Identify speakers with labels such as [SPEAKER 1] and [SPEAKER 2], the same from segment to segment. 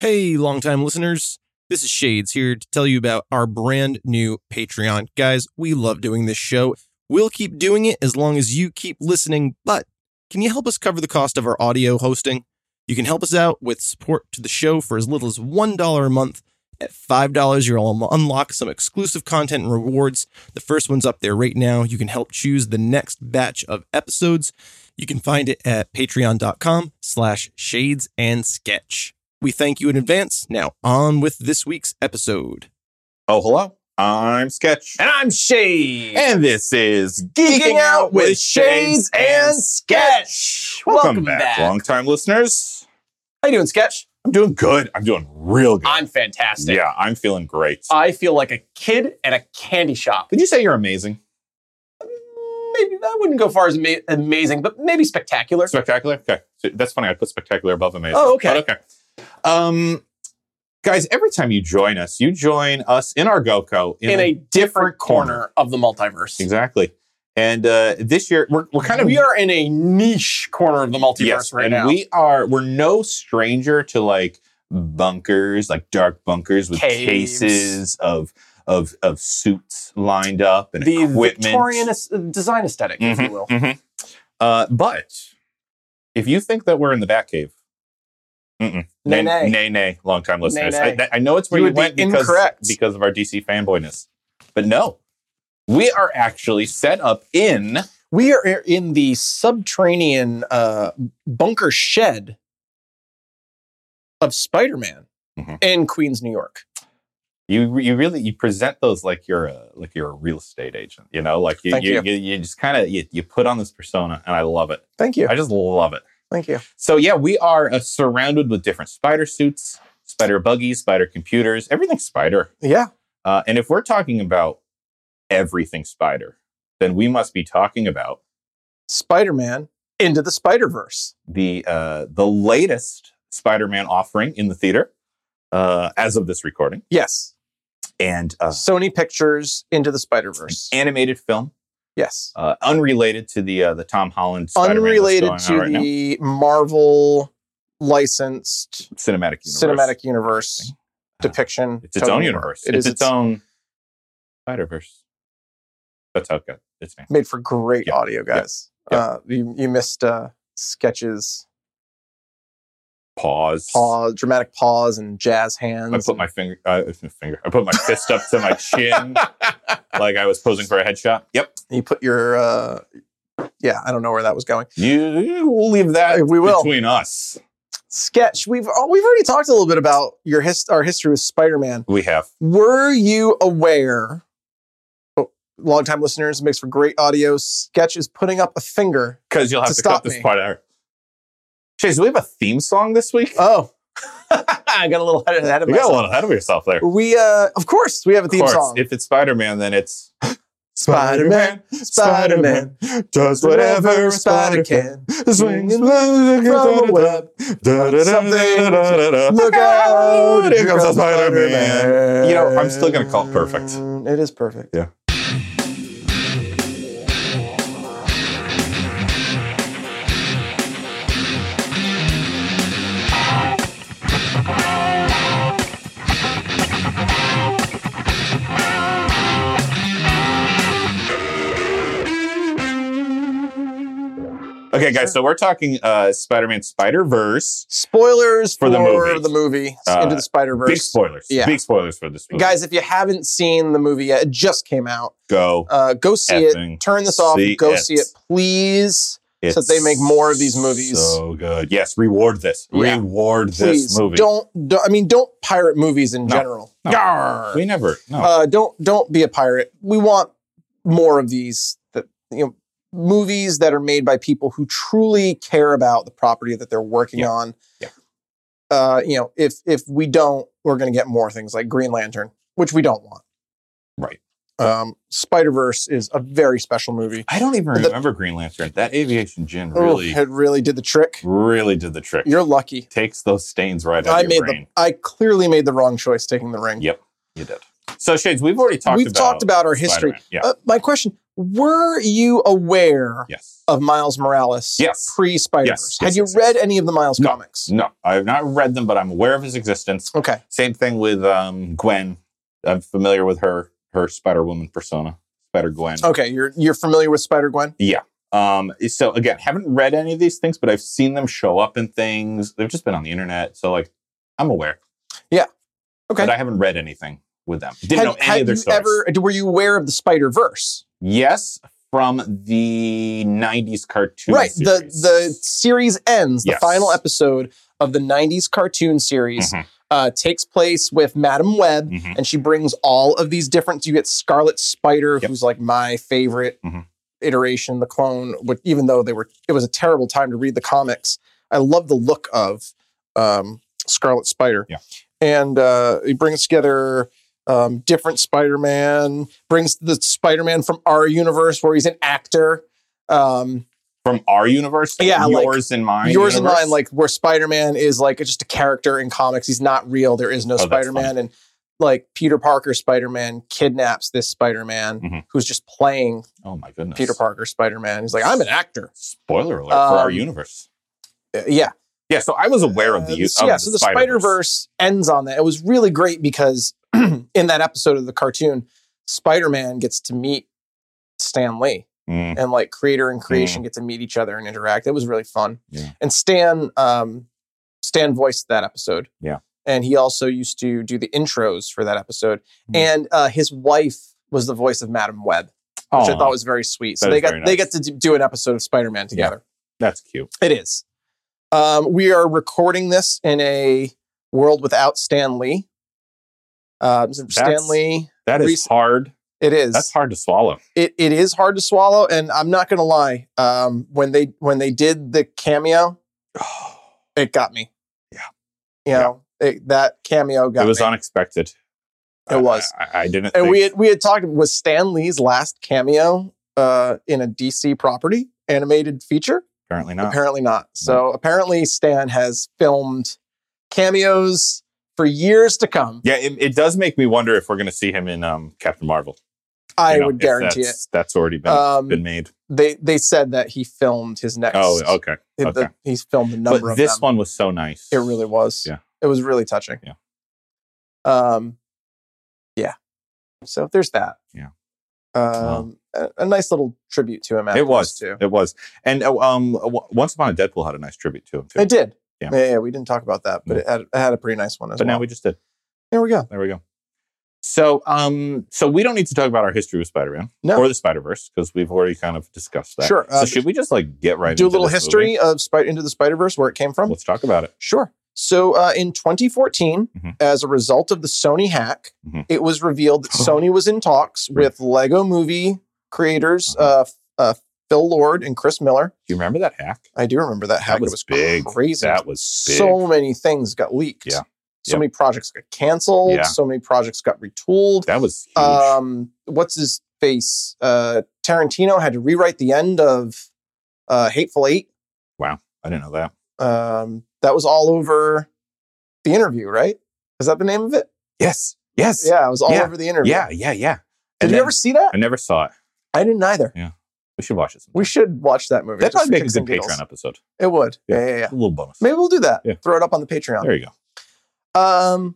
[SPEAKER 1] Hey, longtime listeners. This is Shades here to tell you about our brand new Patreon. Guys, we love doing this show. We'll keep doing it as long as you keep listening, but can you help us cover the cost of our audio hosting? You can help us out with support to the show for as little as $1 a month. At $5, you'll unlock some exclusive content and rewards. The first one's up there right now. You can help choose the next batch of episodes. You can find it at patreon.com slash shades and sketch. We thank you in advance. Now, on with this week's episode.
[SPEAKER 2] Oh, hello. I'm Sketch.
[SPEAKER 3] And I'm Shade.
[SPEAKER 2] And this is Geeking Out with Shades and Sketch. Welcome, back, longtime listeners.
[SPEAKER 3] How you doing, Sketch?
[SPEAKER 2] I'm doing good. I'm doing real good.
[SPEAKER 3] I'm Uh, fantastic.
[SPEAKER 2] yeah, I'm feeling great.
[SPEAKER 3] I feel like a kid at a candy shop.
[SPEAKER 2] Did you say you're amazing?
[SPEAKER 3] Maybe I wouldn't go far as ama- amazing, but maybe spectacular.
[SPEAKER 2] Spectacular? Okay. So that's funny. I put spectacular above amazing.
[SPEAKER 3] Oh, okay.
[SPEAKER 2] But okay. Um, guys, every time you join us, you join us in our GoCo
[SPEAKER 3] in, a different corner, of the multiverse.
[SPEAKER 2] Exactly. And uh, this year, we're, we're kind of
[SPEAKER 3] we are in a niche corner of the multiverse right
[SPEAKER 2] and
[SPEAKER 3] now.
[SPEAKER 2] we are we're no stranger to like bunkers, like dark bunkers with
[SPEAKER 3] Caves.
[SPEAKER 2] cases of of of suits lined up and
[SPEAKER 3] the
[SPEAKER 2] equipment.
[SPEAKER 3] Victorian es- design esthetic if you will.
[SPEAKER 2] Mhm, mhm. Uh, but if you think that we're in the Batcave, mm-mm. nay,
[SPEAKER 3] Nay, nay.
[SPEAKER 2] nay, nay, long time listeners.
[SPEAKER 3] Nay, nay.
[SPEAKER 2] I, that- I know it's where
[SPEAKER 3] You
[SPEAKER 2] you,
[SPEAKER 3] would be
[SPEAKER 2] went because
[SPEAKER 3] incorrect.
[SPEAKER 2] because of our DC fanboyness, but no, we are actually set up in.
[SPEAKER 3] We are in the subterranean uh, bunker shed of Spider-Man
[SPEAKER 2] Mhm.
[SPEAKER 3] in Queens, New York.
[SPEAKER 2] you you really you present those like you're a like you're a real estate agent you know like you
[SPEAKER 3] Thank
[SPEAKER 2] you, you
[SPEAKER 3] you.
[SPEAKER 2] you just kind of you, you put on this persona and i love it
[SPEAKER 3] Thank you.
[SPEAKER 2] i just love it
[SPEAKER 3] Thank you.
[SPEAKER 2] so yeah we are uh, surrounded with different spider suits spider buggies spider computers everything spider
[SPEAKER 3] Yeah.
[SPEAKER 2] uh, and if we're talking about everything spider then we must be talking about
[SPEAKER 3] Spider-Man into the Spider-Verse.
[SPEAKER 2] the uh the latest spider-man offering in the theater uh as of this recording
[SPEAKER 3] Yes.
[SPEAKER 2] and uh
[SPEAKER 3] Sony Pictures into the Spider-Verse.
[SPEAKER 2] animated film
[SPEAKER 3] yes.
[SPEAKER 2] uh, unrelated to the uh, the Tom Holland Spider-Man that's
[SPEAKER 3] Unrelated
[SPEAKER 2] going
[SPEAKER 3] to
[SPEAKER 2] on right now.
[SPEAKER 3] the Marvel licensed
[SPEAKER 2] cinematic universe. Ah.
[SPEAKER 3] cinematic universe depiction.
[SPEAKER 2] It's its
[SPEAKER 3] Totally.
[SPEAKER 2] own universe.
[SPEAKER 3] It
[SPEAKER 2] it's
[SPEAKER 3] is
[SPEAKER 2] its, own Spider Verse. That's how it got its name.
[SPEAKER 3] made for great
[SPEAKER 2] Yeah.
[SPEAKER 3] audio,
[SPEAKER 2] Yeah.
[SPEAKER 3] guys.
[SPEAKER 2] Yeah.
[SPEAKER 3] Uh, you, you missed uh, sketches,
[SPEAKER 2] Pause.
[SPEAKER 3] pause, dramatic pause, and jazz hands.
[SPEAKER 2] I put my finger. Uh, it's my finger. I put my fist up to my chin, like I was posing for a headshot. Yep.
[SPEAKER 3] you put your. Uh, yeah, I don't know where that was going.
[SPEAKER 2] You, we'll leave that.
[SPEAKER 3] We will.
[SPEAKER 2] between us.
[SPEAKER 3] Sketch. We've oh, we've already talked a little bit about your hist- our history with Spider-Man.
[SPEAKER 2] We have.
[SPEAKER 3] Were you aware? Oh, longtime listeners makes for great audio. Sketch is putting up a finger.
[SPEAKER 2] Because you'll have
[SPEAKER 3] To
[SPEAKER 2] to,
[SPEAKER 3] stop
[SPEAKER 2] cut this
[SPEAKER 3] me.
[SPEAKER 2] part out. Chase, do we have a theme song this week?
[SPEAKER 3] Oh, I got a little ahead ahead of
[SPEAKER 2] you got a
[SPEAKER 3] myself.
[SPEAKER 2] little ahead of yourself there.
[SPEAKER 3] We uh, of course we have a
[SPEAKER 2] Of
[SPEAKER 3] theme
[SPEAKER 2] course,
[SPEAKER 3] song.
[SPEAKER 2] if it's Spider Man, then it's
[SPEAKER 3] Spider-Man, Spider-Man
[SPEAKER 2] does
[SPEAKER 3] whatever a spider can.
[SPEAKER 2] Swings
[SPEAKER 3] Swinging from a web. Look out!
[SPEAKER 2] Here comes the Spider-Man. You know, I'm still gonna call it perfect.
[SPEAKER 3] It is perfect.
[SPEAKER 2] Yeah. Okay, guys, so we're talking uh, Spider Man Spider Verse.
[SPEAKER 3] Spoilers for,
[SPEAKER 2] For the movie.
[SPEAKER 3] the movie,
[SPEAKER 2] Uh,
[SPEAKER 3] Into the Spider
[SPEAKER 2] Big
[SPEAKER 3] Verse.
[SPEAKER 2] spoilers.
[SPEAKER 3] Yeah.
[SPEAKER 2] Big spoilers for this movie.
[SPEAKER 3] Guys, if you haven't seen the movie yet, it just came out.
[SPEAKER 2] go.
[SPEAKER 3] Uh, go see
[SPEAKER 2] Effing
[SPEAKER 3] it. Turn this off.
[SPEAKER 2] see
[SPEAKER 3] go
[SPEAKER 2] it.
[SPEAKER 3] see it, please.
[SPEAKER 2] It's
[SPEAKER 3] so they make more of these movies.
[SPEAKER 2] So good. Yes, reward this.
[SPEAKER 3] Yeah.
[SPEAKER 2] Reward
[SPEAKER 3] Please
[SPEAKER 2] this movie.
[SPEAKER 3] don't, don't. I mean, don't pirate movies in
[SPEAKER 2] No.
[SPEAKER 3] general.
[SPEAKER 2] No.
[SPEAKER 3] Yarr.
[SPEAKER 2] We never. No.
[SPEAKER 3] Uh, don't don't be a pirate. We want more of these that you know movies that are made by people who truly care about the property that they're working
[SPEAKER 2] Yeah.
[SPEAKER 3] on.
[SPEAKER 2] Yeah.
[SPEAKER 3] Uh, you know, if if we don't, we're going to get more things like Green Lantern, which we don't want.
[SPEAKER 2] Right.
[SPEAKER 3] Um, Spider Verse is a very special movie.
[SPEAKER 2] I don't even
[SPEAKER 3] the-
[SPEAKER 2] remember Green Lantern. That aviation gin really,
[SPEAKER 3] oh, it really did the trick.
[SPEAKER 2] really did the trick.
[SPEAKER 3] You're lucky.
[SPEAKER 2] Takes those stains right out
[SPEAKER 3] I
[SPEAKER 2] of your
[SPEAKER 3] made
[SPEAKER 2] brain.
[SPEAKER 3] the. I clearly made the wrong choice taking the ring.
[SPEAKER 2] Yep, you did. So Shades, we've already talked.
[SPEAKER 3] We've
[SPEAKER 2] about
[SPEAKER 3] talked about our history.
[SPEAKER 2] Spider-Man. Yeah.
[SPEAKER 3] Uh, my question: Were you aware
[SPEAKER 2] Yes.
[SPEAKER 3] of Miles Morales
[SPEAKER 2] Yes.
[SPEAKER 3] pre Spider Verse?
[SPEAKER 2] Yes, yes,
[SPEAKER 3] Had you
[SPEAKER 2] yes,
[SPEAKER 3] read any of the Miles
[SPEAKER 2] No.
[SPEAKER 3] comics?
[SPEAKER 2] No, I have not read them, but I'm aware of his existence.
[SPEAKER 3] Okay.
[SPEAKER 2] Same thing with um, Gwen. I'm familiar with her her Spider Woman persona, Spider Gwen.
[SPEAKER 3] Okay. You're you're familiar with Spider Gwen?
[SPEAKER 2] Um, so again, haven't read any of these things, but I've seen them show up in things. They've just been on the internet, so like I'm aware.
[SPEAKER 3] Yeah. Okay.
[SPEAKER 2] But I haven't read anything with them. Didn't
[SPEAKER 3] had
[SPEAKER 2] know any
[SPEAKER 3] had
[SPEAKER 2] of their
[SPEAKER 3] you
[SPEAKER 2] stories.
[SPEAKER 3] ever were you aware of the Spider Verse?
[SPEAKER 2] Yes, from the '90s cartoon.
[SPEAKER 3] Right.
[SPEAKER 2] series.
[SPEAKER 3] The the series ends. The
[SPEAKER 2] Yes.
[SPEAKER 3] final episode of the '90s cartoon series
[SPEAKER 2] Mhm,
[SPEAKER 3] uh, takes place with Madam Web,
[SPEAKER 2] mhm.
[SPEAKER 3] and she brings all of these different. You get Scarlet Spider,
[SPEAKER 2] Yep.
[SPEAKER 3] who's like my favorite
[SPEAKER 2] Mhm.
[SPEAKER 3] iteration, the clone. Which, even though they were, it was a terrible time to read the comics. I love the look of um, Scarlet Spider.
[SPEAKER 2] Yeah.
[SPEAKER 3] and uh, he brings together um, different Spider-Man. Brings the Spider-Man from our universe, where he's an actor. Um,
[SPEAKER 2] From our universe,
[SPEAKER 3] Yeah, like,
[SPEAKER 2] yours and mine.
[SPEAKER 3] yours and
[SPEAKER 2] universe?
[SPEAKER 3] mine, like where Spider Man is like just a character in comics. He's not real. There is no
[SPEAKER 2] Oh, that's
[SPEAKER 3] Spider Man, and like Peter Parker Spider Man kidnaps this Spider Man
[SPEAKER 2] Mhm.
[SPEAKER 3] who's just playing
[SPEAKER 2] Oh my goodness.
[SPEAKER 3] Peter Parker Spider Man. He's like, I'm an actor.
[SPEAKER 2] Spoiler alert for our
[SPEAKER 3] Um,
[SPEAKER 2] universe.
[SPEAKER 3] Uh, yeah,
[SPEAKER 2] Yeah, so I was aware of the
[SPEAKER 3] Uh,
[SPEAKER 2] use.
[SPEAKER 3] so- yeah, so the Spider Verse ends on that. It was really great because in that episode of the cartoon, Spider Man gets to meet Stan Lee.
[SPEAKER 2] Mm,
[SPEAKER 3] and like creator and creation get to meet each other and interact. It was really fun.
[SPEAKER 2] Yeah.
[SPEAKER 3] And Stan, um, Stan voiced that episode.
[SPEAKER 2] Yeah.
[SPEAKER 3] And he also used to do the intros for that episode.
[SPEAKER 2] Mm.
[SPEAKER 3] And uh, his wife was the voice of Madam Web, which I thought was very sweet. So
[SPEAKER 2] That
[SPEAKER 3] they
[SPEAKER 2] is
[SPEAKER 3] got
[SPEAKER 2] very
[SPEAKER 3] they
[SPEAKER 2] nice.
[SPEAKER 3] get to d- do an episode of Spider Man together.
[SPEAKER 2] that's cute.
[SPEAKER 3] It is. Um, we are recording this in a world without Stan Lee. Um, Stan
[SPEAKER 2] That's-
[SPEAKER 3] Lee,
[SPEAKER 2] That is
[SPEAKER 3] Rec-
[SPEAKER 2] hard.
[SPEAKER 3] it is
[SPEAKER 2] That's hard to swallow.
[SPEAKER 3] it it is hard to swallow and i'm not gonna lie um when they when they did the cameo it got me
[SPEAKER 2] Yeah.
[SPEAKER 3] you
[SPEAKER 2] Yeah.
[SPEAKER 3] know it, that cameo got
[SPEAKER 2] it was
[SPEAKER 3] me
[SPEAKER 2] unexpected.
[SPEAKER 3] It
[SPEAKER 2] I-
[SPEAKER 3] was.
[SPEAKER 2] I, I didn't.
[SPEAKER 3] and
[SPEAKER 2] think-
[SPEAKER 3] we had, we had talked was stan lee's last cameo uh in a dc property animated feature
[SPEAKER 2] apparently not.
[SPEAKER 3] apparently not so apparently stan has filmed cameos for years to come
[SPEAKER 2] yeah, it, it does make me wonder if we're going to see him in um, Captain Marvel.
[SPEAKER 3] i
[SPEAKER 2] You know,
[SPEAKER 3] would
[SPEAKER 2] if
[SPEAKER 3] guarantee it
[SPEAKER 2] that's, That's already been
[SPEAKER 3] um
[SPEAKER 2] been made.
[SPEAKER 3] they they said that he filmed his next
[SPEAKER 2] Oh, okay.
[SPEAKER 3] the-
[SPEAKER 2] okay.
[SPEAKER 3] he's filmed a number
[SPEAKER 2] But
[SPEAKER 3] of
[SPEAKER 2] this
[SPEAKER 3] them.
[SPEAKER 2] one was so nice.
[SPEAKER 3] It really was.
[SPEAKER 2] Yeah.
[SPEAKER 3] It was really touching.
[SPEAKER 2] Yeah.
[SPEAKER 3] Um, yeah. So there's that.
[SPEAKER 2] Yeah.
[SPEAKER 3] Um, a, a nice little tribute to him.
[SPEAKER 2] It
[SPEAKER 3] afterwards,
[SPEAKER 2] was.
[SPEAKER 3] too.
[SPEAKER 2] It was. And uh, um, w- once upon a Deadpool had a nice tribute to him too.
[SPEAKER 3] It did.
[SPEAKER 2] Yeah.
[SPEAKER 3] Yeah. yeah, we didn't talk about that, but
[SPEAKER 2] No.
[SPEAKER 3] it, had, it had a pretty nice one as
[SPEAKER 2] But
[SPEAKER 3] well.
[SPEAKER 2] now we just did.
[SPEAKER 3] there we go.
[SPEAKER 2] There we go. So, um, so we don't need to talk about our history with Spider-Man
[SPEAKER 3] No.
[SPEAKER 2] or the Spider-Verse because we've already kind of discussed that.
[SPEAKER 3] Sure.
[SPEAKER 2] So
[SPEAKER 3] Uh,
[SPEAKER 2] should we just like get right
[SPEAKER 3] Do a
[SPEAKER 2] into
[SPEAKER 3] little
[SPEAKER 2] this
[SPEAKER 3] history
[SPEAKER 2] movie?
[SPEAKER 3] of Spider into the Spider Verse, where it came from.
[SPEAKER 2] Let's talk about it.
[SPEAKER 3] Sure. So uh, in 2014,
[SPEAKER 2] Mhm.
[SPEAKER 3] as a result of the Sony hack,
[SPEAKER 2] Mhm.
[SPEAKER 3] it was revealed that Sony was in talks
[SPEAKER 2] Really? Uh-huh.
[SPEAKER 3] with Lego movie creators uh, uh, Phil Lord and Chris Miller.
[SPEAKER 2] Do you remember that hack?
[SPEAKER 3] I do remember that hack.
[SPEAKER 2] was
[SPEAKER 3] it was
[SPEAKER 2] big.
[SPEAKER 3] crazy.
[SPEAKER 2] That was
[SPEAKER 3] so many things got leaked.
[SPEAKER 2] Yeah.
[SPEAKER 3] So
[SPEAKER 2] Yep.
[SPEAKER 3] many projects got canceled.
[SPEAKER 2] Yeah.
[SPEAKER 3] So many projects got retooled.
[SPEAKER 2] That was huge.
[SPEAKER 3] Um, what's his face? Uh, Tarantino had to rewrite the end of uh, Hateful Eight.
[SPEAKER 2] I didn't know that.
[SPEAKER 3] Um, that was all over the interview, right? Is that the name of it?
[SPEAKER 2] Yes. Yes. Yeah.
[SPEAKER 3] Yeah, it was all
[SPEAKER 2] Yeah.
[SPEAKER 3] over the interview.
[SPEAKER 2] Yeah. Yeah. yeah.
[SPEAKER 3] Did
[SPEAKER 2] And
[SPEAKER 3] you
[SPEAKER 2] then-
[SPEAKER 3] ever see that?
[SPEAKER 2] I never saw it.
[SPEAKER 3] I didn't either.
[SPEAKER 2] We should watch it. sometime.
[SPEAKER 3] We should watch that movie.
[SPEAKER 2] That'd
[SPEAKER 3] just
[SPEAKER 2] probably make
[SPEAKER 3] for
[SPEAKER 2] a
[SPEAKER 3] kicks
[SPEAKER 2] good
[SPEAKER 3] and giggles.
[SPEAKER 2] Patreon episode.
[SPEAKER 3] It would.
[SPEAKER 2] Yeah.
[SPEAKER 3] Yeah. yeah, yeah,
[SPEAKER 2] A little bonus.
[SPEAKER 3] Maybe we'll do that.
[SPEAKER 2] Yeah.
[SPEAKER 3] Throw it up on the Patreon.
[SPEAKER 2] There you go.
[SPEAKER 3] Um,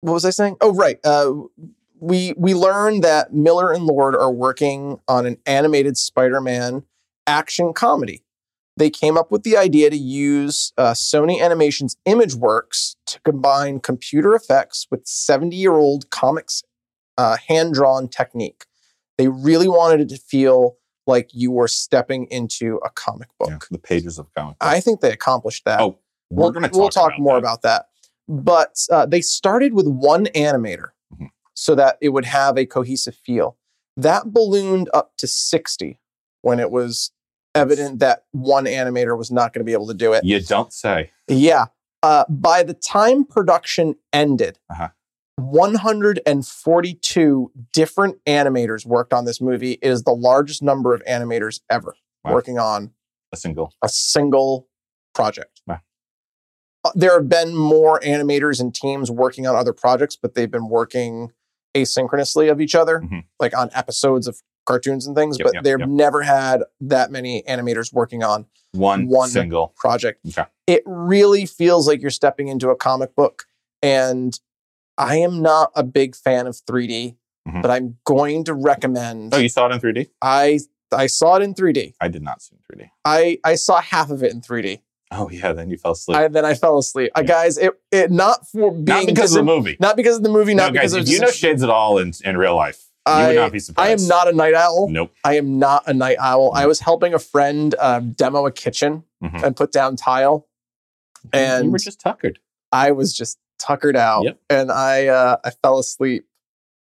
[SPEAKER 3] what was I saying? Oh, right. Uh, we we learn that Miller and Lord are working on an animated Spider-Man action comedy. They came up with the idea to use uh, Sony Animation's ImageWorks to combine computer effects with 70-year-old comics uh, hand-drawn technique. They really wanted it to feel like you were stepping into a comic book.
[SPEAKER 2] Yeah, the pages of comic. book.
[SPEAKER 3] I think they accomplished that
[SPEAKER 2] Oh, we're
[SPEAKER 3] we'll,
[SPEAKER 2] gonna talk
[SPEAKER 3] we'll talk
[SPEAKER 2] about
[SPEAKER 3] more
[SPEAKER 2] that.
[SPEAKER 3] about that. But uh, they started with one animator
[SPEAKER 2] Mhm.
[SPEAKER 3] so that it would have a cohesive feel. That ballooned up to 60 when it was evident that one animator was not going to be able to do it.
[SPEAKER 2] You don't say.
[SPEAKER 3] Yeah. Uh, by the time production ended,
[SPEAKER 2] Uh-huh.
[SPEAKER 3] 142 different animators worked on this movie. It is the largest number of animators ever
[SPEAKER 2] Wow.
[SPEAKER 3] working on
[SPEAKER 2] A single.
[SPEAKER 3] a single project.
[SPEAKER 2] Wow.
[SPEAKER 3] Uh, There have been more animators and teams working on other projects, but they've been working asynchronously of each other,
[SPEAKER 2] Mhm.
[SPEAKER 3] like on episodes of cartoons and things,
[SPEAKER 2] Yep,
[SPEAKER 3] but
[SPEAKER 2] yep,
[SPEAKER 3] they've
[SPEAKER 2] yep.
[SPEAKER 3] never had that many animators working on
[SPEAKER 2] One,
[SPEAKER 3] One.
[SPEAKER 2] single.
[SPEAKER 3] project.
[SPEAKER 2] Okay.
[SPEAKER 3] It really feels like you're stepping into a comic book. And I am not a big fan of 3D,
[SPEAKER 2] Mhm.
[SPEAKER 3] but I'm going to recommend
[SPEAKER 2] Oh, you saw it in 3D?
[SPEAKER 3] I I saw it in 3D.
[SPEAKER 2] I did not see it in 3D.
[SPEAKER 3] I, I saw half of it in 3D.
[SPEAKER 2] Oh yeah, then you fell asleep.
[SPEAKER 3] I, then I fell asleep. Uh,
[SPEAKER 2] Yeah.
[SPEAKER 3] guys, it, it not for being
[SPEAKER 2] not because of the
[SPEAKER 3] disin-
[SPEAKER 2] movie.
[SPEAKER 3] not because of the movie, not
[SPEAKER 2] no, guys,
[SPEAKER 3] because
[SPEAKER 2] if
[SPEAKER 3] of
[SPEAKER 2] you know shades at all in, in real life, you
[SPEAKER 3] I-
[SPEAKER 2] would not be
[SPEAKER 3] I
[SPEAKER 2] surprised.
[SPEAKER 3] am not a night owl.
[SPEAKER 2] Nope.
[SPEAKER 3] I am not a night owl.
[SPEAKER 2] Mm-hmm.
[SPEAKER 3] I was helping a friend uh, demo a kitchen
[SPEAKER 2] Mhm.
[SPEAKER 3] and put down tile.
[SPEAKER 2] you were
[SPEAKER 3] And-
[SPEAKER 2] just tuckered.
[SPEAKER 3] I was just tuckered out
[SPEAKER 2] Yep.
[SPEAKER 3] and I uh, I fell asleep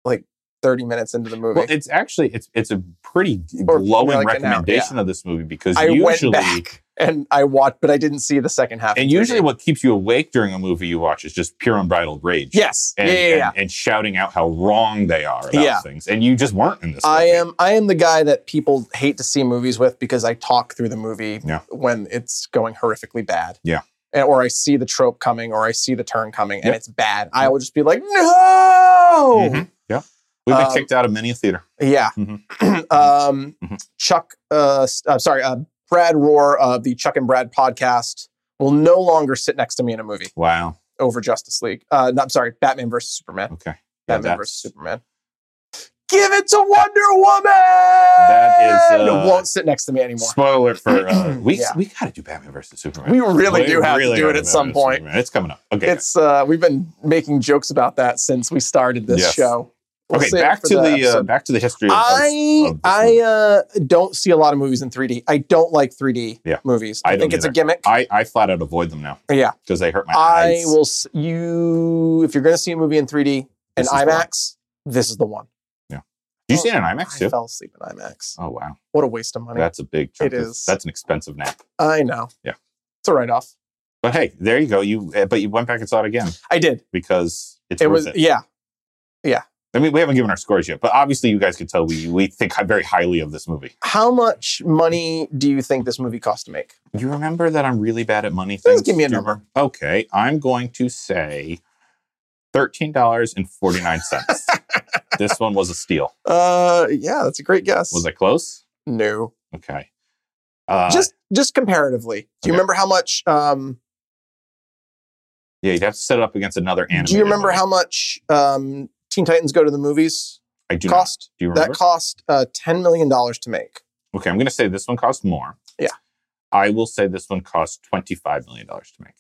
[SPEAKER 3] like 30 minutes into the movie.
[SPEAKER 2] Well, it's actually it's it's a pretty
[SPEAKER 3] Or
[SPEAKER 2] glowing
[SPEAKER 3] like an hour,
[SPEAKER 2] recommendation of this movie because
[SPEAKER 3] I
[SPEAKER 2] usually
[SPEAKER 3] went back and I watched, but I didn't see the second half.
[SPEAKER 2] and
[SPEAKER 3] of the
[SPEAKER 2] usually
[SPEAKER 3] movie.
[SPEAKER 2] what keeps you awake during a movie you watch is just pure unbridled rage.
[SPEAKER 3] yes,
[SPEAKER 2] And,
[SPEAKER 3] yeah, yeah, yeah.
[SPEAKER 2] And, and shouting out how wrong they are about
[SPEAKER 3] Yeah.
[SPEAKER 2] things. And you just weren't in this.
[SPEAKER 3] I
[SPEAKER 2] movie.
[SPEAKER 3] am I am the guy that people hate to see movies with because I talk through the movie
[SPEAKER 2] Yeah.
[SPEAKER 3] when it's going horrifically bad.
[SPEAKER 2] Yeah.
[SPEAKER 3] And, or I see the trope coming or I see the turn coming and
[SPEAKER 2] Yep.
[SPEAKER 3] it's bad. I will just be like, no.
[SPEAKER 2] Mhm. Yeah. We've been
[SPEAKER 3] Um,
[SPEAKER 2] kicked out of many a theater.
[SPEAKER 3] Yeah.
[SPEAKER 2] Mhm.
[SPEAKER 3] um,
[SPEAKER 2] Mhm.
[SPEAKER 3] Chuck, uh, s- uh, sorry, uh, Brad Rohr of the Chuck and Brad podcast will no longer sit next to me in a movie
[SPEAKER 2] Wow.
[SPEAKER 3] over Justice League. Uh, no, I'm sorry, Batman versus Superman.
[SPEAKER 2] Okay. Yeah,
[SPEAKER 3] Batman
[SPEAKER 2] that's-
[SPEAKER 3] versus Superman. Give it to Wonder Woman.
[SPEAKER 2] That is, uh,
[SPEAKER 3] won't sit next to me anymore.
[SPEAKER 2] Spoiler for uh, we
[SPEAKER 3] Yeah.
[SPEAKER 2] we got to do Batman versus Superman.
[SPEAKER 3] We really do have
[SPEAKER 2] really
[SPEAKER 3] to do it
[SPEAKER 2] gotta
[SPEAKER 3] at some
[SPEAKER 2] Batman versus
[SPEAKER 3] point.
[SPEAKER 2] Superman. It's coming up. Okay.
[SPEAKER 3] It's uh, we've been making jokes about that since we started this
[SPEAKER 2] Yes.
[SPEAKER 3] show. We'll
[SPEAKER 2] okay,
[SPEAKER 3] save it
[SPEAKER 2] back
[SPEAKER 3] for
[SPEAKER 2] to the uh,
[SPEAKER 3] episode.
[SPEAKER 2] back to the history. Of,
[SPEAKER 3] I
[SPEAKER 2] of this
[SPEAKER 3] I
[SPEAKER 2] movie.
[SPEAKER 3] uh, don't see a lot of movies in 3D. I don't like 3D
[SPEAKER 2] Yeah.
[SPEAKER 3] movies.
[SPEAKER 2] I
[SPEAKER 3] I, think
[SPEAKER 2] don't
[SPEAKER 3] it's a
[SPEAKER 2] either.
[SPEAKER 3] gimmick.
[SPEAKER 2] I I flat out avoid them now
[SPEAKER 3] yeah,
[SPEAKER 2] because they hurt my
[SPEAKER 3] I
[SPEAKER 2] eyes.
[SPEAKER 3] will. s- You, if you're going to see a movie in 3D and
[SPEAKER 2] This is the one.
[SPEAKER 3] IMAX, this is the one.
[SPEAKER 2] Did you see it in IMAX
[SPEAKER 3] I
[SPEAKER 2] too?
[SPEAKER 3] fell asleep in IMAX.
[SPEAKER 2] Oh wow,
[SPEAKER 3] What a waste of money.
[SPEAKER 2] that's a big. Chunk
[SPEAKER 3] It
[SPEAKER 2] of-
[SPEAKER 3] is.
[SPEAKER 2] That's an expensive nap.
[SPEAKER 3] I know.
[SPEAKER 2] Yeah.
[SPEAKER 3] it's a write off.
[SPEAKER 2] But hey, there you go. You uh, but you went back and saw it again
[SPEAKER 3] I did.
[SPEAKER 2] because it's
[SPEAKER 3] it
[SPEAKER 2] worth
[SPEAKER 3] was e
[SPEAKER 2] it.
[SPEAKER 3] yeah.
[SPEAKER 2] I mean, we haven't given our scores yet, but obviously you guys could tell we we think hi- very highly of this movie.
[SPEAKER 3] How much money do you think this movie cost to make?
[SPEAKER 2] You remember that I'm really bad at money things.
[SPEAKER 3] Just give me a
[SPEAKER 2] Do you
[SPEAKER 3] number.
[SPEAKER 2] remember? Okay, I'm going to say thirteen dollars and forty nine cents. this one was a steal.
[SPEAKER 3] Uh, yeah, that's a great guess.
[SPEAKER 2] Was I close?
[SPEAKER 3] no?
[SPEAKER 2] Okay. Uh,
[SPEAKER 3] just just comparatively. Do
[SPEAKER 2] okay.
[SPEAKER 3] you remember how much? Um,
[SPEAKER 2] yeah, you'd have to set it up against another anime.
[SPEAKER 3] Do you remember how much um, Teen Titans Go to the Movies
[SPEAKER 2] I do not.
[SPEAKER 3] cost?
[SPEAKER 2] Do you remember?
[SPEAKER 3] That cost uh, ten million dollars to make.
[SPEAKER 2] okay, I'm going to say this one cost more.
[SPEAKER 3] Yeah.
[SPEAKER 2] I will say this one cost twenty five million dollars to make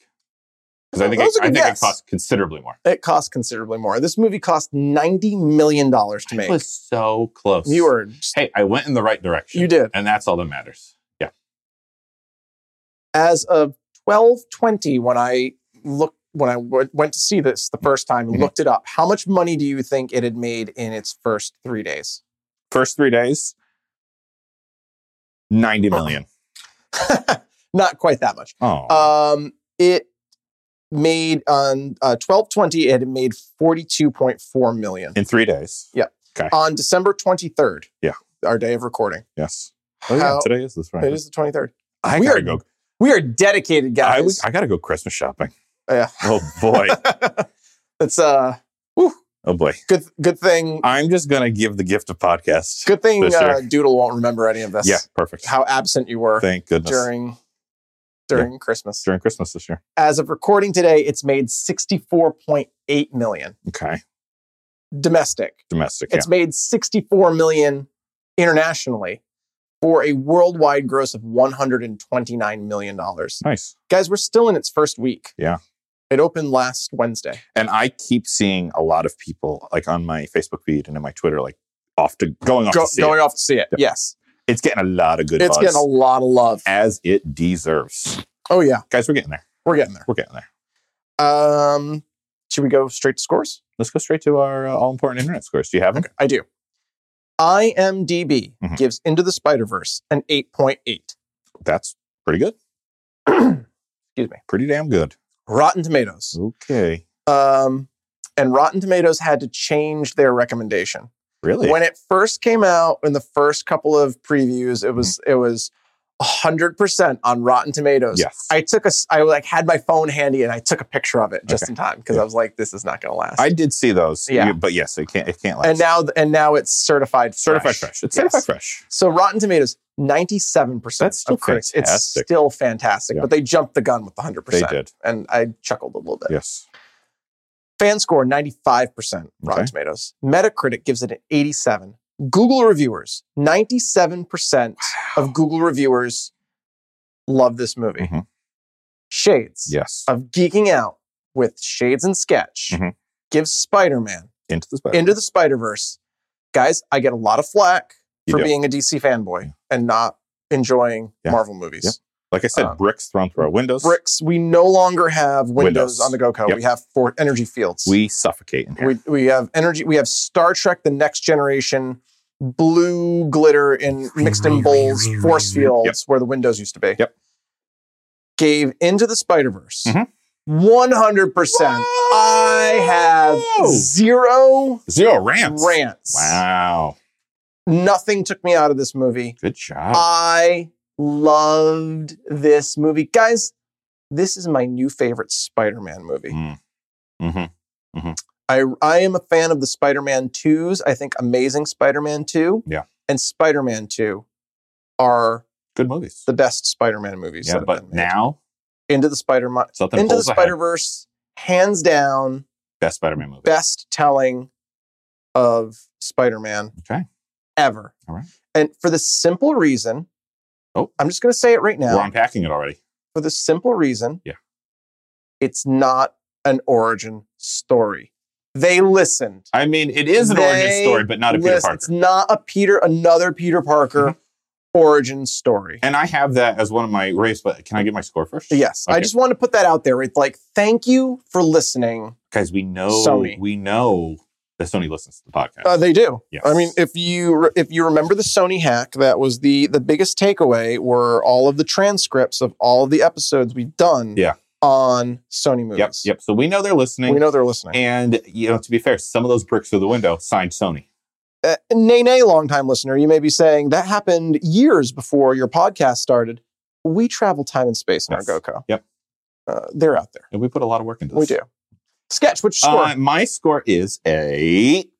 [SPEAKER 2] because I
[SPEAKER 3] Oh,
[SPEAKER 2] think
[SPEAKER 3] that was
[SPEAKER 2] it,
[SPEAKER 3] a
[SPEAKER 2] I
[SPEAKER 3] good
[SPEAKER 2] think it
[SPEAKER 3] guess.
[SPEAKER 2] cost considerably more.
[SPEAKER 3] It cost considerably more. This movie cost ninety million dollars to
[SPEAKER 2] It
[SPEAKER 3] make.
[SPEAKER 2] was so close.
[SPEAKER 3] You were just-
[SPEAKER 2] Hey, I went in the right direction.
[SPEAKER 3] you did
[SPEAKER 2] and that's all that matters. Yeah.
[SPEAKER 3] as of twelve twenty when I looked when I w- went to see this the first time and
[SPEAKER 2] Mhm.
[SPEAKER 3] looked it up. How much money do you think it had made in its first three days?
[SPEAKER 2] First three days, ninety million.
[SPEAKER 3] Not quite that much.
[SPEAKER 2] Oh,
[SPEAKER 3] Um, it made on uh, twelve twenty. It had made forty two point four million.
[SPEAKER 2] in three days.
[SPEAKER 3] on December 23rd.
[SPEAKER 2] Yeah.
[SPEAKER 3] Our day of recording.
[SPEAKER 2] Yes. Oh yeah,
[SPEAKER 3] How-
[SPEAKER 2] today is this right?
[SPEAKER 3] It is the 23rd.
[SPEAKER 2] I
[SPEAKER 3] We
[SPEAKER 2] gotta
[SPEAKER 3] are
[SPEAKER 2] go.
[SPEAKER 3] We are dedicated
[SPEAKER 2] I,
[SPEAKER 3] guys.
[SPEAKER 2] I gotta go Christmas shopping.
[SPEAKER 3] Yeah.
[SPEAKER 2] Oh boy.
[SPEAKER 3] That's uh
[SPEAKER 2] oh boy.
[SPEAKER 3] good good thing
[SPEAKER 2] I'm just gonna give the gift of podcast.
[SPEAKER 3] good thing
[SPEAKER 2] This
[SPEAKER 3] uh,
[SPEAKER 2] year.
[SPEAKER 3] Doodle won't remember any of this.
[SPEAKER 2] Yeah, perfect.
[SPEAKER 3] How absent you were
[SPEAKER 2] Thank goodness. During,
[SPEAKER 3] during during Christmas.
[SPEAKER 2] Christmas this year.
[SPEAKER 3] As of recording today, it's made 64.8 million
[SPEAKER 2] Okay.
[SPEAKER 3] domestic.
[SPEAKER 2] Domestic.
[SPEAKER 3] It's made 64 million internationally for a worldwide gross of 129 million dollars.
[SPEAKER 2] yeah. Nice.
[SPEAKER 3] guys we're still in its first week
[SPEAKER 2] Yeah.
[SPEAKER 3] it opened last wednesday
[SPEAKER 2] And I keep seeing a lot of people like on my Facebook feed and in my Twitter, like off to going off
[SPEAKER 3] Go-
[SPEAKER 2] to see
[SPEAKER 3] going off to see it yes
[SPEAKER 2] it. It's getting a lot of good
[SPEAKER 3] it's
[SPEAKER 2] buzz
[SPEAKER 3] getting a lot of love
[SPEAKER 2] as it deserves.
[SPEAKER 3] oh yeah
[SPEAKER 2] Guys, we're getting there.
[SPEAKER 3] we're getting there
[SPEAKER 2] We're getting there.
[SPEAKER 3] um should we go straight to scores
[SPEAKER 2] Let's go straight to our uh, all important internet scores. Do you have them?
[SPEAKER 3] i do imdb
[SPEAKER 2] Mhm.
[SPEAKER 3] gives into the spider-verse an 8.8
[SPEAKER 2] That's pretty good.
[SPEAKER 3] excuse me
[SPEAKER 2] Pretty damn good.
[SPEAKER 3] rotten tomatoes
[SPEAKER 2] Okay.
[SPEAKER 3] um and rotten tomatoes had to change their recommendation
[SPEAKER 2] Really? Mm-hmm.
[SPEAKER 3] when it first came out in the first couple of previews it was it was 100% on Rotten Tomatoes.
[SPEAKER 2] Yes. I,
[SPEAKER 3] I took a, s- I like had my phone handy and I took a picture of it just
[SPEAKER 2] Okay.
[SPEAKER 3] in time because
[SPEAKER 2] Yeah.
[SPEAKER 3] I was like, this is not going to last.
[SPEAKER 2] did see those.
[SPEAKER 3] Yeah.
[SPEAKER 2] You- But yes, it can't it can't last.
[SPEAKER 3] and now, and now it's certified
[SPEAKER 2] certified fresh. It's
[SPEAKER 3] Yes.
[SPEAKER 2] certified fresh.
[SPEAKER 3] So Rotten Tomatoes, 97%.
[SPEAKER 2] That's still
[SPEAKER 3] of critics.
[SPEAKER 2] fantastic.
[SPEAKER 3] It's still fantastic,
[SPEAKER 2] Yeah.
[SPEAKER 3] but they jumped the gun with the 100%.
[SPEAKER 2] They did.
[SPEAKER 3] And I chuckled a little bit.
[SPEAKER 2] Yes.
[SPEAKER 3] Fan score 95% Rotten
[SPEAKER 2] Okay.
[SPEAKER 3] Tomatoes. Metacritic gives it an 87. Google reviewers, 97% of Google reviewers love this movie.
[SPEAKER 2] Mhm.
[SPEAKER 3] Shades
[SPEAKER 2] Yes.
[SPEAKER 3] of Geeking Out with Shades and Sketch
[SPEAKER 2] Mhm.
[SPEAKER 3] gives Spider Man
[SPEAKER 2] Into the spider.
[SPEAKER 3] Into the Spider Verse. Guys, I get a lot of flack
[SPEAKER 2] You
[SPEAKER 3] for
[SPEAKER 2] do.
[SPEAKER 3] being a DC fanboy and not enjoying
[SPEAKER 2] Yeah.
[SPEAKER 3] Marvel movies.
[SPEAKER 2] Yep. like I said,
[SPEAKER 3] um,
[SPEAKER 2] bricks thrown through our windows.
[SPEAKER 3] Bricks, we no longer have Windows,
[SPEAKER 2] Windows.
[SPEAKER 3] on the GoCo.
[SPEAKER 2] Yep.
[SPEAKER 3] We have four energy fields.
[SPEAKER 2] We suffocate in here.
[SPEAKER 3] We we have energy. We have Star Trek: The Next Generation, blue glitter in mixed in bowls, force fields where the windows used to be.
[SPEAKER 2] Yep.
[SPEAKER 3] Gave into the Spider Verse.
[SPEAKER 2] Mhm.
[SPEAKER 3] One hundred percent. I have
[SPEAKER 2] Whoa!
[SPEAKER 3] zero
[SPEAKER 2] zero rants.
[SPEAKER 3] rants.
[SPEAKER 2] Wow.
[SPEAKER 3] Nothing took me out of this movie.
[SPEAKER 2] Good job.
[SPEAKER 3] Uh, I loved this movie, guys. This is my new favorite Spider-Man movie.
[SPEAKER 2] Mm. hmm
[SPEAKER 3] I I am a fan of the Spider-Man 2s. I think Amazing Spider-Man 2
[SPEAKER 2] Yeah.
[SPEAKER 3] and Spider-Man 2 are
[SPEAKER 2] Good movies.
[SPEAKER 3] the best Spider-Man movies. that
[SPEAKER 2] yeah,
[SPEAKER 3] have been
[SPEAKER 2] but
[SPEAKER 3] made.
[SPEAKER 2] now
[SPEAKER 3] Into the Spider-Man
[SPEAKER 2] something
[SPEAKER 3] Into the
[SPEAKER 2] pulls ahead.
[SPEAKER 3] Spider-Verse hands down
[SPEAKER 2] Best Spider-Man movie.
[SPEAKER 3] best telling of Spider-Man
[SPEAKER 2] Okay.
[SPEAKER 3] ever.
[SPEAKER 2] All right.
[SPEAKER 3] And for the simple reason
[SPEAKER 2] Oh.
[SPEAKER 3] I'm just going to say it right now.
[SPEAKER 2] We're unpacking it already.
[SPEAKER 3] For the simple reason
[SPEAKER 2] Yeah.
[SPEAKER 3] It's not an origin story. They listened.
[SPEAKER 2] I mean, it is an
[SPEAKER 3] They
[SPEAKER 2] origin story, but not a Peter
[SPEAKER 3] list.
[SPEAKER 2] Parker.
[SPEAKER 3] It's not a Peter, another Peter Parker
[SPEAKER 2] Mhm.
[SPEAKER 3] origin story.
[SPEAKER 2] and I have that as one of my race, but can I get my score first?
[SPEAKER 3] yes, I
[SPEAKER 2] Okay.
[SPEAKER 3] just want to put that out there. It's like, thank you for listening.
[SPEAKER 2] Guys, we know
[SPEAKER 3] Sony.
[SPEAKER 2] we know that Sony listens to the podcast.
[SPEAKER 3] Uh, they do.
[SPEAKER 2] Yes.
[SPEAKER 3] I mean, if you re- if you remember the Sony hack, that was the the biggest takeaway were all of the transcripts of all of the episodes we've done.
[SPEAKER 2] Yeah.
[SPEAKER 3] on Sony movies.
[SPEAKER 2] yep, yep. So we know they're listening.
[SPEAKER 3] We know they're listening.
[SPEAKER 2] and you know, to be fair, some of those bricks through the window signed Sony.
[SPEAKER 3] uh, nay, nay, longtime listener, you may be saying that happened years before your podcast started. We travel time and space in
[SPEAKER 2] Yes.
[SPEAKER 3] our GoCo.
[SPEAKER 2] Yep.
[SPEAKER 3] Uh, they're out there.
[SPEAKER 2] And we put a lot of work into this.
[SPEAKER 3] We do. Sketch, which score?
[SPEAKER 2] Uh, my score is a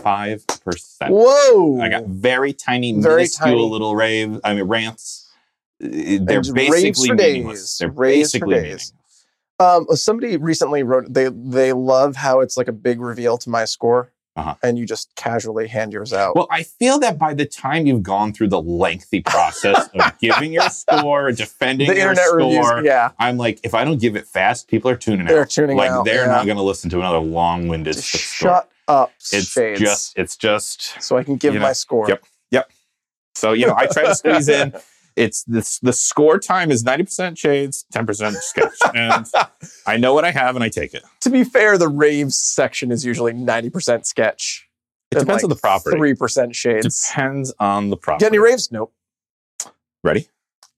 [SPEAKER 2] 98.5%.
[SPEAKER 3] Whoa.
[SPEAKER 2] Uh, I got very tiny,
[SPEAKER 3] Very
[SPEAKER 2] minuscule
[SPEAKER 3] tiny.
[SPEAKER 2] little rave. I mean, rants. Uh, They're
[SPEAKER 3] raves
[SPEAKER 2] basically
[SPEAKER 3] for
[SPEAKER 2] meaningless.
[SPEAKER 3] days.
[SPEAKER 2] They're
[SPEAKER 3] Raves for
[SPEAKER 2] basically
[SPEAKER 3] days.
[SPEAKER 2] meaningless.
[SPEAKER 3] um, somebody recently wrote they they love how it's like a big reveal to my score,
[SPEAKER 2] Uh-huh.
[SPEAKER 3] and you just casually hand yours out.
[SPEAKER 2] Well, I feel that by the time you've gone through the lengthy process of giving your score, defending
[SPEAKER 3] the
[SPEAKER 2] your
[SPEAKER 3] internet
[SPEAKER 2] score,
[SPEAKER 3] reviews, yeah,
[SPEAKER 2] I'm like, if I don't give it fast, people are tuning
[SPEAKER 3] they're
[SPEAKER 2] out.
[SPEAKER 3] tuning
[SPEAKER 2] Like
[SPEAKER 3] out.
[SPEAKER 2] they're
[SPEAKER 3] yeah.
[SPEAKER 2] not going to listen to another long-winded
[SPEAKER 3] Just
[SPEAKER 2] story.
[SPEAKER 3] shut up,
[SPEAKER 2] It's
[SPEAKER 3] shades,
[SPEAKER 2] just, it's just.
[SPEAKER 3] so I can give
[SPEAKER 2] you know,
[SPEAKER 3] my score.
[SPEAKER 2] yep. So you know, I try to squeeze in. It's this the score time is 90% shades, 10% sketch. and I know what I have and I take it.
[SPEAKER 3] To be fair, the raves section is usually ninety percent sketch.
[SPEAKER 2] It depends on the property.
[SPEAKER 3] Three percent
[SPEAKER 2] It
[SPEAKER 3] shades.
[SPEAKER 2] depends on the property.
[SPEAKER 3] Get any raves? Nope.
[SPEAKER 2] Ready?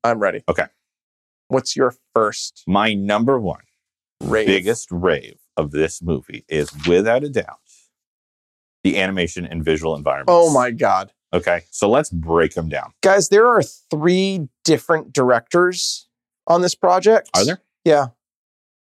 [SPEAKER 3] I'm ready.
[SPEAKER 2] Okay.
[SPEAKER 3] What's your first
[SPEAKER 2] My number one
[SPEAKER 3] rave?
[SPEAKER 2] biggest rave of this movie is without a doubt the animation and visual environment.
[SPEAKER 3] Oh my god,
[SPEAKER 2] Okay. So let's break them down.
[SPEAKER 3] guys! There are three different directors on this project.
[SPEAKER 2] Are there?
[SPEAKER 3] Yeah,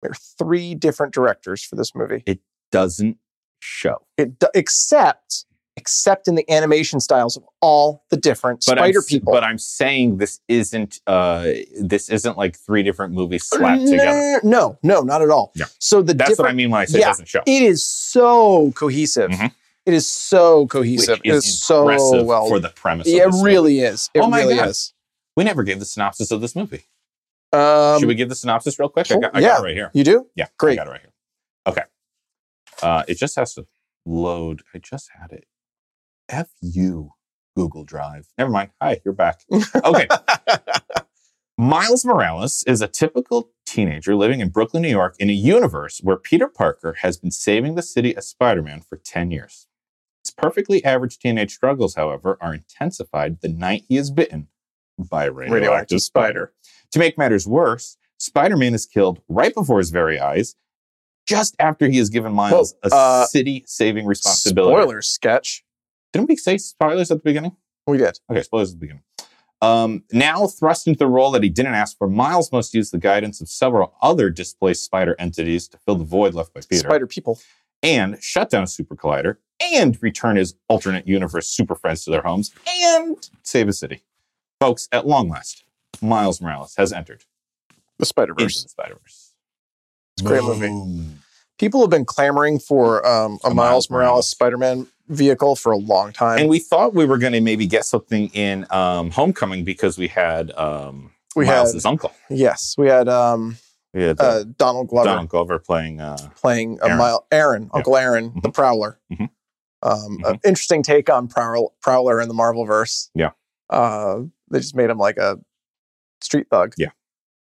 [SPEAKER 3] there are three different directors for this movie.
[SPEAKER 2] Doesn't show.
[SPEAKER 3] It do- except except in the animation styles of all the different
[SPEAKER 2] But
[SPEAKER 3] spider
[SPEAKER 2] I'm, s-
[SPEAKER 3] people.
[SPEAKER 2] But I'm saying this isn't uh this isn't like three different movies slapped
[SPEAKER 3] no,
[SPEAKER 2] together.
[SPEAKER 3] no, no, not at all.
[SPEAKER 2] Yeah.
[SPEAKER 3] So the
[SPEAKER 2] That's what I
[SPEAKER 3] different
[SPEAKER 2] mean when I say
[SPEAKER 3] Yeah.
[SPEAKER 2] doesn't show.
[SPEAKER 3] it is so cohesive.
[SPEAKER 2] Mhm.
[SPEAKER 3] It is so
[SPEAKER 2] which
[SPEAKER 3] cohesive. it is
[SPEAKER 2] is
[SPEAKER 3] so
[SPEAKER 2] impressive
[SPEAKER 3] well
[SPEAKER 2] for the premise.
[SPEAKER 3] Yeah,
[SPEAKER 2] of
[SPEAKER 3] it
[SPEAKER 2] this movie.
[SPEAKER 3] really is. It
[SPEAKER 2] Oh my
[SPEAKER 3] really
[SPEAKER 2] God.
[SPEAKER 3] is.
[SPEAKER 2] We never gave the synopsis of this movie.
[SPEAKER 3] Um,
[SPEAKER 2] Should we give the synopsis real quick? I got, I
[SPEAKER 3] yeah.
[SPEAKER 2] got it right here.
[SPEAKER 3] you do?
[SPEAKER 2] Yeah,
[SPEAKER 3] Great.
[SPEAKER 2] I got it right here. Okay. Uh, it just has to load. I just had it. F you, Google Drive. Never mind. Hi, you're back. Okay. Miles Morales is a typical teenager living in Brooklyn, New York, in a universe where Peter Parker has been saving the city as Spider Man for 10 years. His perfectly average teenage struggles, however, are intensified the night he is bitten by a radioactive,
[SPEAKER 3] Radioactive
[SPEAKER 2] spider. To make matters worse, Spider Man is killed right before his very eyes, just after he has given Miles
[SPEAKER 3] Whoa,
[SPEAKER 2] a
[SPEAKER 3] uh,
[SPEAKER 2] city saving responsibility.
[SPEAKER 3] Spoiler sketch.
[SPEAKER 2] Didn't we say spoilers at the beginning?
[SPEAKER 3] We did.
[SPEAKER 2] Okay, spoilers at the beginning. Um, now thrust into the role that he didn't ask for, Miles must use the guidance of several other displaced spider entities to fill the void left by Peter
[SPEAKER 3] Spider people.
[SPEAKER 2] and shut down Super Collider and return his alternate universe Super Friends to their homes and save a city. Folks, at long last, Miles Morales has entered
[SPEAKER 3] The Spider
[SPEAKER 2] into
[SPEAKER 3] Verse.
[SPEAKER 2] the Spider Verse.
[SPEAKER 3] It's a great movie. People have been clamoring for um, a,
[SPEAKER 2] A Miles Morales.
[SPEAKER 3] Miles Morales Spider Man vehicle for a long time.
[SPEAKER 2] And we thought we were going to maybe get something in um, Homecoming because we had um,
[SPEAKER 3] we had
[SPEAKER 2] Miles' uncle.
[SPEAKER 3] yes, we had um,
[SPEAKER 2] We had uh,
[SPEAKER 3] uh, Donald Glover
[SPEAKER 2] Donald Glover playing. Uh,
[SPEAKER 3] playing a
[SPEAKER 2] Aaron.
[SPEAKER 3] Mile Aaron, Uncle Aaron, the Prowler.
[SPEAKER 2] Mhm.
[SPEAKER 3] Um, an interesting take on Prowler, Prowler in the Marvel verse.
[SPEAKER 2] Mm-hmm. Yeah.
[SPEAKER 3] uh, they just made him like a street thug.
[SPEAKER 2] Yeah.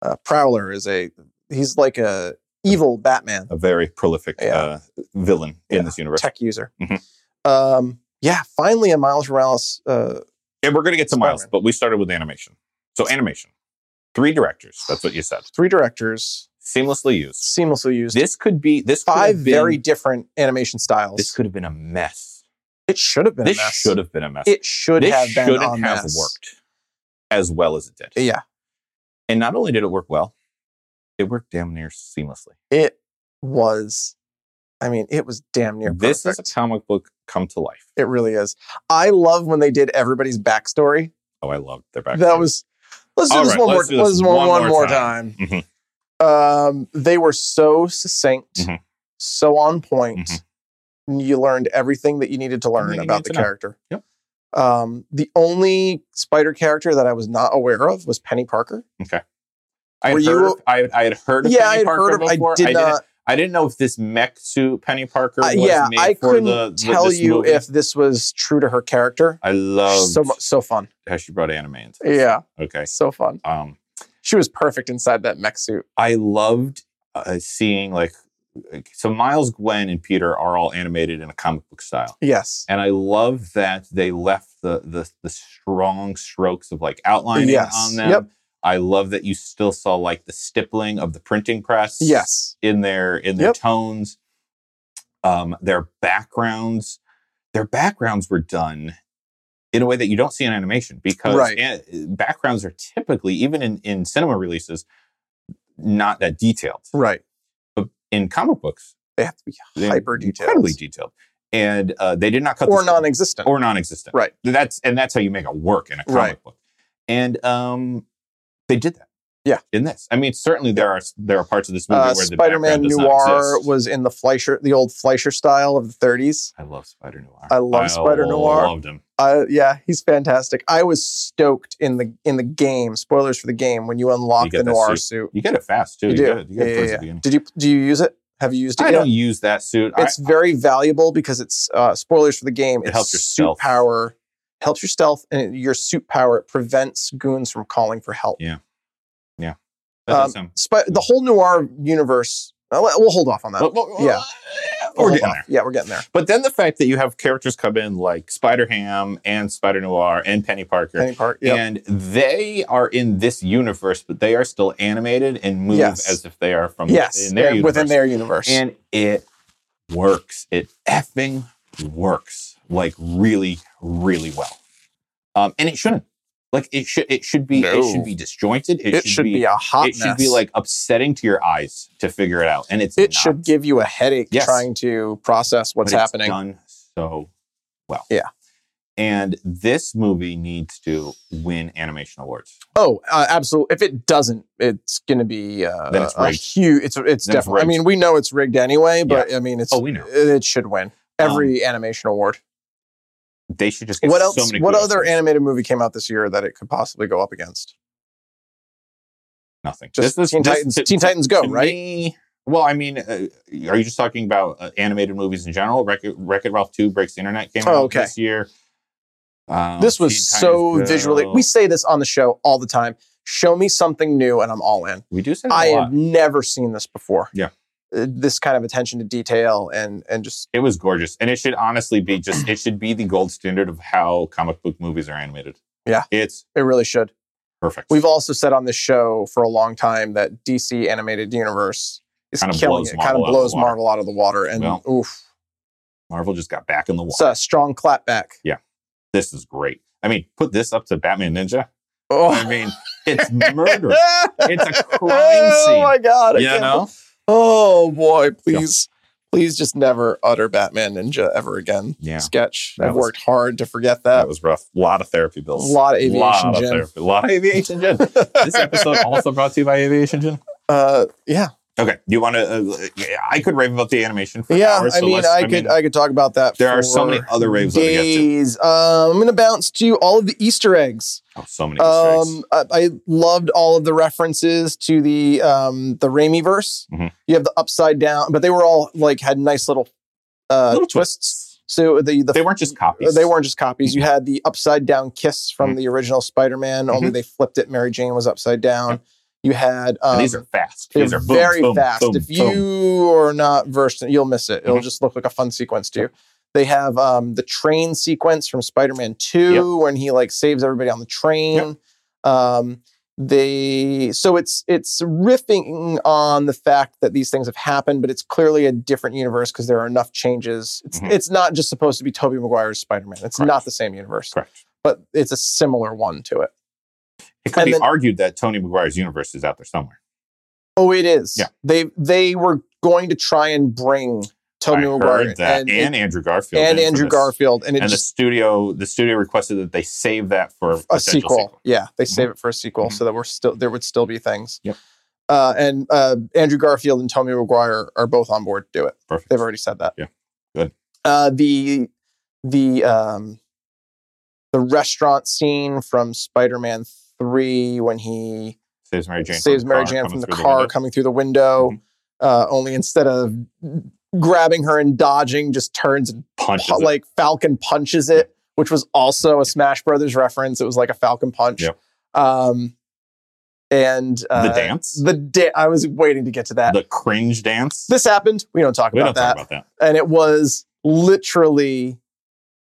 [SPEAKER 3] uh, Prowler is a he's like a evil Batman.
[SPEAKER 2] a very prolific
[SPEAKER 3] Yeah.
[SPEAKER 2] uh, villain in
[SPEAKER 3] Yeah.
[SPEAKER 2] this universe.
[SPEAKER 3] tech user.
[SPEAKER 2] Mhm.
[SPEAKER 3] Um, yeah, finally a Miles Morales. Uh,
[SPEAKER 2] and we're going to get to Miles,
[SPEAKER 3] Spider-Man.
[SPEAKER 2] but we started with animation. So, animation. Three directors. That's what you said.
[SPEAKER 3] three directors
[SPEAKER 2] Seamlessly used.
[SPEAKER 3] seamlessly used
[SPEAKER 2] This could be this could
[SPEAKER 3] five
[SPEAKER 2] have been,
[SPEAKER 3] very different animation styles.
[SPEAKER 2] This could have been a mess.
[SPEAKER 3] it should have been.
[SPEAKER 2] This
[SPEAKER 3] a mess.
[SPEAKER 2] should have been a mess.
[SPEAKER 3] It should
[SPEAKER 2] this
[SPEAKER 3] have been.
[SPEAKER 2] shouldn't
[SPEAKER 3] a
[SPEAKER 2] have
[SPEAKER 3] mess.
[SPEAKER 2] worked as well as it did.
[SPEAKER 3] Yeah,
[SPEAKER 2] And not only did it work well, it worked damn near seamlessly.
[SPEAKER 3] it was. I mean, it was damn near
[SPEAKER 2] This is
[SPEAKER 3] perfect.
[SPEAKER 2] a comic book come to life.
[SPEAKER 3] it really is. I love when they did everybody's backstory.
[SPEAKER 2] Oh, I loved their back.
[SPEAKER 3] That was. Let's do
[SPEAKER 2] All
[SPEAKER 3] this
[SPEAKER 2] right,
[SPEAKER 3] one
[SPEAKER 2] let's do
[SPEAKER 3] more.
[SPEAKER 2] this
[SPEAKER 3] Let's do one, one more time.
[SPEAKER 2] Mhm.
[SPEAKER 3] Um, they were so succinct,
[SPEAKER 2] Mhm.
[SPEAKER 3] so on point.
[SPEAKER 2] Mhm.
[SPEAKER 3] and You learned everything that you needed to learn
[SPEAKER 2] Everything you
[SPEAKER 3] about
[SPEAKER 2] need
[SPEAKER 3] the
[SPEAKER 2] to know.
[SPEAKER 3] character.
[SPEAKER 2] Yep.
[SPEAKER 3] Um, the only spider character that I was not aware of was Penny Parker.
[SPEAKER 2] I had,
[SPEAKER 3] Were
[SPEAKER 2] heard,
[SPEAKER 3] you-
[SPEAKER 2] of- I, I had heard of
[SPEAKER 3] yeah,
[SPEAKER 2] Penny
[SPEAKER 3] I had
[SPEAKER 2] Parker
[SPEAKER 3] heard of. I
[SPEAKER 2] before.
[SPEAKER 3] did
[SPEAKER 2] I,
[SPEAKER 3] not.
[SPEAKER 2] didn't, I didn't know if this mech suit Penny Parker
[SPEAKER 3] I-
[SPEAKER 2] was
[SPEAKER 3] yeah,
[SPEAKER 2] made
[SPEAKER 3] I
[SPEAKER 2] for
[SPEAKER 3] couldn't
[SPEAKER 2] the, the
[SPEAKER 3] tell
[SPEAKER 2] this
[SPEAKER 3] you
[SPEAKER 2] movie. Oh,
[SPEAKER 3] if this was true to her character.
[SPEAKER 2] I love
[SPEAKER 3] so mu- Eh so fun.
[SPEAKER 2] how she brought anime into this.
[SPEAKER 3] Yeah,
[SPEAKER 2] Okay.
[SPEAKER 3] so fun.
[SPEAKER 2] Um,
[SPEAKER 3] She was perfect inside that mech suit.
[SPEAKER 2] I loved uh, seeing like like- so Miles, Gwen, and Peter are all animated in a comic book style,
[SPEAKER 3] Yes.
[SPEAKER 2] and I love that they left the the, the strong strokes of like outlining
[SPEAKER 3] Yes.
[SPEAKER 2] on them.
[SPEAKER 3] Yep.
[SPEAKER 2] I love that you still saw like the stippling of the printing press.
[SPEAKER 3] Yes.
[SPEAKER 2] in their in their
[SPEAKER 3] Yep.
[SPEAKER 2] tones, um, their backgrounds. Their backgrounds were done in a way that you don't see in animation because
[SPEAKER 3] Right.
[SPEAKER 2] an- backgrounds are typically even in in cinema releases not that detailed.
[SPEAKER 3] Right.
[SPEAKER 2] In comic books,
[SPEAKER 3] They have to be
[SPEAKER 2] they're
[SPEAKER 3] hyper detailed
[SPEAKER 2] incredibly detailed, and uh, they did not cut
[SPEAKER 3] or
[SPEAKER 2] this-
[SPEAKER 3] non-existent.
[SPEAKER 2] or non-existent.
[SPEAKER 3] Right.
[SPEAKER 2] That's and that's how you make it work in a comic
[SPEAKER 3] Right.
[SPEAKER 2] book. And um, they did that.
[SPEAKER 3] Yeah.
[SPEAKER 2] In this, I mean, certainly there are there are parts of this movie where
[SPEAKER 3] uh,
[SPEAKER 2] the
[SPEAKER 3] Spider-Man
[SPEAKER 2] background does not
[SPEAKER 3] Noir
[SPEAKER 2] exist.
[SPEAKER 3] was in the Fleischer, the old Fleischer style of the 30s.
[SPEAKER 2] I love Spider Noir.
[SPEAKER 3] I love Spider Noir.
[SPEAKER 2] Loved him.
[SPEAKER 3] Uh, yeah, he's fantastic. I was stoked in the in the game. Spoilers for the game when you unlock
[SPEAKER 2] You get
[SPEAKER 3] the
[SPEAKER 2] that
[SPEAKER 3] Noir
[SPEAKER 2] suit.
[SPEAKER 3] suit.
[SPEAKER 2] You get it fast too.
[SPEAKER 3] You do.
[SPEAKER 2] get it. You get it
[SPEAKER 3] Yeah,
[SPEAKER 2] towards
[SPEAKER 3] yeah,
[SPEAKER 2] the
[SPEAKER 3] yeah.
[SPEAKER 2] beginning.
[SPEAKER 3] Did you do you use it? Have you used it?
[SPEAKER 2] I
[SPEAKER 3] yet?
[SPEAKER 2] don't use that suit. I-
[SPEAKER 3] It's very valuable because it's uh, spoilers for the game.
[SPEAKER 2] It
[SPEAKER 3] It's
[SPEAKER 2] helps your
[SPEAKER 3] suit
[SPEAKER 2] stealth.
[SPEAKER 3] power helps your stealth and your suit power it prevents goons from calling for help.
[SPEAKER 2] Yeah. that does
[SPEAKER 3] um,
[SPEAKER 2] sound-
[SPEAKER 3] Sp- the whole Noir universe. uh, we'll we'll hold off on that.
[SPEAKER 2] Well, well, uh,
[SPEAKER 3] yeah. Uh-huh. We'll
[SPEAKER 2] We're
[SPEAKER 3] hold
[SPEAKER 2] getting
[SPEAKER 3] off.
[SPEAKER 2] there.
[SPEAKER 3] Yeah, we're getting there.
[SPEAKER 2] But then the fact that you have characters come in like Spider Ham and Spider Noir and Penny Parker,
[SPEAKER 3] Any part? Yeah.
[SPEAKER 2] and they are in this universe, but they are still animated and move
[SPEAKER 3] Yes.
[SPEAKER 2] as if they are from
[SPEAKER 3] yes,
[SPEAKER 2] in their
[SPEAKER 3] uh,
[SPEAKER 2] universe.
[SPEAKER 3] within their universe.
[SPEAKER 2] and it works. It effing works like really, really well. Um, and it shouldn't. Like it should. It should be. It
[SPEAKER 3] No.
[SPEAKER 2] should be disjointed. It,
[SPEAKER 3] it, should be, a hot
[SPEAKER 2] It should be
[SPEAKER 3] mess.
[SPEAKER 2] like upsetting to your eyes to figure it out, and it's
[SPEAKER 3] it
[SPEAKER 2] not.
[SPEAKER 3] should give you a headache
[SPEAKER 2] Yes.
[SPEAKER 3] trying to process what's
[SPEAKER 2] but it's
[SPEAKER 3] happening.
[SPEAKER 2] done so well.
[SPEAKER 3] Yeah.
[SPEAKER 2] And this movie needs to win animation awards.
[SPEAKER 3] Oh, uh, absolutely. If it doesn't, it's going to be uh,
[SPEAKER 2] Then it's
[SPEAKER 3] a
[SPEAKER 2] rigged.
[SPEAKER 3] huge. It's it's
[SPEAKER 2] Then it's
[SPEAKER 3] definitely. I
[SPEAKER 2] rigged.
[SPEAKER 3] mean, we know it's rigged anyway, but I mean, it's
[SPEAKER 2] Oh, we know.
[SPEAKER 3] it, it should win every animation award.
[SPEAKER 2] They should just get
[SPEAKER 3] What
[SPEAKER 2] so
[SPEAKER 3] else?
[SPEAKER 2] many.
[SPEAKER 3] what
[SPEAKER 2] kudos
[SPEAKER 3] other
[SPEAKER 2] for it.
[SPEAKER 3] animated movie came out this year that it could possibly go up against?
[SPEAKER 2] Nothing.
[SPEAKER 3] Just
[SPEAKER 2] This is-
[SPEAKER 3] Teen
[SPEAKER 2] this-
[SPEAKER 3] Titans.
[SPEAKER 2] to-
[SPEAKER 3] Teen Titans Go,
[SPEAKER 2] to
[SPEAKER 3] right?
[SPEAKER 2] me- well, I mean, uh, are you just talking about uh, animated movies in general? Wreck It Ralph 2 Breaks the Internet came
[SPEAKER 3] Oh,
[SPEAKER 2] out
[SPEAKER 3] okay.
[SPEAKER 2] this year. Um,
[SPEAKER 3] this was
[SPEAKER 2] Teen Titans
[SPEAKER 3] so
[SPEAKER 2] Go.
[SPEAKER 3] visually. We say this on the show all the time. Show me something new, and I'm all in.
[SPEAKER 2] we do say that
[SPEAKER 3] I
[SPEAKER 2] a
[SPEAKER 3] have
[SPEAKER 2] lot.
[SPEAKER 3] never seen this before.
[SPEAKER 2] Yeah.
[SPEAKER 3] Uh, This kind of attention to detail and and just
[SPEAKER 2] It was gorgeous, and it should honestly be just it should be the gold standard of how comic book movies are animated.
[SPEAKER 3] Yeah.
[SPEAKER 2] it's
[SPEAKER 3] it really should.
[SPEAKER 2] perfect.
[SPEAKER 3] We've also said on this show for a long time that DC animated universe is
[SPEAKER 2] Kinda
[SPEAKER 3] killing
[SPEAKER 2] blows
[SPEAKER 3] it. Kind
[SPEAKER 2] Marvel
[SPEAKER 3] of
[SPEAKER 2] out of
[SPEAKER 3] blows
[SPEAKER 2] the water.
[SPEAKER 3] Marvel out of the water, and
[SPEAKER 2] Well,
[SPEAKER 3] oof,
[SPEAKER 2] Marvel just got back in the water.
[SPEAKER 3] it's a strong clap back.
[SPEAKER 2] this is great. I mean, put this up to Batman Ninja.
[SPEAKER 3] Oh.
[SPEAKER 2] I mean, it's murder. It's a crime
[SPEAKER 3] Oh
[SPEAKER 2] scene.
[SPEAKER 3] my god! I
[SPEAKER 2] you
[SPEAKER 3] can't
[SPEAKER 2] know?
[SPEAKER 3] Oh boy, please, please just never utter Batman Ninja ever again.
[SPEAKER 2] Yeah.
[SPEAKER 3] Sketch.
[SPEAKER 2] That
[SPEAKER 3] I've
[SPEAKER 2] was-
[SPEAKER 3] worked hard to forget that.
[SPEAKER 2] That was rough. A lot of therapy
[SPEAKER 3] a
[SPEAKER 2] bills.
[SPEAKER 3] lot of aviation,
[SPEAKER 2] lot of
[SPEAKER 3] Jim.
[SPEAKER 2] therapy. A lot of aviation gin. this episode also brought to you by Aviation Gin.
[SPEAKER 3] Uh, yeah,
[SPEAKER 2] Okay. Do you want to? Uh, I could rave about the animation for
[SPEAKER 3] yeah.
[SPEAKER 2] hours.
[SPEAKER 3] I
[SPEAKER 2] so
[SPEAKER 3] mean,
[SPEAKER 2] let's-
[SPEAKER 3] I could, I could talk about that.
[SPEAKER 2] there are so many
[SPEAKER 3] for
[SPEAKER 2] other raves that we get to.
[SPEAKER 3] days. Um, I'm gonna bounce to all of the Easter eggs.
[SPEAKER 2] Oh, so many mistakes.
[SPEAKER 3] Um, I, I loved all of the references to the um the Raimi verse.
[SPEAKER 2] Mhm.
[SPEAKER 3] You have the upside down, but they were all like had nice little uh
[SPEAKER 2] Little
[SPEAKER 3] twists. So the the
[SPEAKER 2] They weren't just copies. Mm-hmm.
[SPEAKER 3] they weren't just copies. You had the upside down kiss from the original Spider Man, only they flipped it. Mary Jane was upside down. You had um,
[SPEAKER 2] And these are fast.
[SPEAKER 3] they're
[SPEAKER 2] These are boom,
[SPEAKER 3] very
[SPEAKER 2] boom,
[SPEAKER 3] fast.
[SPEAKER 2] boom,
[SPEAKER 3] if
[SPEAKER 2] boom. Mm-hmm.
[SPEAKER 3] you are not versed, in it, you'll miss it. It'll just look like a fun sequence to you. They have um, the train sequence from Spider-Man Two when he like saves everybody on the train. Um, they so it's it's riffing on the fact that these things have happened, but it's clearly a different universe because there are enough changes. It's
[SPEAKER 2] Mhm.
[SPEAKER 3] it's not just supposed to be Tobey Maguire's Spider-Man. It's
[SPEAKER 2] Correct.
[SPEAKER 3] not the same universe,
[SPEAKER 2] Correct.
[SPEAKER 3] but it's a similar one to it.
[SPEAKER 2] It could
[SPEAKER 3] and
[SPEAKER 2] be
[SPEAKER 3] then-
[SPEAKER 2] argued that Tony McGuire's universe is out there somewhere.
[SPEAKER 3] Oh, it is.
[SPEAKER 2] Yeah.
[SPEAKER 3] They they were going to try and bring Tobey
[SPEAKER 2] I
[SPEAKER 3] Maguire
[SPEAKER 2] heard that.
[SPEAKER 3] and,
[SPEAKER 2] And,
[SPEAKER 3] it-
[SPEAKER 2] Andrew Garfield.
[SPEAKER 3] and
[SPEAKER 2] in for
[SPEAKER 3] Andrew
[SPEAKER 2] this.
[SPEAKER 3] Garfield, and it
[SPEAKER 2] And the
[SPEAKER 3] just
[SPEAKER 2] studio, the studio requested that they save that for
[SPEAKER 3] a
[SPEAKER 2] potential
[SPEAKER 3] sequel. Yeah, they save it for a sequel
[SPEAKER 2] Mhm.
[SPEAKER 3] so that we're still there would still be things.
[SPEAKER 2] Yep.
[SPEAKER 3] Uh, and uh, Andrew Garfield and Tommy McGuire are both on board to do it.
[SPEAKER 2] Perfect.
[SPEAKER 3] They've already said that.
[SPEAKER 2] Yeah. Good.
[SPEAKER 3] Uh, the the um, the restaurant scene from Spider-Man Three when he
[SPEAKER 2] saves Mary Jane.
[SPEAKER 3] saves
[SPEAKER 2] from the
[SPEAKER 3] Mary
[SPEAKER 2] car
[SPEAKER 3] Jane
[SPEAKER 2] coming
[SPEAKER 3] from the
[SPEAKER 2] through
[SPEAKER 3] car
[SPEAKER 2] window.
[SPEAKER 3] coming through the window.
[SPEAKER 2] Mhm.
[SPEAKER 3] Uh, only instead of grabbing her and dodging, just turns and
[SPEAKER 2] punches
[SPEAKER 3] pu-
[SPEAKER 2] it.
[SPEAKER 3] like Falcon punches it, which was also a Smash Brothers reference. It was like a Falcon punch.
[SPEAKER 2] Yep.
[SPEAKER 3] Um, and uh,
[SPEAKER 2] the dance,
[SPEAKER 3] The da- I was waiting to get to that.
[SPEAKER 2] the cringe dance.
[SPEAKER 3] this happened. We don't talk
[SPEAKER 2] we don't
[SPEAKER 3] about that.
[SPEAKER 2] talk about that.
[SPEAKER 3] and it was literally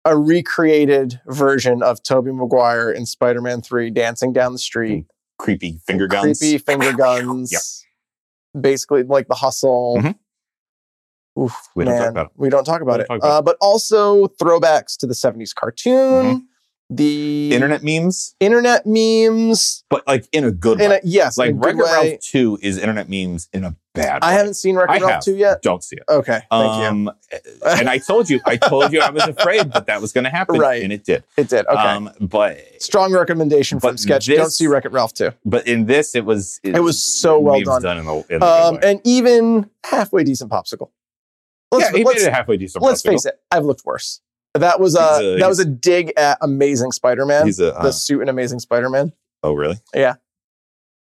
[SPEAKER 3] a recreated version of Toby Maguire in Spider-Man 3 dancing down the street.
[SPEAKER 2] Creepy finger guns.
[SPEAKER 3] Creepy finger guns. Basically, like the hustle.
[SPEAKER 2] Mhm.
[SPEAKER 3] Oof,
[SPEAKER 2] Mm-hmm. We don't talk about it.
[SPEAKER 3] We don't talk about
[SPEAKER 2] We
[SPEAKER 3] it.
[SPEAKER 2] don't talk about
[SPEAKER 3] Uh, but also throwbacks to the 70s cartoon,
[SPEAKER 2] Mm-hmm.
[SPEAKER 3] the
[SPEAKER 2] Internet memes,
[SPEAKER 3] internet memes.
[SPEAKER 2] but like in a good
[SPEAKER 3] In
[SPEAKER 2] way.
[SPEAKER 3] a, yes,
[SPEAKER 2] like
[SPEAKER 3] in a
[SPEAKER 2] Wreck-It
[SPEAKER 3] good way.
[SPEAKER 2] Ralph 2 is internet memes in a bad way.
[SPEAKER 3] I haven't seen
[SPEAKER 2] I
[SPEAKER 3] Wreck-It Ralph
[SPEAKER 2] have.
[SPEAKER 3] 2 yet.
[SPEAKER 2] Don't see it.
[SPEAKER 3] Okay, thank you.
[SPEAKER 2] um, and I told you, I told you I was afraid that that was going to happen.
[SPEAKER 3] Right.
[SPEAKER 2] And it did.
[SPEAKER 3] It did. Okay.
[SPEAKER 2] Um, but
[SPEAKER 3] Strong recommendation from
[SPEAKER 2] but
[SPEAKER 3] Sketch.
[SPEAKER 2] this-
[SPEAKER 3] don't see Wreck-It Ralph 2.
[SPEAKER 2] but in this, it was.
[SPEAKER 3] It was so well
[SPEAKER 2] memes
[SPEAKER 3] done.
[SPEAKER 2] in the, in the
[SPEAKER 3] um,
[SPEAKER 2] good way.
[SPEAKER 3] and even halfway decent popsicle. Let's,
[SPEAKER 2] yeah, he
[SPEAKER 3] let's,
[SPEAKER 2] made it halfway decent.
[SPEAKER 3] let's face it, I've looked worse. That was
[SPEAKER 2] He's
[SPEAKER 3] a,
[SPEAKER 2] a-
[SPEAKER 3] that was a dig at Amazing Spider-Man,
[SPEAKER 2] He's a.
[SPEAKER 3] the
[SPEAKER 2] Uh,
[SPEAKER 3] suit in Amazing Spider-Man,
[SPEAKER 2] oh, really?
[SPEAKER 3] Yeah.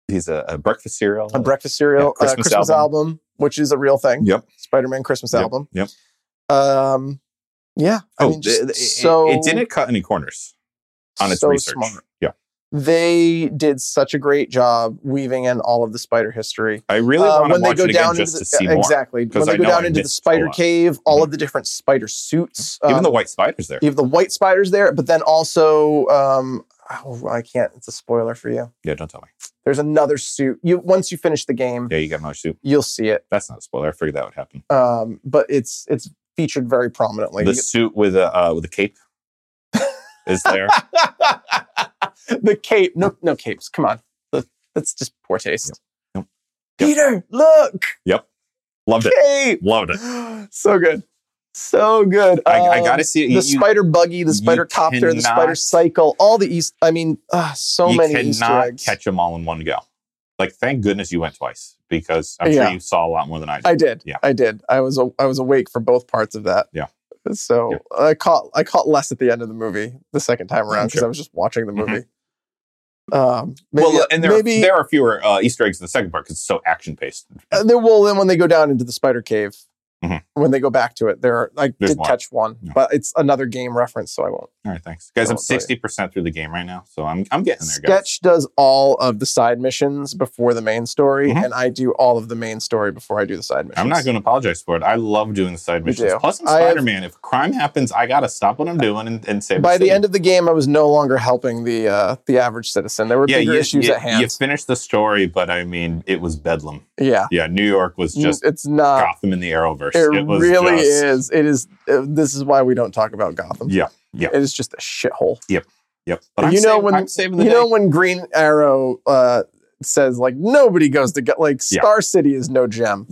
[SPEAKER 2] He's a, a breakfast cereal.
[SPEAKER 3] a breakfast cereal,
[SPEAKER 2] Yeah,
[SPEAKER 3] uh, Christmas,
[SPEAKER 2] Christmas
[SPEAKER 3] album.
[SPEAKER 2] album.
[SPEAKER 3] which is a real thing.
[SPEAKER 2] Yep.
[SPEAKER 3] Spider-Man Christmas
[SPEAKER 2] Yep,
[SPEAKER 3] album.
[SPEAKER 2] yep.
[SPEAKER 3] Um, yeah, I
[SPEAKER 2] Oh,
[SPEAKER 3] mean, just
[SPEAKER 2] it- it-
[SPEAKER 3] so
[SPEAKER 2] it, didn't cut any corners on its
[SPEAKER 3] so
[SPEAKER 2] research.
[SPEAKER 3] smart.
[SPEAKER 2] Yeah,
[SPEAKER 3] They did such a great job weaving in all of the spider history.
[SPEAKER 2] I really
[SPEAKER 3] Uh,
[SPEAKER 2] want to watch it again
[SPEAKER 3] into
[SPEAKER 2] just
[SPEAKER 3] the, uh,
[SPEAKER 2] to see more.
[SPEAKER 3] exactly when
[SPEAKER 2] 'cause
[SPEAKER 3] they
[SPEAKER 2] I
[SPEAKER 3] go
[SPEAKER 2] know
[SPEAKER 3] down
[SPEAKER 2] I
[SPEAKER 3] into the
[SPEAKER 2] missed a
[SPEAKER 3] spider
[SPEAKER 2] lot.
[SPEAKER 3] cave, all
[SPEAKER 2] Mhm.
[SPEAKER 3] of the different spider suits,
[SPEAKER 2] Even
[SPEAKER 3] um,
[SPEAKER 2] the white spiders there.
[SPEAKER 3] you have the white spiders there, but then also, um, oh, I can't. It's a spoiler for you.
[SPEAKER 2] Yeah, don't tell me.
[SPEAKER 3] There's another suit. You once you finish the game,
[SPEAKER 2] Yeah, you got another soup.
[SPEAKER 3] you'll see it.
[SPEAKER 2] That's not a spoiler. I figured that would happen.
[SPEAKER 3] Um, but it's it's featured very prominently.
[SPEAKER 2] the suit with a uh, with a cape is there.
[SPEAKER 3] the cape, no, no capes. Come on, The- that's just poor taste.
[SPEAKER 2] Yep. Yep.
[SPEAKER 3] Peter, look,
[SPEAKER 2] Loved it.
[SPEAKER 3] cape.
[SPEAKER 2] Loved it.
[SPEAKER 3] so good, so good.
[SPEAKER 2] I, I
[SPEAKER 3] Um,
[SPEAKER 2] gotta see it.
[SPEAKER 3] the
[SPEAKER 2] You- you-
[SPEAKER 3] spider buggy, the
[SPEAKER 2] you
[SPEAKER 3] spider copter, the
[SPEAKER 2] cannot-
[SPEAKER 3] spider cycle, all the East. I mean, ah, so
[SPEAKER 2] you
[SPEAKER 3] many Easter
[SPEAKER 2] cannot
[SPEAKER 3] eggs.
[SPEAKER 2] catch them all in one go. Like, thank goodness you went twice because I'm
[SPEAKER 3] Yeah.
[SPEAKER 2] sure you saw a lot more than I did.
[SPEAKER 3] I did.
[SPEAKER 2] Yeah.
[SPEAKER 3] I did. I was a- I was awake for both parts of that.
[SPEAKER 2] Yeah.
[SPEAKER 3] So I caught I caught less at the end of the movie the second time around because
[SPEAKER 2] Sure.
[SPEAKER 3] I was just watching the
[SPEAKER 2] Mhm.
[SPEAKER 3] movie. Um, maybe,
[SPEAKER 2] well, and there
[SPEAKER 3] maybe
[SPEAKER 2] are, there are fewer uh, Easter eggs in the second part because it's so action paced.
[SPEAKER 3] uh, there will then when they go down into the spider cave
[SPEAKER 2] Mhm.
[SPEAKER 3] when they go back to it there are, I
[SPEAKER 2] There's
[SPEAKER 3] did
[SPEAKER 2] one.
[SPEAKER 3] catch one
[SPEAKER 2] Yeah.
[SPEAKER 3] but it's another game reference so I won't.
[SPEAKER 2] All right, thanks, guys. I'm
[SPEAKER 3] I'll tell you.
[SPEAKER 2] sixty percent through the game right now, so I'm I'm getting there, guys.
[SPEAKER 3] Sketch does all of the side missions before the main story
[SPEAKER 2] Mhm.
[SPEAKER 3] and I do all of the main story before I do the side missions.
[SPEAKER 2] I'm not going to apologize for it. I love doing the side
[SPEAKER 3] You
[SPEAKER 2] missions.
[SPEAKER 3] do.
[SPEAKER 2] Plus, I'm
[SPEAKER 3] I have-
[SPEAKER 2] Spider Man. If crime happens, I got to stop what I'm doing and, and save.
[SPEAKER 3] by the
[SPEAKER 2] city.
[SPEAKER 3] end of the game, I was no longer helping the uh, the average citizen. There were bigger issues
[SPEAKER 2] you,
[SPEAKER 3] at hand.
[SPEAKER 2] You finished the story, but I mean, it was bedlam.
[SPEAKER 3] yeah,
[SPEAKER 2] Yeah, New York was just
[SPEAKER 3] it's not.
[SPEAKER 2] Gotham in the Arrowverse.
[SPEAKER 3] Mm, uh, It,
[SPEAKER 2] was
[SPEAKER 3] really
[SPEAKER 2] just-
[SPEAKER 3] is. It is. uh, this is why we don't talk about Gotham.
[SPEAKER 2] Yeah, yeah.
[SPEAKER 3] It is just a shithole.
[SPEAKER 2] Yep. Yep. But
[SPEAKER 3] You
[SPEAKER 2] I'm
[SPEAKER 3] know
[SPEAKER 2] saving-
[SPEAKER 3] when-
[SPEAKER 2] I'm saving
[SPEAKER 3] You
[SPEAKER 2] the day.
[SPEAKER 3] know when Green Arrow uh, says like nobody goes to get like
[SPEAKER 2] Yeah.
[SPEAKER 3] Star City is no gem.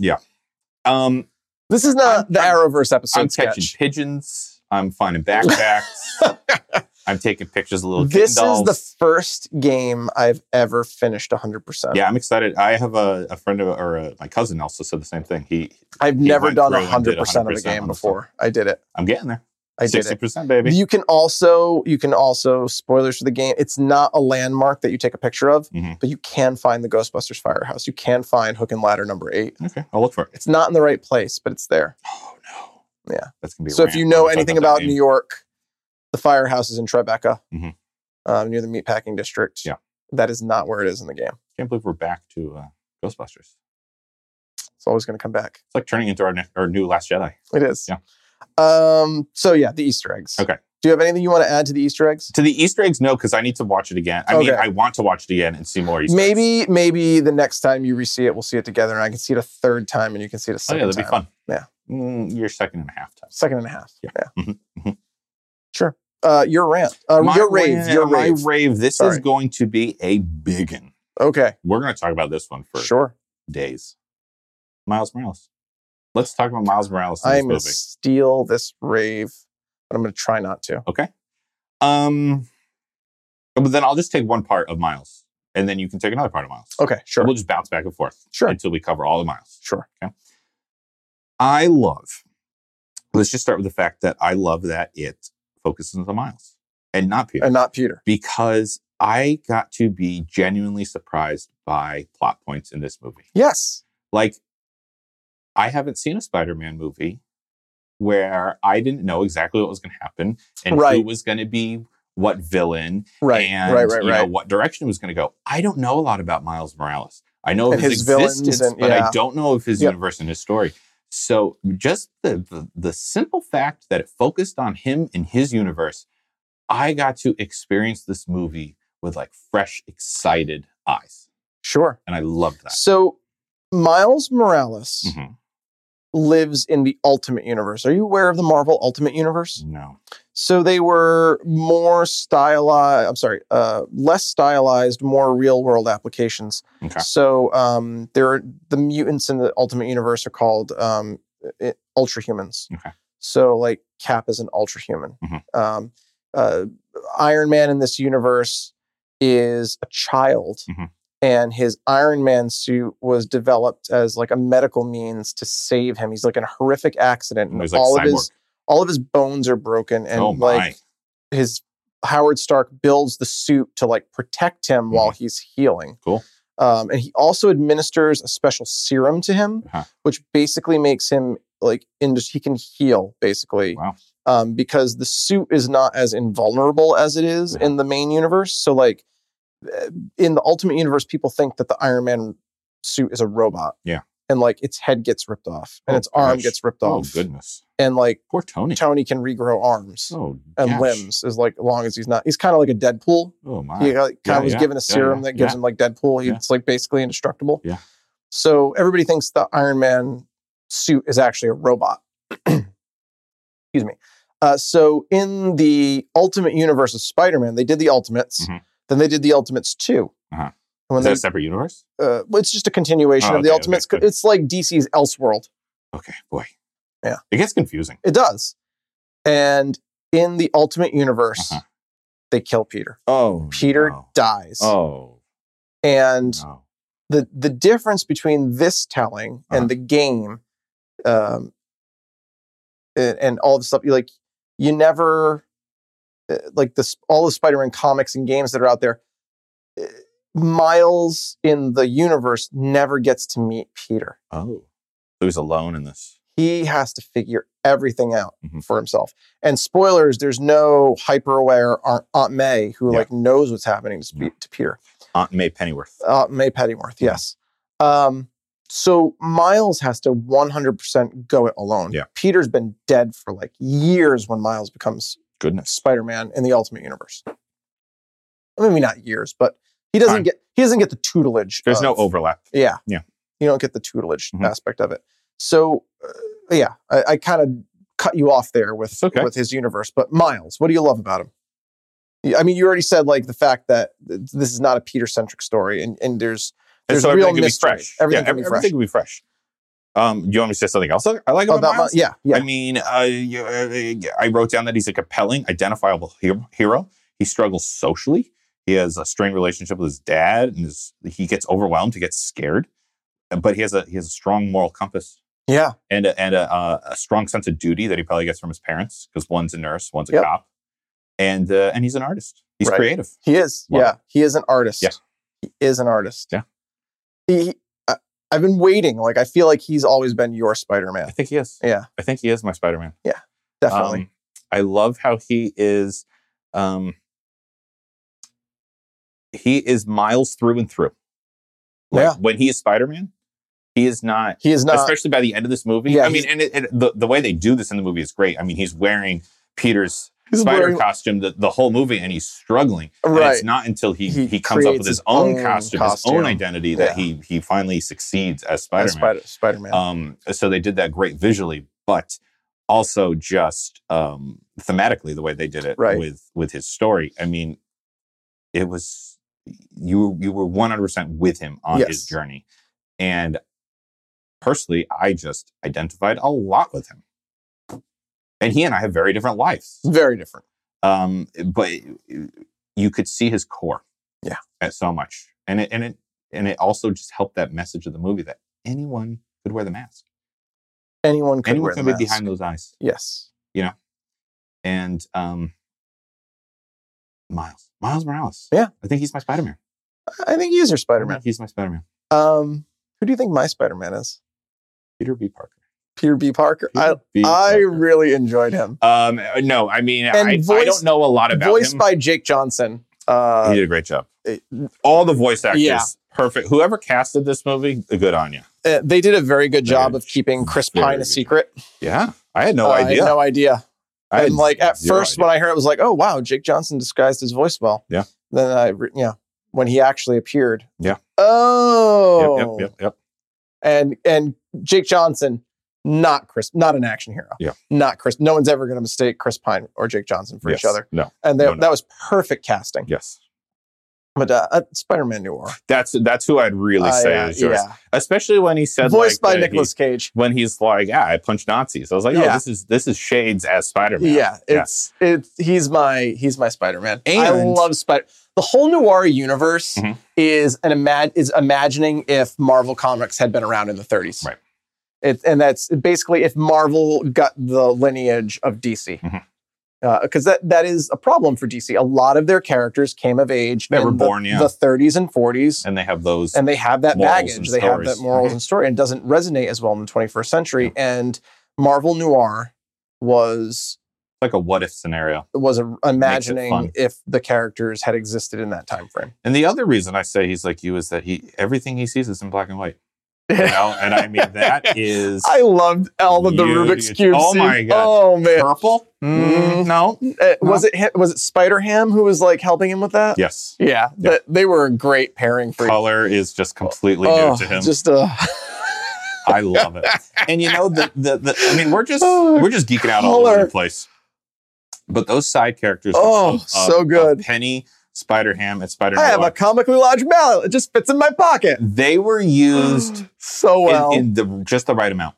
[SPEAKER 2] um,
[SPEAKER 3] This is not
[SPEAKER 2] I'm-
[SPEAKER 3] the
[SPEAKER 2] I'm-
[SPEAKER 3] Arrowverse episode
[SPEAKER 2] I'm
[SPEAKER 3] sketch.
[SPEAKER 2] catching pigeons. I'm finding backpacks. I'm taking pictures of little
[SPEAKER 3] This
[SPEAKER 2] kitten
[SPEAKER 3] is
[SPEAKER 2] dolls.
[SPEAKER 3] the first game I've ever finished 100%.
[SPEAKER 2] yeah, I'm excited. I have a, a friend of, or a, my cousin also said the same thing. He,
[SPEAKER 3] I've
[SPEAKER 2] He
[SPEAKER 3] never
[SPEAKER 2] went
[SPEAKER 3] done
[SPEAKER 2] through and
[SPEAKER 3] 100%,
[SPEAKER 2] did
[SPEAKER 3] of a
[SPEAKER 2] 100%
[SPEAKER 3] game
[SPEAKER 2] on the
[SPEAKER 3] before. I did it.
[SPEAKER 2] I'm getting there.
[SPEAKER 3] I did
[SPEAKER 2] Sixty
[SPEAKER 3] it.
[SPEAKER 2] percent, baby.
[SPEAKER 3] You can also you can also spoilers for the game. It's not a landmark that you take a picture of,
[SPEAKER 2] Mhm.
[SPEAKER 3] but you can find the Ghostbusters firehouse. You can find Hook and Ladder number 8.
[SPEAKER 2] okay, I'll look for it.
[SPEAKER 3] It's not in the right place, but it's there.
[SPEAKER 2] Oh no.
[SPEAKER 3] Yeah.
[SPEAKER 2] That's gonna be. a
[SPEAKER 3] So if
[SPEAKER 2] rant.
[SPEAKER 3] you
[SPEAKER 2] I'm
[SPEAKER 3] know
[SPEAKER 2] gonna talk
[SPEAKER 3] anything
[SPEAKER 2] that
[SPEAKER 3] about
[SPEAKER 2] game.
[SPEAKER 3] New York, the firehouse is in Tribeca,
[SPEAKER 2] Mhm.
[SPEAKER 3] um, near the meatpacking district.
[SPEAKER 2] Yeah.
[SPEAKER 3] That is not where it is in the game.
[SPEAKER 2] can't believe we're back to uh, Ghostbusters.
[SPEAKER 3] It's always going to come back.
[SPEAKER 2] It's like turning into our, ne- our new Last Jedi.
[SPEAKER 3] It is.
[SPEAKER 2] Yeah.
[SPEAKER 3] Um, so yeah, the Easter eggs.
[SPEAKER 2] Okay.
[SPEAKER 3] Do you have anything you want to add to the Easter eggs?
[SPEAKER 2] To the Easter eggs, no, because I need to watch it again. I mean,
[SPEAKER 3] Okay.
[SPEAKER 2] I want to watch it again and see more Easter eggs.
[SPEAKER 3] Maybe, maybe the next time you re-see it, we'll see it together, and I can see it a third time, and you can see it a
[SPEAKER 2] Oh,
[SPEAKER 3] second
[SPEAKER 2] yeah, that'd
[SPEAKER 3] time.
[SPEAKER 2] be fun.
[SPEAKER 3] Yeah.
[SPEAKER 2] Mm, your second and a half time.
[SPEAKER 3] Second and a half.
[SPEAKER 2] Yeah. Mhm, mhm.
[SPEAKER 3] Sure. Uh, your rant. Uh,
[SPEAKER 2] My
[SPEAKER 3] your rave. your
[SPEAKER 2] my
[SPEAKER 3] rave.
[SPEAKER 2] rave. This
[SPEAKER 3] Sorry.
[SPEAKER 2] is going to be a big one.
[SPEAKER 3] okay.
[SPEAKER 2] We're going to talk about this one for
[SPEAKER 3] Sure.
[SPEAKER 2] days. Miles Morales. Let's talk about Miles Morales in this
[SPEAKER 3] I'm gonna
[SPEAKER 2] movie.
[SPEAKER 3] steal this rave, but I'm gonna try not to.
[SPEAKER 2] Okay. Um, but then I'll just take one part of Miles, and then you can take another part of Miles.
[SPEAKER 3] Okay. Sure.
[SPEAKER 2] We'll just bounce back and forth
[SPEAKER 3] Sure.
[SPEAKER 2] until we cover all the miles.
[SPEAKER 3] Sure.
[SPEAKER 2] I love. Let's just start with the fact that I love that it focuses on the miles and not Peter
[SPEAKER 3] And not Peter.
[SPEAKER 2] because I got to be genuinely surprised by plot points in this movie.
[SPEAKER 3] Yes.
[SPEAKER 2] Like, I haven't seen a Spider-Man movie where I didn't know exactly what was going to happen and who
[SPEAKER 3] Right.
[SPEAKER 2] was going to be what villain
[SPEAKER 3] Right.
[SPEAKER 2] and
[SPEAKER 3] right. Right.
[SPEAKER 2] you
[SPEAKER 3] Right.
[SPEAKER 2] know what direction it was going to go. I don't know a lot about Miles Morales. I know of
[SPEAKER 3] And
[SPEAKER 2] his,
[SPEAKER 3] his villains
[SPEAKER 2] existence,
[SPEAKER 3] and-
[SPEAKER 2] but
[SPEAKER 3] yeah.
[SPEAKER 2] I don't know of his
[SPEAKER 3] Yep.
[SPEAKER 2] universe and his story. So just the, the the simple fact that it focused on him and his universe, I got to experience this movie with like fresh, excited eyes,
[SPEAKER 3] Sure.
[SPEAKER 2] and I loved that.
[SPEAKER 3] So Miles Morales
[SPEAKER 2] Mhm.
[SPEAKER 3] lives in the Ultimate Universe. Are you aware of the Marvel Ultimate Universe?
[SPEAKER 2] No,
[SPEAKER 3] So they were more stylized, I'm sorry, uh, less stylized, more real world applications.
[SPEAKER 2] okay,
[SPEAKER 3] So um, there are the mutants in the Ultimate Universe are called um, i- ultra humans.
[SPEAKER 2] Okay.
[SPEAKER 3] So like Cap is an ultra human.
[SPEAKER 2] Mhm.
[SPEAKER 3] Um, uh, Iron Man in this universe is a child,
[SPEAKER 2] Mhm.
[SPEAKER 3] and his Iron Man suit was developed as like a medical means to save him. He's like in a horrific accident, and
[SPEAKER 2] He's like
[SPEAKER 3] all of
[SPEAKER 2] cyborg.
[SPEAKER 3] his all of his bones are broken, and
[SPEAKER 2] oh my,
[SPEAKER 3] like his Howard Stark builds the suit to like protect him while he's healing.
[SPEAKER 2] Mm-hmm. Cool.
[SPEAKER 3] Um, and he also administers a special serum to him,
[SPEAKER 2] Uh-huh.
[SPEAKER 3] which basically makes him like in he can heal basically.
[SPEAKER 2] Wow.
[SPEAKER 3] Um, because the suit is not as invulnerable as it is
[SPEAKER 2] Uh-huh.
[SPEAKER 3] in the main universe. So like uh, in the Ultimate Universe, people think that the Iron Man suit is a robot.
[SPEAKER 2] Yeah.
[SPEAKER 3] And like its head gets ripped off, and
[SPEAKER 2] Oh,
[SPEAKER 3] its arm
[SPEAKER 2] gosh.
[SPEAKER 3] gets ripped
[SPEAKER 2] oh
[SPEAKER 3] off,
[SPEAKER 2] goodness,
[SPEAKER 3] and like
[SPEAKER 2] poor Tony.
[SPEAKER 3] Tony can regrow arms
[SPEAKER 2] Oh,
[SPEAKER 3] and
[SPEAKER 2] gosh.
[SPEAKER 3] limbs as like long as he's not he's kind of like a Deadpool.
[SPEAKER 2] Oh my,
[SPEAKER 3] He like, kind
[SPEAKER 2] Yeah,
[SPEAKER 3] of was
[SPEAKER 2] yeah,
[SPEAKER 3] given a
[SPEAKER 2] yeah,
[SPEAKER 3] serum
[SPEAKER 2] yeah,
[SPEAKER 3] that gives
[SPEAKER 2] yeah.
[SPEAKER 3] him like Deadpool. He's
[SPEAKER 2] Yeah.
[SPEAKER 3] like basically indestructible.
[SPEAKER 2] Yeah.
[SPEAKER 3] So everybody thinks the Iron Man suit is actually a robot. Excuse me. Uh, so in the Ultimate Universe of Spider-Man, they did the Ultimates,
[SPEAKER 2] Mhm.
[SPEAKER 3] then they did the Ultimates 2
[SPEAKER 2] Uh-huh.
[SPEAKER 3] And
[SPEAKER 2] is
[SPEAKER 3] When
[SPEAKER 2] that
[SPEAKER 3] they,
[SPEAKER 2] a separate universe?
[SPEAKER 3] uh, well, it's just a continuation
[SPEAKER 2] Oh,
[SPEAKER 3] of the
[SPEAKER 2] okay,
[SPEAKER 3] Ultimates.
[SPEAKER 2] okay, good.
[SPEAKER 3] It's like DC's Elseworld.
[SPEAKER 2] Okay, boy,
[SPEAKER 3] Yeah.
[SPEAKER 2] it gets confusing.
[SPEAKER 3] It does. And in the Ultimate Universe,
[SPEAKER 2] Uh-huh.
[SPEAKER 3] they kill Peter.
[SPEAKER 2] Oh,
[SPEAKER 3] Peter
[SPEAKER 2] no.
[SPEAKER 3] dies.
[SPEAKER 2] Oh,
[SPEAKER 3] and
[SPEAKER 2] no.
[SPEAKER 3] the the difference between this telling
[SPEAKER 2] Uh-huh.
[SPEAKER 3] and the game, um, and, and all the stuff you like, you never uh, like this all the Spider-Man comics and games that are out there. uh, Miles in the universe never gets to meet Peter.
[SPEAKER 2] Oh, who's alone in this?
[SPEAKER 3] He has to figure everything out
[SPEAKER 2] Mhm.
[SPEAKER 3] for himself. And spoilers, there's no hyper-aware Aunt, Aunt May who
[SPEAKER 2] Yeah.
[SPEAKER 3] like knows what's happening to, Spe- to Peter.
[SPEAKER 2] Aunt May Pennyworth.
[SPEAKER 3] uh, May Pettyworth,
[SPEAKER 2] Mm-hmm.
[SPEAKER 3] yes. Um, so Miles has to 100% go it alone.
[SPEAKER 2] Yeah.
[SPEAKER 3] Peter's been dead for like years when Miles becomes
[SPEAKER 2] Goodness.
[SPEAKER 3] Spider Man in the Ultimate Universe. Maybe not years, but he doesn't
[SPEAKER 2] Time.
[SPEAKER 3] get he doesn't get the tutelage.
[SPEAKER 2] There's no
[SPEAKER 3] of-
[SPEAKER 2] overlap.
[SPEAKER 3] Yeah,
[SPEAKER 2] Yeah.
[SPEAKER 3] You don't get the tutelage
[SPEAKER 2] Mhm.
[SPEAKER 3] aspect of it. So uh, yeah, I, I kind of cut you off there with
[SPEAKER 2] It's okay.
[SPEAKER 3] with his universe. But Miles, what do you love about him? I mean, you already said like the fact that th- this is not a Peter centric story, and, and there's
[SPEAKER 2] And
[SPEAKER 3] There's
[SPEAKER 2] so
[SPEAKER 3] real
[SPEAKER 2] everything can be
[SPEAKER 3] mystery.
[SPEAKER 2] fresh.
[SPEAKER 3] Everything
[SPEAKER 2] yeah,
[SPEAKER 3] can be
[SPEAKER 2] every-
[SPEAKER 3] fresh.
[SPEAKER 2] everything can be fresh. Um, you want me to say something else? I like about,
[SPEAKER 3] about my,
[SPEAKER 2] Miles?
[SPEAKER 3] yeah, yeah.
[SPEAKER 2] I mean, uh, you- uh, I wrote down that he's a compelling, identifiable he- hero. He struggles socially. He has a strained relationship with his dad, and his, he gets overwhelmed. He gets scared, but he has a he has a strong moral compass
[SPEAKER 3] yeah.
[SPEAKER 2] and a, and a, uh, a strong sense of duty that he probably gets from his parents because one's a nurse, one's a
[SPEAKER 3] Yep.
[SPEAKER 2] cop, and uh, and he's an artist. He's
[SPEAKER 3] Right.
[SPEAKER 2] creative.
[SPEAKER 3] He is.
[SPEAKER 2] Love
[SPEAKER 3] yeah. He is an artist.
[SPEAKER 2] Yeah.
[SPEAKER 3] He is an artist.
[SPEAKER 2] Yeah.
[SPEAKER 3] He, he- I, I've been waiting. Like, I feel like he's always been your Spider
[SPEAKER 2] I
[SPEAKER 3] Man.
[SPEAKER 2] think he is.
[SPEAKER 3] Yeah.
[SPEAKER 2] I think he is my Spider Man.
[SPEAKER 3] Definitely.
[SPEAKER 2] Um, I love how he is. Um, he is Miles through and through. Like,
[SPEAKER 3] Yeah.
[SPEAKER 2] When he is Spider Man, he is not.
[SPEAKER 3] he is not.
[SPEAKER 2] especially by the end of this movie.
[SPEAKER 3] Yeah,
[SPEAKER 2] I mean, and it, it, the the way they do this in the movie is great. I mean, he's wearing Peter's
[SPEAKER 3] He's
[SPEAKER 2] spider
[SPEAKER 3] wearing-
[SPEAKER 2] costume the, the whole movie, and he's struggling. And
[SPEAKER 3] Right.
[SPEAKER 2] it's not until he
[SPEAKER 3] He
[SPEAKER 2] he, comes up
[SPEAKER 3] creates
[SPEAKER 2] with his
[SPEAKER 3] his
[SPEAKER 2] own,
[SPEAKER 3] own
[SPEAKER 2] costume, his
[SPEAKER 3] costume.
[SPEAKER 2] own identity, that he he finally succeeds as Spider Man.
[SPEAKER 3] Spider Man.
[SPEAKER 2] Um, so they did that great visually, but also just um, thematically the way they did it
[SPEAKER 3] Right.
[SPEAKER 2] with with his story. I mean, it was you you were one hundred percent with him on
[SPEAKER 3] Yes.
[SPEAKER 2] his journey, and personally, I just identified a lot with him. And he and I have very different lives,
[SPEAKER 3] Very different.
[SPEAKER 2] um, but you could see his core,
[SPEAKER 3] Yeah.
[SPEAKER 2] at so much, and it and it and it also just helped that message of the movie that anyone could wear the mask
[SPEAKER 3] Anyone could
[SPEAKER 2] anyone
[SPEAKER 3] wear
[SPEAKER 2] can
[SPEAKER 3] the
[SPEAKER 2] be
[SPEAKER 3] mask.
[SPEAKER 2] behind those eyes.
[SPEAKER 3] Yes.
[SPEAKER 2] And um, Miles, Miles Morales.
[SPEAKER 3] Yeah.
[SPEAKER 2] I think he's my Spider Man.
[SPEAKER 3] I think he is your Spider Man.
[SPEAKER 2] He's my Spider Man.
[SPEAKER 3] Um, who do you think my Spider Man is?
[SPEAKER 2] Peter B. Parker.
[SPEAKER 3] Peter B. Parker.
[SPEAKER 2] Peter B.
[SPEAKER 3] I I
[SPEAKER 2] Parker.
[SPEAKER 3] really enjoyed him.
[SPEAKER 2] um, no, I mean,
[SPEAKER 3] And
[SPEAKER 2] I, I
[SPEAKER 3] voiced-
[SPEAKER 2] don't know a lot about
[SPEAKER 3] Voiced
[SPEAKER 2] him.
[SPEAKER 3] by Jake Johnson. Uh,
[SPEAKER 2] he did a great job.
[SPEAKER 3] it-
[SPEAKER 2] All the voice actors,
[SPEAKER 3] Yeah.
[SPEAKER 2] perfect. Whoever casted this movie, good on you.
[SPEAKER 3] uh, they did a very good job
[SPEAKER 2] Very-
[SPEAKER 3] of keeping Chris
[SPEAKER 2] very
[SPEAKER 3] Pine a
[SPEAKER 2] good.
[SPEAKER 3] secret.
[SPEAKER 2] Yeah, I had no
[SPEAKER 3] Uh, I
[SPEAKER 2] idea.
[SPEAKER 3] had no idea.
[SPEAKER 2] I had
[SPEAKER 3] and like at
[SPEAKER 2] zero
[SPEAKER 3] first,
[SPEAKER 2] idea.
[SPEAKER 3] when I heard it, it was like, oh wow, Jake Johnson disguised his voice well.
[SPEAKER 2] Yeah.
[SPEAKER 3] Then I, re- yeah, when he actually appeared.
[SPEAKER 2] Yeah.
[SPEAKER 3] Oh.
[SPEAKER 2] Yep, yep, yep, yep.
[SPEAKER 3] And and Jake Johnson, not Chris, not an action hero.
[SPEAKER 2] Yeah.
[SPEAKER 3] Not Chris. No one's ever going to mistake Chris Pine or Jake Johnson for each
[SPEAKER 2] Yes.
[SPEAKER 3] other.
[SPEAKER 2] No,
[SPEAKER 3] And they,
[SPEAKER 2] No, no.
[SPEAKER 3] that was perfect casting.
[SPEAKER 2] yes.
[SPEAKER 3] But uh, uh, Spider-Man Noir.
[SPEAKER 2] That's that's who I'd really
[SPEAKER 3] I,
[SPEAKER 2] say
[SPEAKER 3] uh,
[SPEAKER 2] is yours.
[SPEAKER 3] yeah.
[SPEAKER 2] Especially when he said
[SPEAKER 3] Voiced
[SPEAKER 2] like,
[SPEAKER 3] by
[SPEAKER 2] that he-
[SPEAKER 3] Nicolas Cage.
[SPEAKER 2] when he's like, "Yeah, I punched Nazis." I was like, "Oh,
[SPEAKER 3] Yeah.
[SPEAKER 2] this is this is shades as Spider Man."
[SPEAKER 3] Yeah, it's it's he's my he's my Spider Man. I
[SPEAKER 2] And-
[SPEAKER 3] love Spider. The whole noir universe
[SPEAKER 2] Mhm.
[SPEAKER 3] is an imag- is imagining if Marvel comics had been around in the 30s,
[SPEAKER 2] Right.
[SPEAKER 3] It, and that's basically if Marvel got the lineage of DC, because
[SPEAKER 2] Mhm.
[SPEAKER 3] that that is a problem for DC. A lot of their characters came of age
[SPEAKER 2] They were
[SPEAKER 3] in the-
[SPEAKER 2] born, yeah.
[SPEAKER 3] the 30s and 40s,
[SPEAKER 2] and they have those.
[SPEAKER 3] and they have that
[SPEAKER 2] Morals
[SPEAKER 3] baggage.
[SPEAKER 2] and
[SPEAKER 3] They have
[SPEAKER 2] stories.
[SPEAKER 3] that morals
[SPEAKER 2] Mhm.
[SPEAKER 3] and story, and it doesn't resonate as well in the 21st century. And Marvel noir was
[SPEAKER 2] it's like a what if scenario.
[SPEAKER 3] was a, imagining
[SPEAKER 2] fun.
[SPEAKER 3] if the characters had existed in that time frame.
[SPEAKER 2] And the other reason I say he's like you is that he everything he sees is in black and white. You know, and I mean that is
[SPEAKER 3] I loved all of the
[SPEAKER 2] You-
[SPEAKER 3] Rubik's
[SPEAKER 2] you-
[SPEAKER 3] cube.
[SPEAKER 2] oh
[SPEAKER 3] scene.
[SPEAKER 2] my God.
[SPEAKER 3] Oh man!
[SPEAKER 2] purple.
[SPEAKER 3] Mm.
[SPEAKER 2] Mm, no.
[SPEAKER 3] Uh, Was it it was it Spider Ham who was like helping him with that?
[SPEAKER 2] Yes.
[SPEAKER 3] Yeah, that- they were a great pairing for
[SPEAKER 2] Color is just completely
[SPEAKER 3] Oh,
[SPEAKER 2] new to him.
[SPEAKER 3] Just uh,
[SPEAKER 2] I love it. And you know the, the the I mean we're just
[SPEAKER 3] Oh,
[SPEAKER 2] we're just geeking out all
[SPEAKER 3] color.
[SPEAKER 2] over the place. But those side characters. of-
[SPEAKER 3] Oh,
[SPEAKER 2] of-
[SPEAKER 3] so
[SPEAKER 2] of
[SPEAKER 3] good.
[SPEAKER 2] Penny, Spider Ham, and Spider.
[SPEAKER 3] I have a comically large mallet. It just fits in my pocket.
[SPEAKER 2] They were used
[SPEAKER 3] so
[SPEAKER 2] in-
[SPEAKER 3] well.
[SPEAKER 2] in, the just the right amount.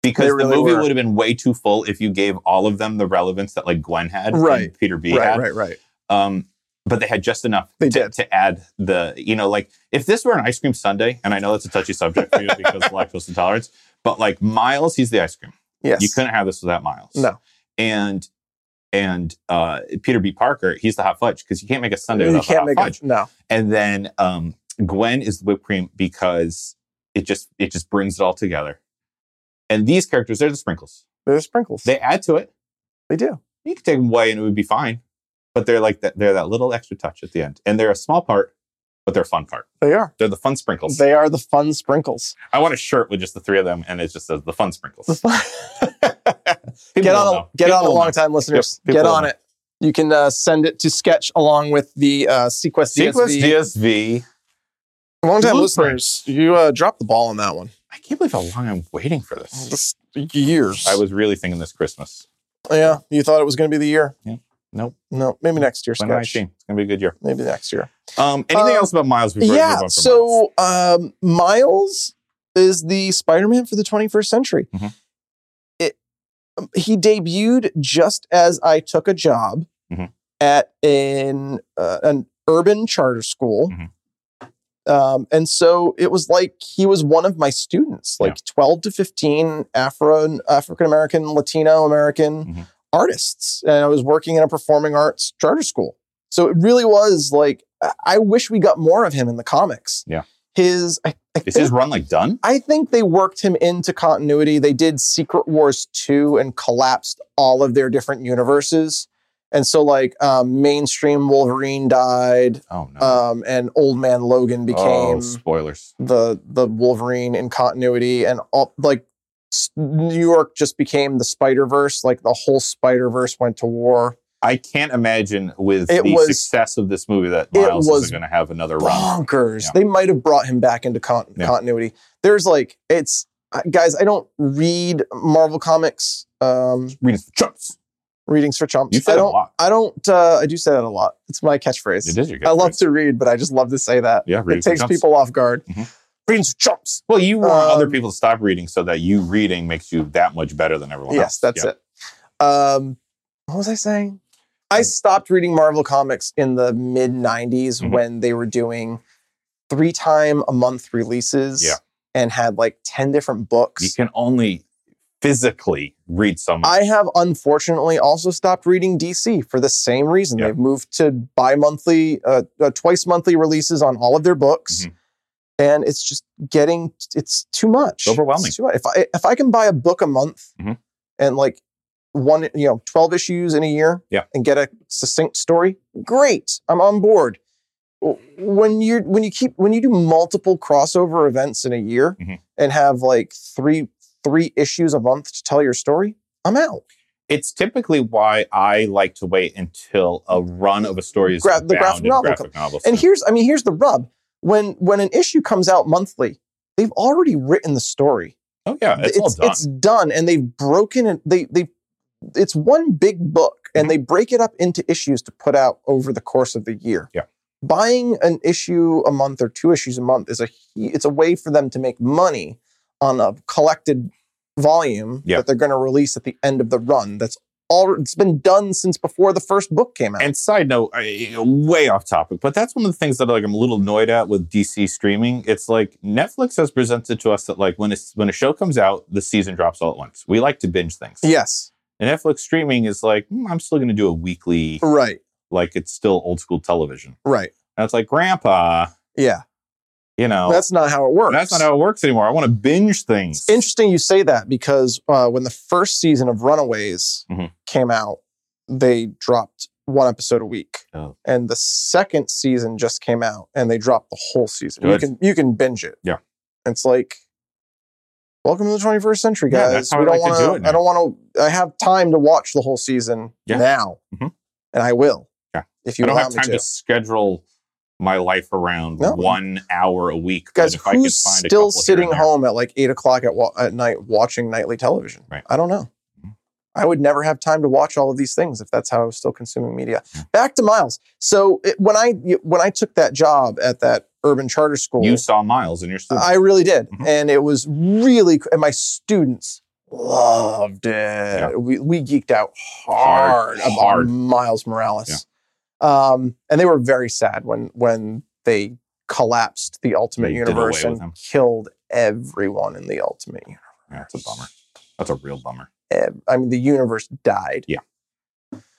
[SPEAKER 2] Because
[SPEAKER 3] They really
[SPEAKER 2] the movie
[SPEAKER 3] were.
[SPEAKER 2] would have been way too full if you gave all of them the relevance that like Gwen had, and
[SPEAKER 3] Right.
[SPEAKER 2] Peter B
[SPEAKER 3] right,
[SPEAKER 2] had.
[SPEAKER 3] right, right.
[SPEAKER 2] Um, but they had just enough
[SPEAKER 3] They
[SPEAKER 2] to,
[SPEAKER 3] did.
[SPEAKER 2] to add the, you know, like if this were an ice cream sundae, and I know that's a touchy subject for you because of lactose intolerance, but like Miles, he's the ice cream.
[SPEAKER 3] Yes.
[SPEAKER 2] You couldn't have this without Miles.
[SPEAKER 3] No.
[SPEAKER 2] And and uh, Peter B. Parker, he's the hot fudge because you can't make a sundae
[SPEAKER 3] You
[SPEAKER 2] without the
[SPEAKER 3] can't
[SPEAKER 2] hot
[SPEAKER 3] make
[SPEAKER 2] fudge
[SPEAKER 3] it. No.
[SPEAKER 2] and then um, Gwen is the whipped cream because it just it just brings it all together. And these characters, they're the sprinkles.
[SPEAKER 3] There's sprinkles.
[SPEAKER 2] They add to it.
[SPEAKER 3] they do.
[SPEAKER 2] You could take them away and it would be fine. But they're like that. They're that little extra touch at the end, and they're a small part, but they're a fun part.
[SPEAKER 3] They are.
[SPEAKER 2] They're the fun sprinkles.
[SPEAKER 3] They are the fun sprinkles.
[SPEAKER 2] I want a shirt with just the three of them, and it just says the fun sprinkles.
[SPEAKER 3] The fun-
[SPEAKER 2] People
[SPEAKER 3] get on
[SPEAKER 2] will
[SPEAKER 3] it,
[SPEAKER 2] know.
[SPEAKER 3] get
[SPEAKER 2] People
[SPEAKER 3] on it,
[SPEAKER 2] will
[SPEAKER 3] long
[SPEAKER 2] know.
[SPEAKER 3] time listeners.
[SPEAKER 2] Yep,
[SPEAKER 3] get
[SPEAKER 2] people
[SPEAKER 3] on
[SPEAKER 2] will
[SPEAKER 3] it. You can uh, send it to Sketch along with the uh, Sequest DSV.
[SPEAKER 2] Sequest DSV.
[SPEAKER 3] long time
[SPEAKER 2] Blueprint.
[SPEAKER 3] listeners, you uh, dropped the ball on that one.
[SPEAKER 2] I can't believe how long I'm waiting for
[SPEAKER 3] Oh,
[SPEAKER 2] this.
[SPEAKER 3] Just years.
[SPEAKER 2] I was really thinking this Christmas.
[SPEAKER 3] yeah, you thought it was going to be the year.
[SPEAKER 2] Yeah. Nope.
[SPEAKER 3] No, maybe next year, Sketch.
[SPEAKER 2] 2019. It's gonna be a good year.
[SPEAKER 3] Maybe next year.
[SPEAKER 2] Um, anything
[SPEAKER 3] Um,
[SPEAKER 2] else about Miles? Before I move
[SPEAKER 3] yeah.
[SPEAKER 2] on from Miles?
[SPEAKER 3] So um, Miles is the Spider-Man for the 21st century.
[SPEAKER 2] Mhm.
[SPEAKER 3] It um, he debuted just as I took a job
[SPEAKER 2] Mhm.
[SPEAKER 3] at an uh, an urban charter school.
[SPEAKER 2] Mhm.
[SPEAKER 3] Um, and so it was like he was one of my students, like 12 to 15 Afro African American, Latino American
[SPEAKER 2] Mhm.
[SPEAKER 3] artists. And I was working in a performing arts charter school. So it really was like I- I wish we got more of him in the comics.
[SPEAKER 2] Yeah.
[SPEAKER 3] His I, I
[SPEAKER 2] is
[SPEAKER 3] think-
[SPEAKER 2] his run like done?
[SPEAKER 3] I think they worked him into continuity. They did Secret Wars 2 and collapsed all of their different universes. And so like um, mainstream Wolverine died
[SPEAKER 2] Oh no.
[SPEAKER 3] um, and Old Man Logan became
[SPEAKER 2] oh, spoilers.
[SPEAKER 3] the the Wolverine in continuity and all like s- New York just became the Spider-Verse, like the whole Spider-Verse went to war.
[SPEAKER 2] I can't imagine with
[SPEAKER 3] It
[SPEAKER 2] the
[SPEAKER 3] was-
[SPEAKER 2] success of this movie that
[SPEAKER 3] it
[SPEAKER 2] Miles
[SPEAKER 3] was
[SPEAKER 2] isn't going to have another run.
[SPEAKER 3] bonkers.
[SPEAKER 2] Yeah.
[SPEAKER 3] They might have brought him back into con-
[SPEAKER 2] Yeah.
[SPEAKER 3] continuity. There's like it's I- guys. I don't read Marvel comics. Um,
[SPEAKER 2] Reading for chumps.
[SPEAKER 3] readings for chumps.
[SPEAKER 2] You said
[SPEAKER 3] I
[SPEAKER 2] a
[SPEAKER 3] don't.
[SPEAKER 2] lot.
[SPEAKER 3] I don't. Uh, I do say that a lot. It's my catchphrase.
[SPEAKER 2] It is your
[SPEAKER 3] I love
[SPEAKER 2] catchphrase.
[SPEAKER 3] to read, but I just love to say that.
[SPEAKER 2] Yeah, reading
[SPEAKER 3] it takes
[SPEAKER 2] for chumps.
[SPEAKER 3] people off guard.
[SPEAKER 2] Mhm.
[SPEAKER 3] Readings for chumps.
[SPEAKER 2] Well, you want
[SPEAKER 3] Um,
[SPEAKER 2] other people to stop reading so that you reading makes you that much better than everyone
[SPEAKER 3] yes,
[SPEAKER 2] else.
[SPEAKER 3] that's
[SPEAKER 2] Yeah.
[SPEAKER 3] it. Um, what was I saying?
[SPEAKER 2] Mm.
[SPEAKER 3] I stopped reading Marvel comics in the mid 90s
[SPEAKER 2] Mhm.
[SPEAKER 3] when they were doing three time a month releases
[SPEAKER 2] Yeah. mm-hmm.
[SPEAKER 3] and had like 10 different
[SPEAKER 2] You
[SPEAKER 3] books.
[SPEAKER 2] can only physically read so much.
[SPEAKER 3] I have unfortunately also stopped reading DC for the same reason.
[SPEAKER 2] Yeah.
[SPEAKER 3] They've moved to bi monthly, uh, uh, twice monthly releases on all of their books.
[SPEAKER 2] Mhm.
[SPEAKER 3] And it's just getting, it's too much.
[SPEAKER 2] It's overwhelming.
[SPEAKER 3] It's too much. If I, if I can buy a book a month
[SPEAKER 2] Mhm.
[SPEAKER 3] and like one, you know, 12 issues in a year
[SPEAKER 2] Yeah.
[SPEAKER 3] and get a succinct story, great. I'm on board. W- When you when you keep when you do multiple crossover events in a year
[SPEAKER 2] Mhm.
[SPEAKER 3] and have like three three issues a month to tell your story, I'm out.
[SPEAKER 2] it's typically why I like to wait until a run of a story is
[SPEAKER 3] Gra- the
[SPEAKER 2] bound
[SPEAKER 3] graphic
[SPEAKER 2] in
[SPEAKER 3] novel
[SPEAKER 2] graphic novels.
[SPEAKER 3] And here's I mean here's the rub. When when an issue comes out monthly, they've already written the story.
[SPEAKER 2] oh yeah, it's, all done.
[SPEAKER 3] it's done and they've broken it they they it's one big book
[SPEAKER 2] Mm-hmm.
[SPEAKER 3] and they break it up into issues to put out over the course of the year.
[SPEAKER 2] Yeah.
[SPEAKER 3] Buying an issue a month or two issues a month is a hu- it's a way for them to make money on a collected volume
[SPEAKER 2] Yeah.
[SPEAKER 3] that they're going to release at the end of the run. That's all it's been done since before the first book came out.
[SPEAKER 2] And side note, I, way off topic, but that's one of the things that like I'm a little annoyed at with DC streaming. It's like Netflix has presented to us that like when a, when a show comes out, the season drops all at once. We like to binge things.
[SPEAKER 3] yes.
[SPEAKER 2] And Netflix streaming is like "Mm, I'm still going to do a weekly,
[SPEAKER 3] Right.
[SPEAKER 2] like it's still old school television.
[SPEAKER 3] Right.
[SPEAKER 2] And it's like, Grandpa,
[SPEAKER 3] Yeah.
[SPEAKER 2] you know, Oh. that's,
[SPEAKER 3] That's not how it works.
[SPEAKER 2] not how it works anymore. I want to binge things.
[SPEAKER 3] It's interesting you say that because uh, when the first season of Runaways
[SPEAKER 2] Mhm.
[SPEAKER 3] came out, they dropped one episode a week,
[SPEAKER 2] Oh.
[SPEAKER 3] and the second season just came out, and they dropped the whole season.
[SPEAKER 2] Good.
[SPEAKER 3] You can you can binge it.
[SPEAKER 2] Yeah.
[SPEAKER 3] it's like. Welcome to the 21st century,
[SPEAKER 2] Yeah,
[SPEAKER 3] guys.
[SPEAKER 2] that's how
[SPEAKER 3] we
[SPEAKER 2] I
[SPEAKER 3] don't
[SPEAKER 2] like to do
[SPEAKER 3] want
[SPEAKER 2] it
[SPEAKER 3] to.
[SPEAKER 2] now.
[SPEAKER 3] I don't want to. I have time to watch the whole season
[SPEAKER 2] Yeah.
[SPEAKER 3] now,
[SPEAKER 2] Mhm.
[SPEAKER 3] and I will.
[SPEAKER 2] Yeah. I
[SPEAKER 3] If you
[SPEAKER 2] don't
[SPEAKER 3] allow
[SPEAKER 2] have
[SPEAKER 3] me
[SPEAKER 2] time to.
[SPEAKER 3] to.
[SPEAKER 2] schedule my life around
[SPEAKER 3] No.
[SPEAKER 2] one hour a week.
[SPEAKER 3] guys,
[SPEAKER 2] but
[SPEAKER 3] who's
[SPEAKER 2] a
[SPEAKER 3] still
[SPEAKER 2] couple here and
[SPEAKER 3] sitting
[SPEAKER 2] there-
[SPEAKER 3] home at like eight o'clock at, wa- at night watching nightly television?
[SPEAKER 2] Right.
[SPEAKER 3] I don't know.
[SPEAKER 2] Mhm.
[SPEAKER 3] I would never have time to watch all of these things if that's how I was still consuming media. Back to Miles. So it, when I when I took that job at that urban charter school,
[SPEAKER 2] You saw Miles in your student.
[SPEAKER 3] I really did,
[SPEAKER 2] Mhm.
[SPEAKER 3] and it was really. And my students loved it. We we geeked out
[SPEAKER 2] Hard,
[SPEAKER 3] hard, about
[SPEAKER 2] hard.
[SPEAKER 3] Miles Morales, um, and they were very sad when when they collapsed the Ultimate
[SPEAKER 2] They did
[SPEAKER 3] Universe
[SPEAKER 2] away with
[SPEAKER 3] and
[SPEAKER 2] him.
[SPEAKER 3] killed everyone in the Ultimate Universe.
[SPEAKER 2] Yeah, that's a bummer. That's a real bummer.
[SPEAKER 3] Ev- I mean, the universe died.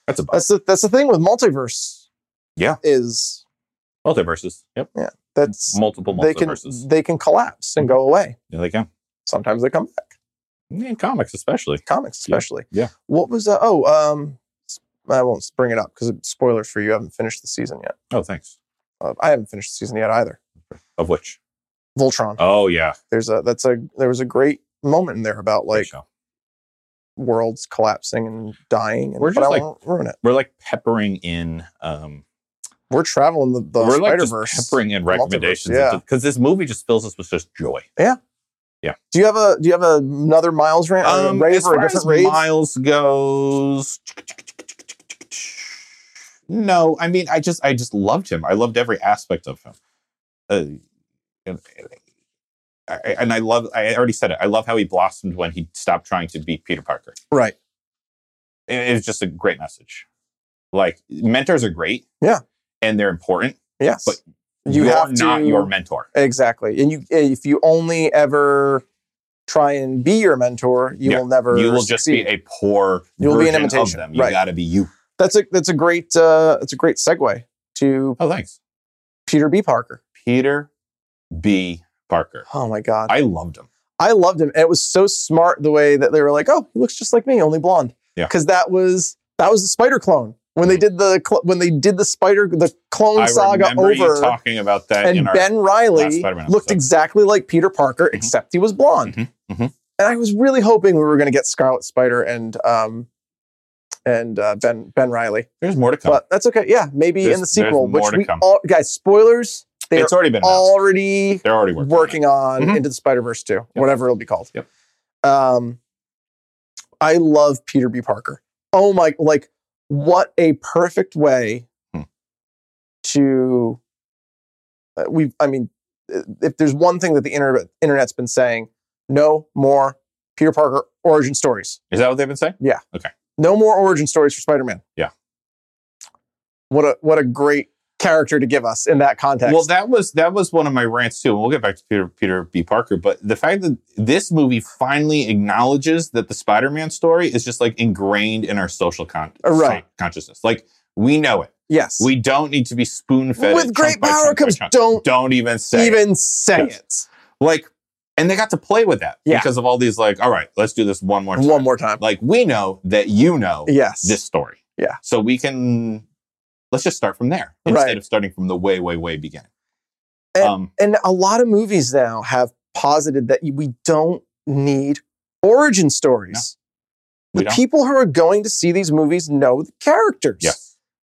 [SPEAKER 2] That's a bummer.
[SPEAKER 3] That's the that's the thing with multiverse.
[SPEAKER 2] Yeah.
[SPEAKER 3] is
[SPEAKER 2] Multiverses. Yep.
[SPEAKER 3] that's
[SPEAKER 2] Multiple
[SPEAKER 3] they can
[SPEAKER 2] multiverses. Mm-hmm.
[SPEAKER 3] they can collapse and go away.
[SPEAKER 2] yeah, they can.
[SPEAKER 3] Sometimes they come back.
[SPEAKER 2] In comics, especially.
[SPEAKER 3] comics
[SPEAKER 2] Yeah.
[SPEAKER 3] especially.
[SPEAKER 2] Yeah.
[SPEAKER 3] What was that? Oh, um, I won't bring it up because spoilers for you. I haven't finished the season yet.
[SPEAKER 2] Oh, thanks.
[SPEAKER 3] Uh, I haven't finished the season yet either.
[SPEAKER 2] Of which?
[SPEAKER 3] Voltron.
[SPEAKER 2] Oh, yeah.
[SPEAKER 3] There's a that's a there was a great moment in there about
[SPEAKER 2] Great
[SPEAKER 3] like
[SPEAKER 2] show.
[SPEAKER 3] worlds collapsing and dying. And,
[SPEAKER 2] We're
[SPEAKER 3] but
[SPEAKER 2] just,
[SPEAKER 3] I
[SPEAKER 2] like-
[SPEAKER 3] won't ruin it.
[SPEAKER 2] we're like peppering in. um
[SPEAKER 3] We're traveling the, the
[SPEAKER 2] We're like
[SPEAKER 3] Spider
[SPEAKER 2] just
[SPEAKER 3] Verse.
[SPEAKER 2] peppering in recommendations.
[SPEAKER 3] yeah.
[SPEAKER 2] Because this movie just fills us with just joy.
[SPEAKER 3] do you have a do you have another Miles rant? Or a rave
[SPEAKER 2] Um, as
[SPEAKER 3] or a
[SPEAKER 2] far as
[SPEAKER 3] different rave?
[SPEAKER 2] Miles goes. No, I mean, I just, I just loved him. I loved every aspect of him. Uh, and, I- and I love, I already said it. I love how he blossomed when he stopped trying to be Peter Parker.
[SPEAKER 3] Right.
[SPEAKER 2] It, it was just a great message. Like mentors are great.
[SPEAKER 3] Yeah.
[SPEAKER 2] And they're important.
[SPEAKER 3] Yes.
[SPEAKER 2] But
[SPEAKER 3] you
[SPEAKER 2] You're
[SPEAKER 3] have to
[SPEAKER 2] not your mentor.
[SPEAKER 3] exactly, and you if you only ever try and be your mentor, you
[SPEAKER 2] Yeah.
[SPEAKER 3] will never.
[SPEAKER 2] You will just be
[SPEAKER 3] succeed.
[SPEAKER 2] a poor
[SPEAKER 3] You'll be an
[SPEAKER 2] version
[SPEAKER 3] imitation,
[SPEAKER 2] of them. You
[SPEAKER 3] right.
[SPEAKER 2] got to be you.
[SPEAKER 3] that's a that's a great uh, that's a great segue to
[SPEAKER 2] Oh, thanks.
[SPEAKER 3] Peter B. Parker.
[SPEAKER 2] Peter B. Parker.
[SPEAKER 3] Oh my God,
[SPEAKER 2] I
[SPEAKER 3] I,
[SPEAKER 2] loved him.
[SPEAKER 3] loved him, and it was so smart the way that they were like, "Oh, he looks just like me, only blonde."
[SPEAKER 2] Yeah. Mm-hmm.
[SPEAKER 3] because that was that was the Spider clone when they did the cl- when they did the Spider the clone
[SPEAKER 2] I
[SPEAKER 3] saga
[SPEAKER 2] remember you
[SPEAKER 3] over,
[SPEAKER 2] talking about that in
[SPEAKER 3] and
[SPEAKER 2] our
[SPEAKER 3] Ben Riley
[SPEAKER 2] Spider-Man
[SPEAKER 3] looked
[SPEAKER 2] episode.
[SPEAKER 3] exactly like Peter Parker,
[SPEAKER 2] Mhm.
[SPEAKER 3] except he was blonde.
[SPEAKER 2] Mhm, mhm.
[SPEAKER 3] And I was really hoping we were going to get Scarlet Spider and um and uh, Ben Ben Riley.
[SPEAKER 2] There's more to come.
[SPEAKER 3] But that's okay. Yeah, maybe in
[SPEAKER 2] There's-
[SPEAKER 3] the sequel,
[SPEAKER 2] there's more
[SPEAKER 3] which
[SPEAKER 2] to
[SPEAKER 3] we
[SPEAKER 2] come.
[SPEAKER 3] all guys spoilers they're
[SPEAKER 2] it's already been announced.
[SPEAKER 3] already
[SPEAKER 2] They're already working.
[SPEAKER 3] working,
[SPEAKER 2] on it.
[SPEAKER 3] on
[SPEAKER 2] Mhm.
[SPEAKER 3] Into the Spider Verse two, whatever it'll be called.
[SPEAKER 2] Yep.
[SPEAKER 3] Um, I love Peter B. Parker. Oh my! Like, what a perfect way
[SPEAKER 2] Hmm.
[SPEAKER 3] to uh, we. I mean, i- if there's one thing that the internet internet's been saying, no more Peter Parker origin stories.
[SPEAKER 2] Is that what they've been saying?
[SPEAKER 3] No more origin stories for Spider-Man.
[SPEAKER 2] Yeah.
[SPEAKER 3] What a what a great character to give us in that context.
[SPEAKER 2] Well, that was that was one of my rants too. And we'll get back to Peter Peter B. Parker, but the fact that this movie finally acknowledges that the Spider-Man story is just like ingrained in our social con-
[SPEAKER 3] Uh, right.
[SPEAKER 2] con- consciousness. Like we know it.
[SPEAKER 3] yes.
[SPEAKER 2] We don't need to be spoon-fed.
[SPEAKER 3] With
[SPEAKER 2] it
[SPEAKER 3] great
[SPEAKER 2] chunk by
[SPEAKER 3] power
[SPEAKER 2] chunk by
[SPEAKER 3] comes
[SPEAKER 2] chunk.
[SPEAKER 3] don't
[SPEAKER 2] Don't even say it.
[SPEAKER 3] even say
[SPEAKER 2] like and they got to play with that
[SPEAKER 3] Yeah.
[SPEAKER 2] because of all these like all right let's do this one more
[SPEAKER 3] it.
[SPEAKER 2] time
[SPEAKER 3] One more time.
[SPEAKER 2] like we know that you know
[SPEAKER 3] Yes.
[SPEAKER 2] this story
[SPEAKER 3] Yeah.
[SPEAKER 2] so we can let's just start from there instead
[SPEAKER 3] Right.
[SPEAKER 2] of starting from the way way way beginning
[SPEAKER 3] And-
[SPEAKER 2] um
[SPEAKER 3] and a lot of movies now have posited that we don't need origin stories.
[SPEAKER 2] we
[SPEAKER 3] the
[SPEAKER 2] don't
[SPEAKER 3] people who are going to see these movies know the characters.
[SPEAKER 2] yes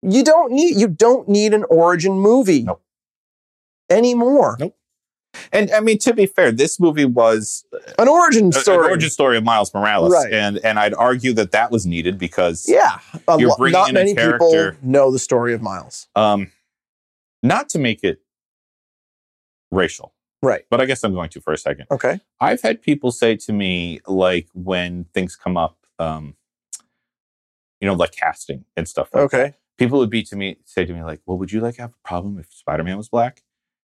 [SPEAKER 3] You don't need you don't need an origin movie
[SPEAKER 2] Nope.
[SPEAKER 3] anymore.
[SPEAKER 2] Nope. and i mean to be fair this movie was
[SPEAKER 3] An origin
[SPEAKER 2] a-
[SPEAKER 3] story.
[SPEAKER 2] an origin story of miles morales
[SPEAKER 3] Right.
[SPEAKER 2] and and i'd argue that that was needed because
[SPEAKER 3] Yeah, a
[SPEAKER 2] You're
[SPEAKER 3] lo-
[SPEAKER 2] bringing
[SPEAKER 3] not
[SPEAKER 2] in a
[SPEAKER 3] many people
[SPEAKER 2] character.
[SPEAKER 3] know the story of Miles.
[SPEAKER 2] um not to make it racial
[SPEAKER 3] Right.
[SPEAKER 2] but i guess i'm going to for a second
[SPEAKER 3] Okay.
[SPEAKER 2] I've had people say to me, like when things come up, um, you know, like casting and stuff. Like
[SPEAKER 3] Okay.
[SPEAKER 2] People would be to me say to me, like, "Well, would you like have a problem if Spider Man was black?"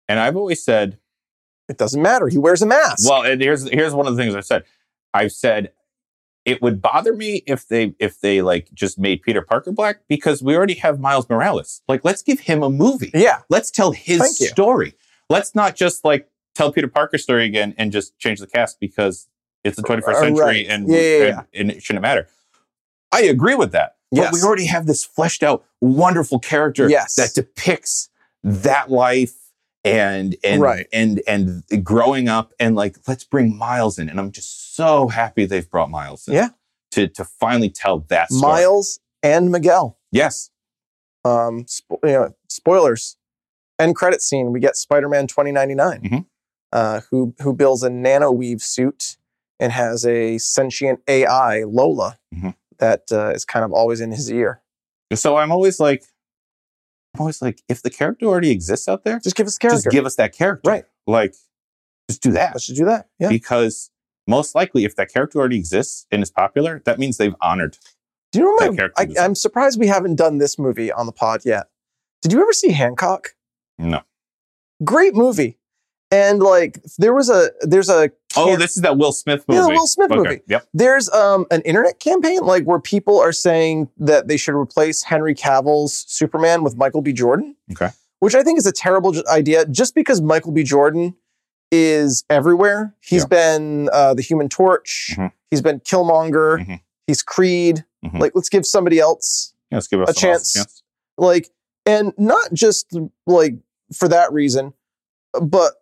[SPEAKER 2] And I've always said,
[SPEAKER 3] It doesn't matter. He wears a mask.
[SPEAKER 2] "Well," and here's here's one of the things I've said. I've said it would bother me if they if they like just made Peter Parker black because we already have Miles Morales. Like, let's give him a movie.
[SPEAKER 3] yeah.
[SPEAKER 2] Let's tell his
[SPEAKER 3] Thank you.
[SPEAKER 2] story. Let's not just like tell Peter Parker's story again and just change the cast because it's the 21st
[SPEAKER 3] Uh,
[SPEAKER 2] century
[SPEAKER 3] right.
[SPEAKER 2] and,
[SPEAKER 3] Yeah, yeah, yeah.
[SPEAKER 2] and and it shouldn't matter. I agree with that.
[SPEAKER 3] Yes.
[SPEAKER 2] But we already have this fleshed out, wonderful character
[SPEAKER 3] Yes.
[SPEAKER 2] that depicts that life and and
[SPEAKER 3] Right.
[SPEAKER 2] and and growing up and like let's bring Miles in. And I'm just so happy they've brought Miles in.
[SPEAKER 3] Yeah.
[SPEAKER 2] To to finally tell that story.
[SPEAKER 3] Miles and Miguel.
[SPEAKER 2] Yes.
[SPEAKER 3] Um, spo- you know, spoilers. End credit scene. We get Spider-Man 2099,
[SPEAKER 2] Mhm.
[SPEAKER 3] uh, who who builds a nanoweave suit and has a sentient AI Lola
[SPEAKER 2] Mhm.
[SPEAKER 3] that uh, is kind of always in his ear.
[SPEAKER 2] So I'm always like I'm always like, if the character already exists out there,
[SPEAKER 3] Just give us a character.
[SPEAKER 2] just give us that character.
[SPEAKER 3] Right.
[SPEAKER 2] Like, just do that.
[SPEAKER 3] Let's just do that. Yeah.
[SPEAKER 2] Because most likely, if that character already exists and is popular, that means they've honored.
[SPEAKER 3] Do you
[SPEAKER 2] that
[SPEAKER 3] remember?
[SPEAKER 2] character
[SPEAKER 3] I,
[SPEAKER 2] design.
[SPEAKER 3] I'm surprised we haven't done this movie on the pod yet. Did you ever see Hancock?
[SPEAKER 2] No.
[SPEAKER 3] great movie. And like there was a there's a
[SPEAKER 2] Oh,
[SPEAKER 3] Can't-
[SPEAKER 2] this is that Will Smith movie.
[SPEAKER 3] Yeah, the Will Smith movie.
[SPEAKER 2] Yep.
[SPEAKER 3] there's um an internet campaign like where people are saying that they should replace Henry Cavill's Superman with Michael B. Jordan.
[SPEAKER 2] Okay.
[SPEAKER 3] Which I think is a terrible j- idea just because Michael B. Jordan is everywhere. He's
[SPEAKER 2] Yeah.
[SPEAKER 3] been uh, the Human Torch,
[SPEAKER 2] Mhm.
[SPEAKER 3] he's been Killmonger,
[SPEAKER 2] Mhm.
[SPEAKER 3] he's Creed.
[SPEAKER 2] Mhm.
[SPEAKER 3] Like let's give somebody else
[SPEAKER 2] Yeah, let's give us
[SPEAKER 3] A
[SPEAKER 2] someone else
[SPEAKER 3] chance. like and not just like for that reason but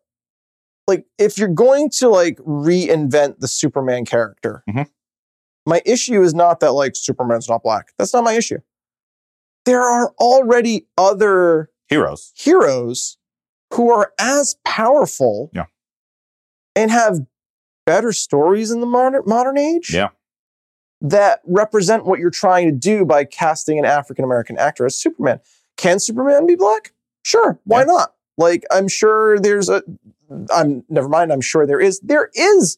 [SPEAKER 3] like if you're going to like reinvent the superman character
[SPEAKER 2] Mhm.
[SPEAKER 3] my issue is not that like superman's not black that's not my issue there are already other
[SPEAKER 2] Heroes.
[SPEAKER 3] heroes who are as powerful
[SPEAKER 2] Yeah.
[SPEAKER 3] and have better stories in the modern modern age
[SPEAKER 2] Yeah.
[SPEAKER 3] that represent what you're trying to do by casting an African American actor as Superman. Can Superman be black? Sure, why
[SPEAKER 2] Yeah.
[SPEAKER 3] not? Like I'm sure there's a I'm never mind, I'm sure there is. There is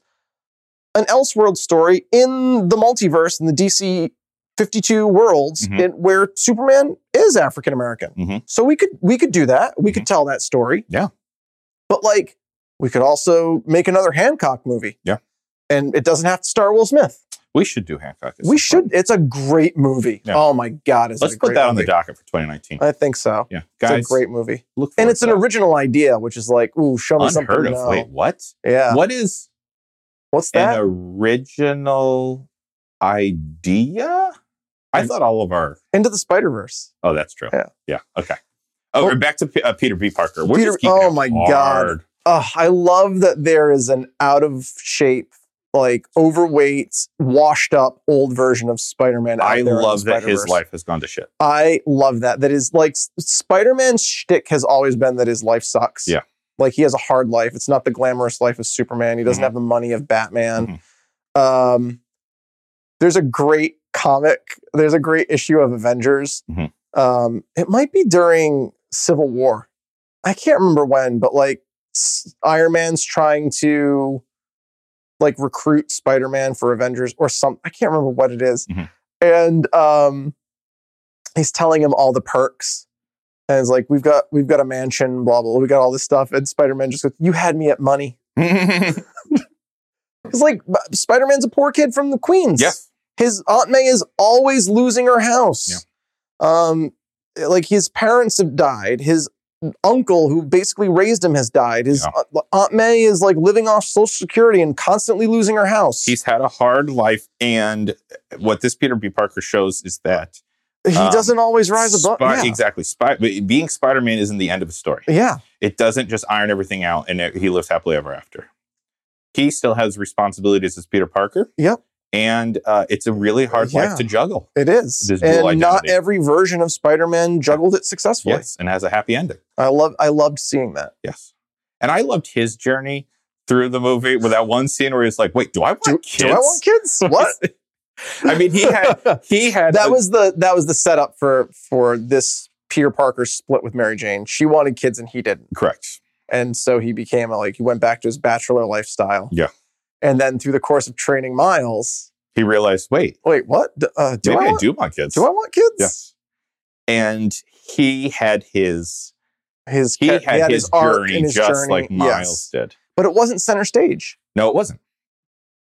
[SPEAKER 3] an Elseworld story in the multiverse in the DC 52 worlds
[SPEAKER 2] Mhm.
[SPEAKER 3] in, where Superman is African American.
[SPEAKER 2] Mhm.
[SPEAKER 3] So we could we could do that. We could tell that story.
[SPEAKER 2] Mm-hmm. Yeah.
[SPEAKER 3] But like we could also make another Hancock movie.
[SPEAKER 2] Yeah.
[SPEAKER 3] And it doesn't have to star Will Smith.
[SPEAKER 2] We should do Hancock. at
[SPEAKER 3] We
[SPEAKER 2] some point.
[SPEAKER 3] should. It's a great movie.
[SPEAKER 2] Yeah.
[SPEAKER 3] Oh my god, is
[SPEAKER 2] Let's
[SPEAKER 3] it a
[SPEAKER 2] put
[SPEAKER 3] great
[SPEAKER 2] that on the
[SPEAKER 3] movie.
[SPEAKER 2] docket for 2019.
[SPEAKER 3] I think so.
[SPEAKER 2] yeah,
[SPEAKER 3] it's
[SPEAKER 2] guys,
[SPEAKER 3] a great movie,
[SPEAKER 2] look
[SPEAKER 3] and
[SPEAKER 2] forward
[SPEAKER 3] it's an
[SPEAKER 2] to
[SPEAKER 3] original idea, which is like, ooh, show
[SPEAKER 2] that.
[SPEAKER 3] me something.
[SPEAKER 2] unheard of.
[SPEAKER 3] now.
[SPEAKER 2] Wait, what?
[SPEAKER 3] yeah,
[SPEAKER 2] What is
[SPEAKER 3] what's
[SPEAKER 2] an
[SPEAKER 3] that?
[SPEAKER 2] original idea? I
[SPEAKER 3] And-
[SPEAKER 2] thought all of our.
[SPEAKER 3] Into the Spider Verse.
[SPEAKER 2] Oh, that's true.
[SPEAKER 3] Yeah.
[SPEAKER 2] Yeah. Okay. Oh,
[SPEAKER 3] Oh.
[SPEAKER 2] we're back to P- uh, Peter B. Parker. We're
[SPEAKER 3] Peter-
[SPEAKER 2] just geeking
[SPEAKER 3] oh
[SPEAKER 2] out
[SPEAKER 3] my God.
[SPEAKER 2] hard.
[SPEAKER 3] Oh, I love that there is an out of shape, like overweight, washed up old version of Spider Man.
[SPEAKER 2] I love that his life has gone to shit.
[SPEAKER 3] I love that. That is like Spider Man's shtick has always been that his life sucks.
[SPEAKER 2] Yeah.
[SPEAKER 3] Like he has a hard life. It's not the glamorous life of Superman. He doesn't
[SPEAKER 2] Mhm.
[SPEAKER 3] have the money of Batman. Um, there's a great comic. There's a great issue of Avengers.
[SPEAKER 2] Mhm.
[SPEAKER 3] Um, it might be during Civil War. I can't remember when, but like s- Iron Man's trying to like recruit Spider Man for Avengers or some. I can't remember what it is.
[SPEAKER 2] Mhm.
[SPEAKER 3] And um, he's telling him all the perks. And it's like, we've got we've got a mansion, blah blah. blah. We got all this stuff, and Spider Man just goes, "You had me at money." It's like Spider Man's a poor kid from the Queens.
[SPEAKER 2] Yeah.
[SPEAKER 3] his Aunt May is always losing her house. Um, like his parents have died. His uncle, who basically raised him, has died. His Aunt May is like living off Social Security and constantly losing her house.
[SPEAKER 2] He's had a hard life. And what this Peter B. Parker shows is that
[SPEAKER 3] he
[SPEAKER 2] um,
[SPEAKER 3] doesn't always rise above.
[SPEAKER 2] Spi-
[SPEAKER 3] yeah.
[SPEAKER 2] Exactly. Spy- but being Spider Man isn't the end of the story.
[SPEAKER 3] yeah,
[SPEAKER 2] It doesn't just iron everything out and it- he lives happily ever after. He still has responsibilities as Peter Parker.
[SPEAKER 3] Yep.
[SPEAKER 2] And uh, it's a really hard
[SPEAKER 3] Yeah.
[SPEAKER 2] life to juggle.
[SPEAKER 3] it is.
[SPEAKER 2] This dual
[SPEAKER 3] And not
[SPEAKER 2] identity.
[SPEAKER 3] every version of Spider Man juggled it successfully.
[SPEAKER 2] Yes. And has a happy ending.
[SPEAKER 3] I love I loved seeing that.
[SPEAKER 2] Yes. And I loved his journey through the movie with that one scene where he's like, wait, do I want
[SPEAKER 3] Do,
[SPEAKER 2] kids?
[SPEAKER 3] do I want kids? What?
[SPEAKER 2] I mean, he had, he had,
[SPEAKER 3] that
[SPEAKER 2] a-
[SPEAKER 3] was the that was the setup for for this Peter Parker split with Mary Jane. She wanted kids and he didn't.
[SPEAKER 2] correct.
[SPEAKER 3] And so he became a, like he went back to his bachelor lifestyle.
[SPEAKER 2] Yeah.
[SPEAKER 3] And then through the course of training Miles,
[SPEAKER 2] He realized, wait,
[SPEAKER 3] wait, what? D- uh, do,
[SPEAKER 2] maybe
[SPEAKER 3] I
[SPEAKER 2] I,
[SPEAKER 3] want, do.
[SPEAKER 2] do want kids.
[SPEAKER 3] I want kids?
[SPEAKER 2] Yes. And he had his,
[SPEAKER 3] His
[SPEAKER 2] he
[SPEAKER 3] char-
[SPEAKER 2] had, his,
[SPEAKER 3] arc
[SPEAKER 2] journey
[SPEAKER 3] and his
[SPEAKER 2] just
[SPEAKER 3] journey,
[SPEAKER 2] like
[SPEAKER 3] yes.
[SPEAKER 2] Miles did.
[SPEAKER 3] But it wasn't center stage.
[SPEAKER 2] No, it wasn't.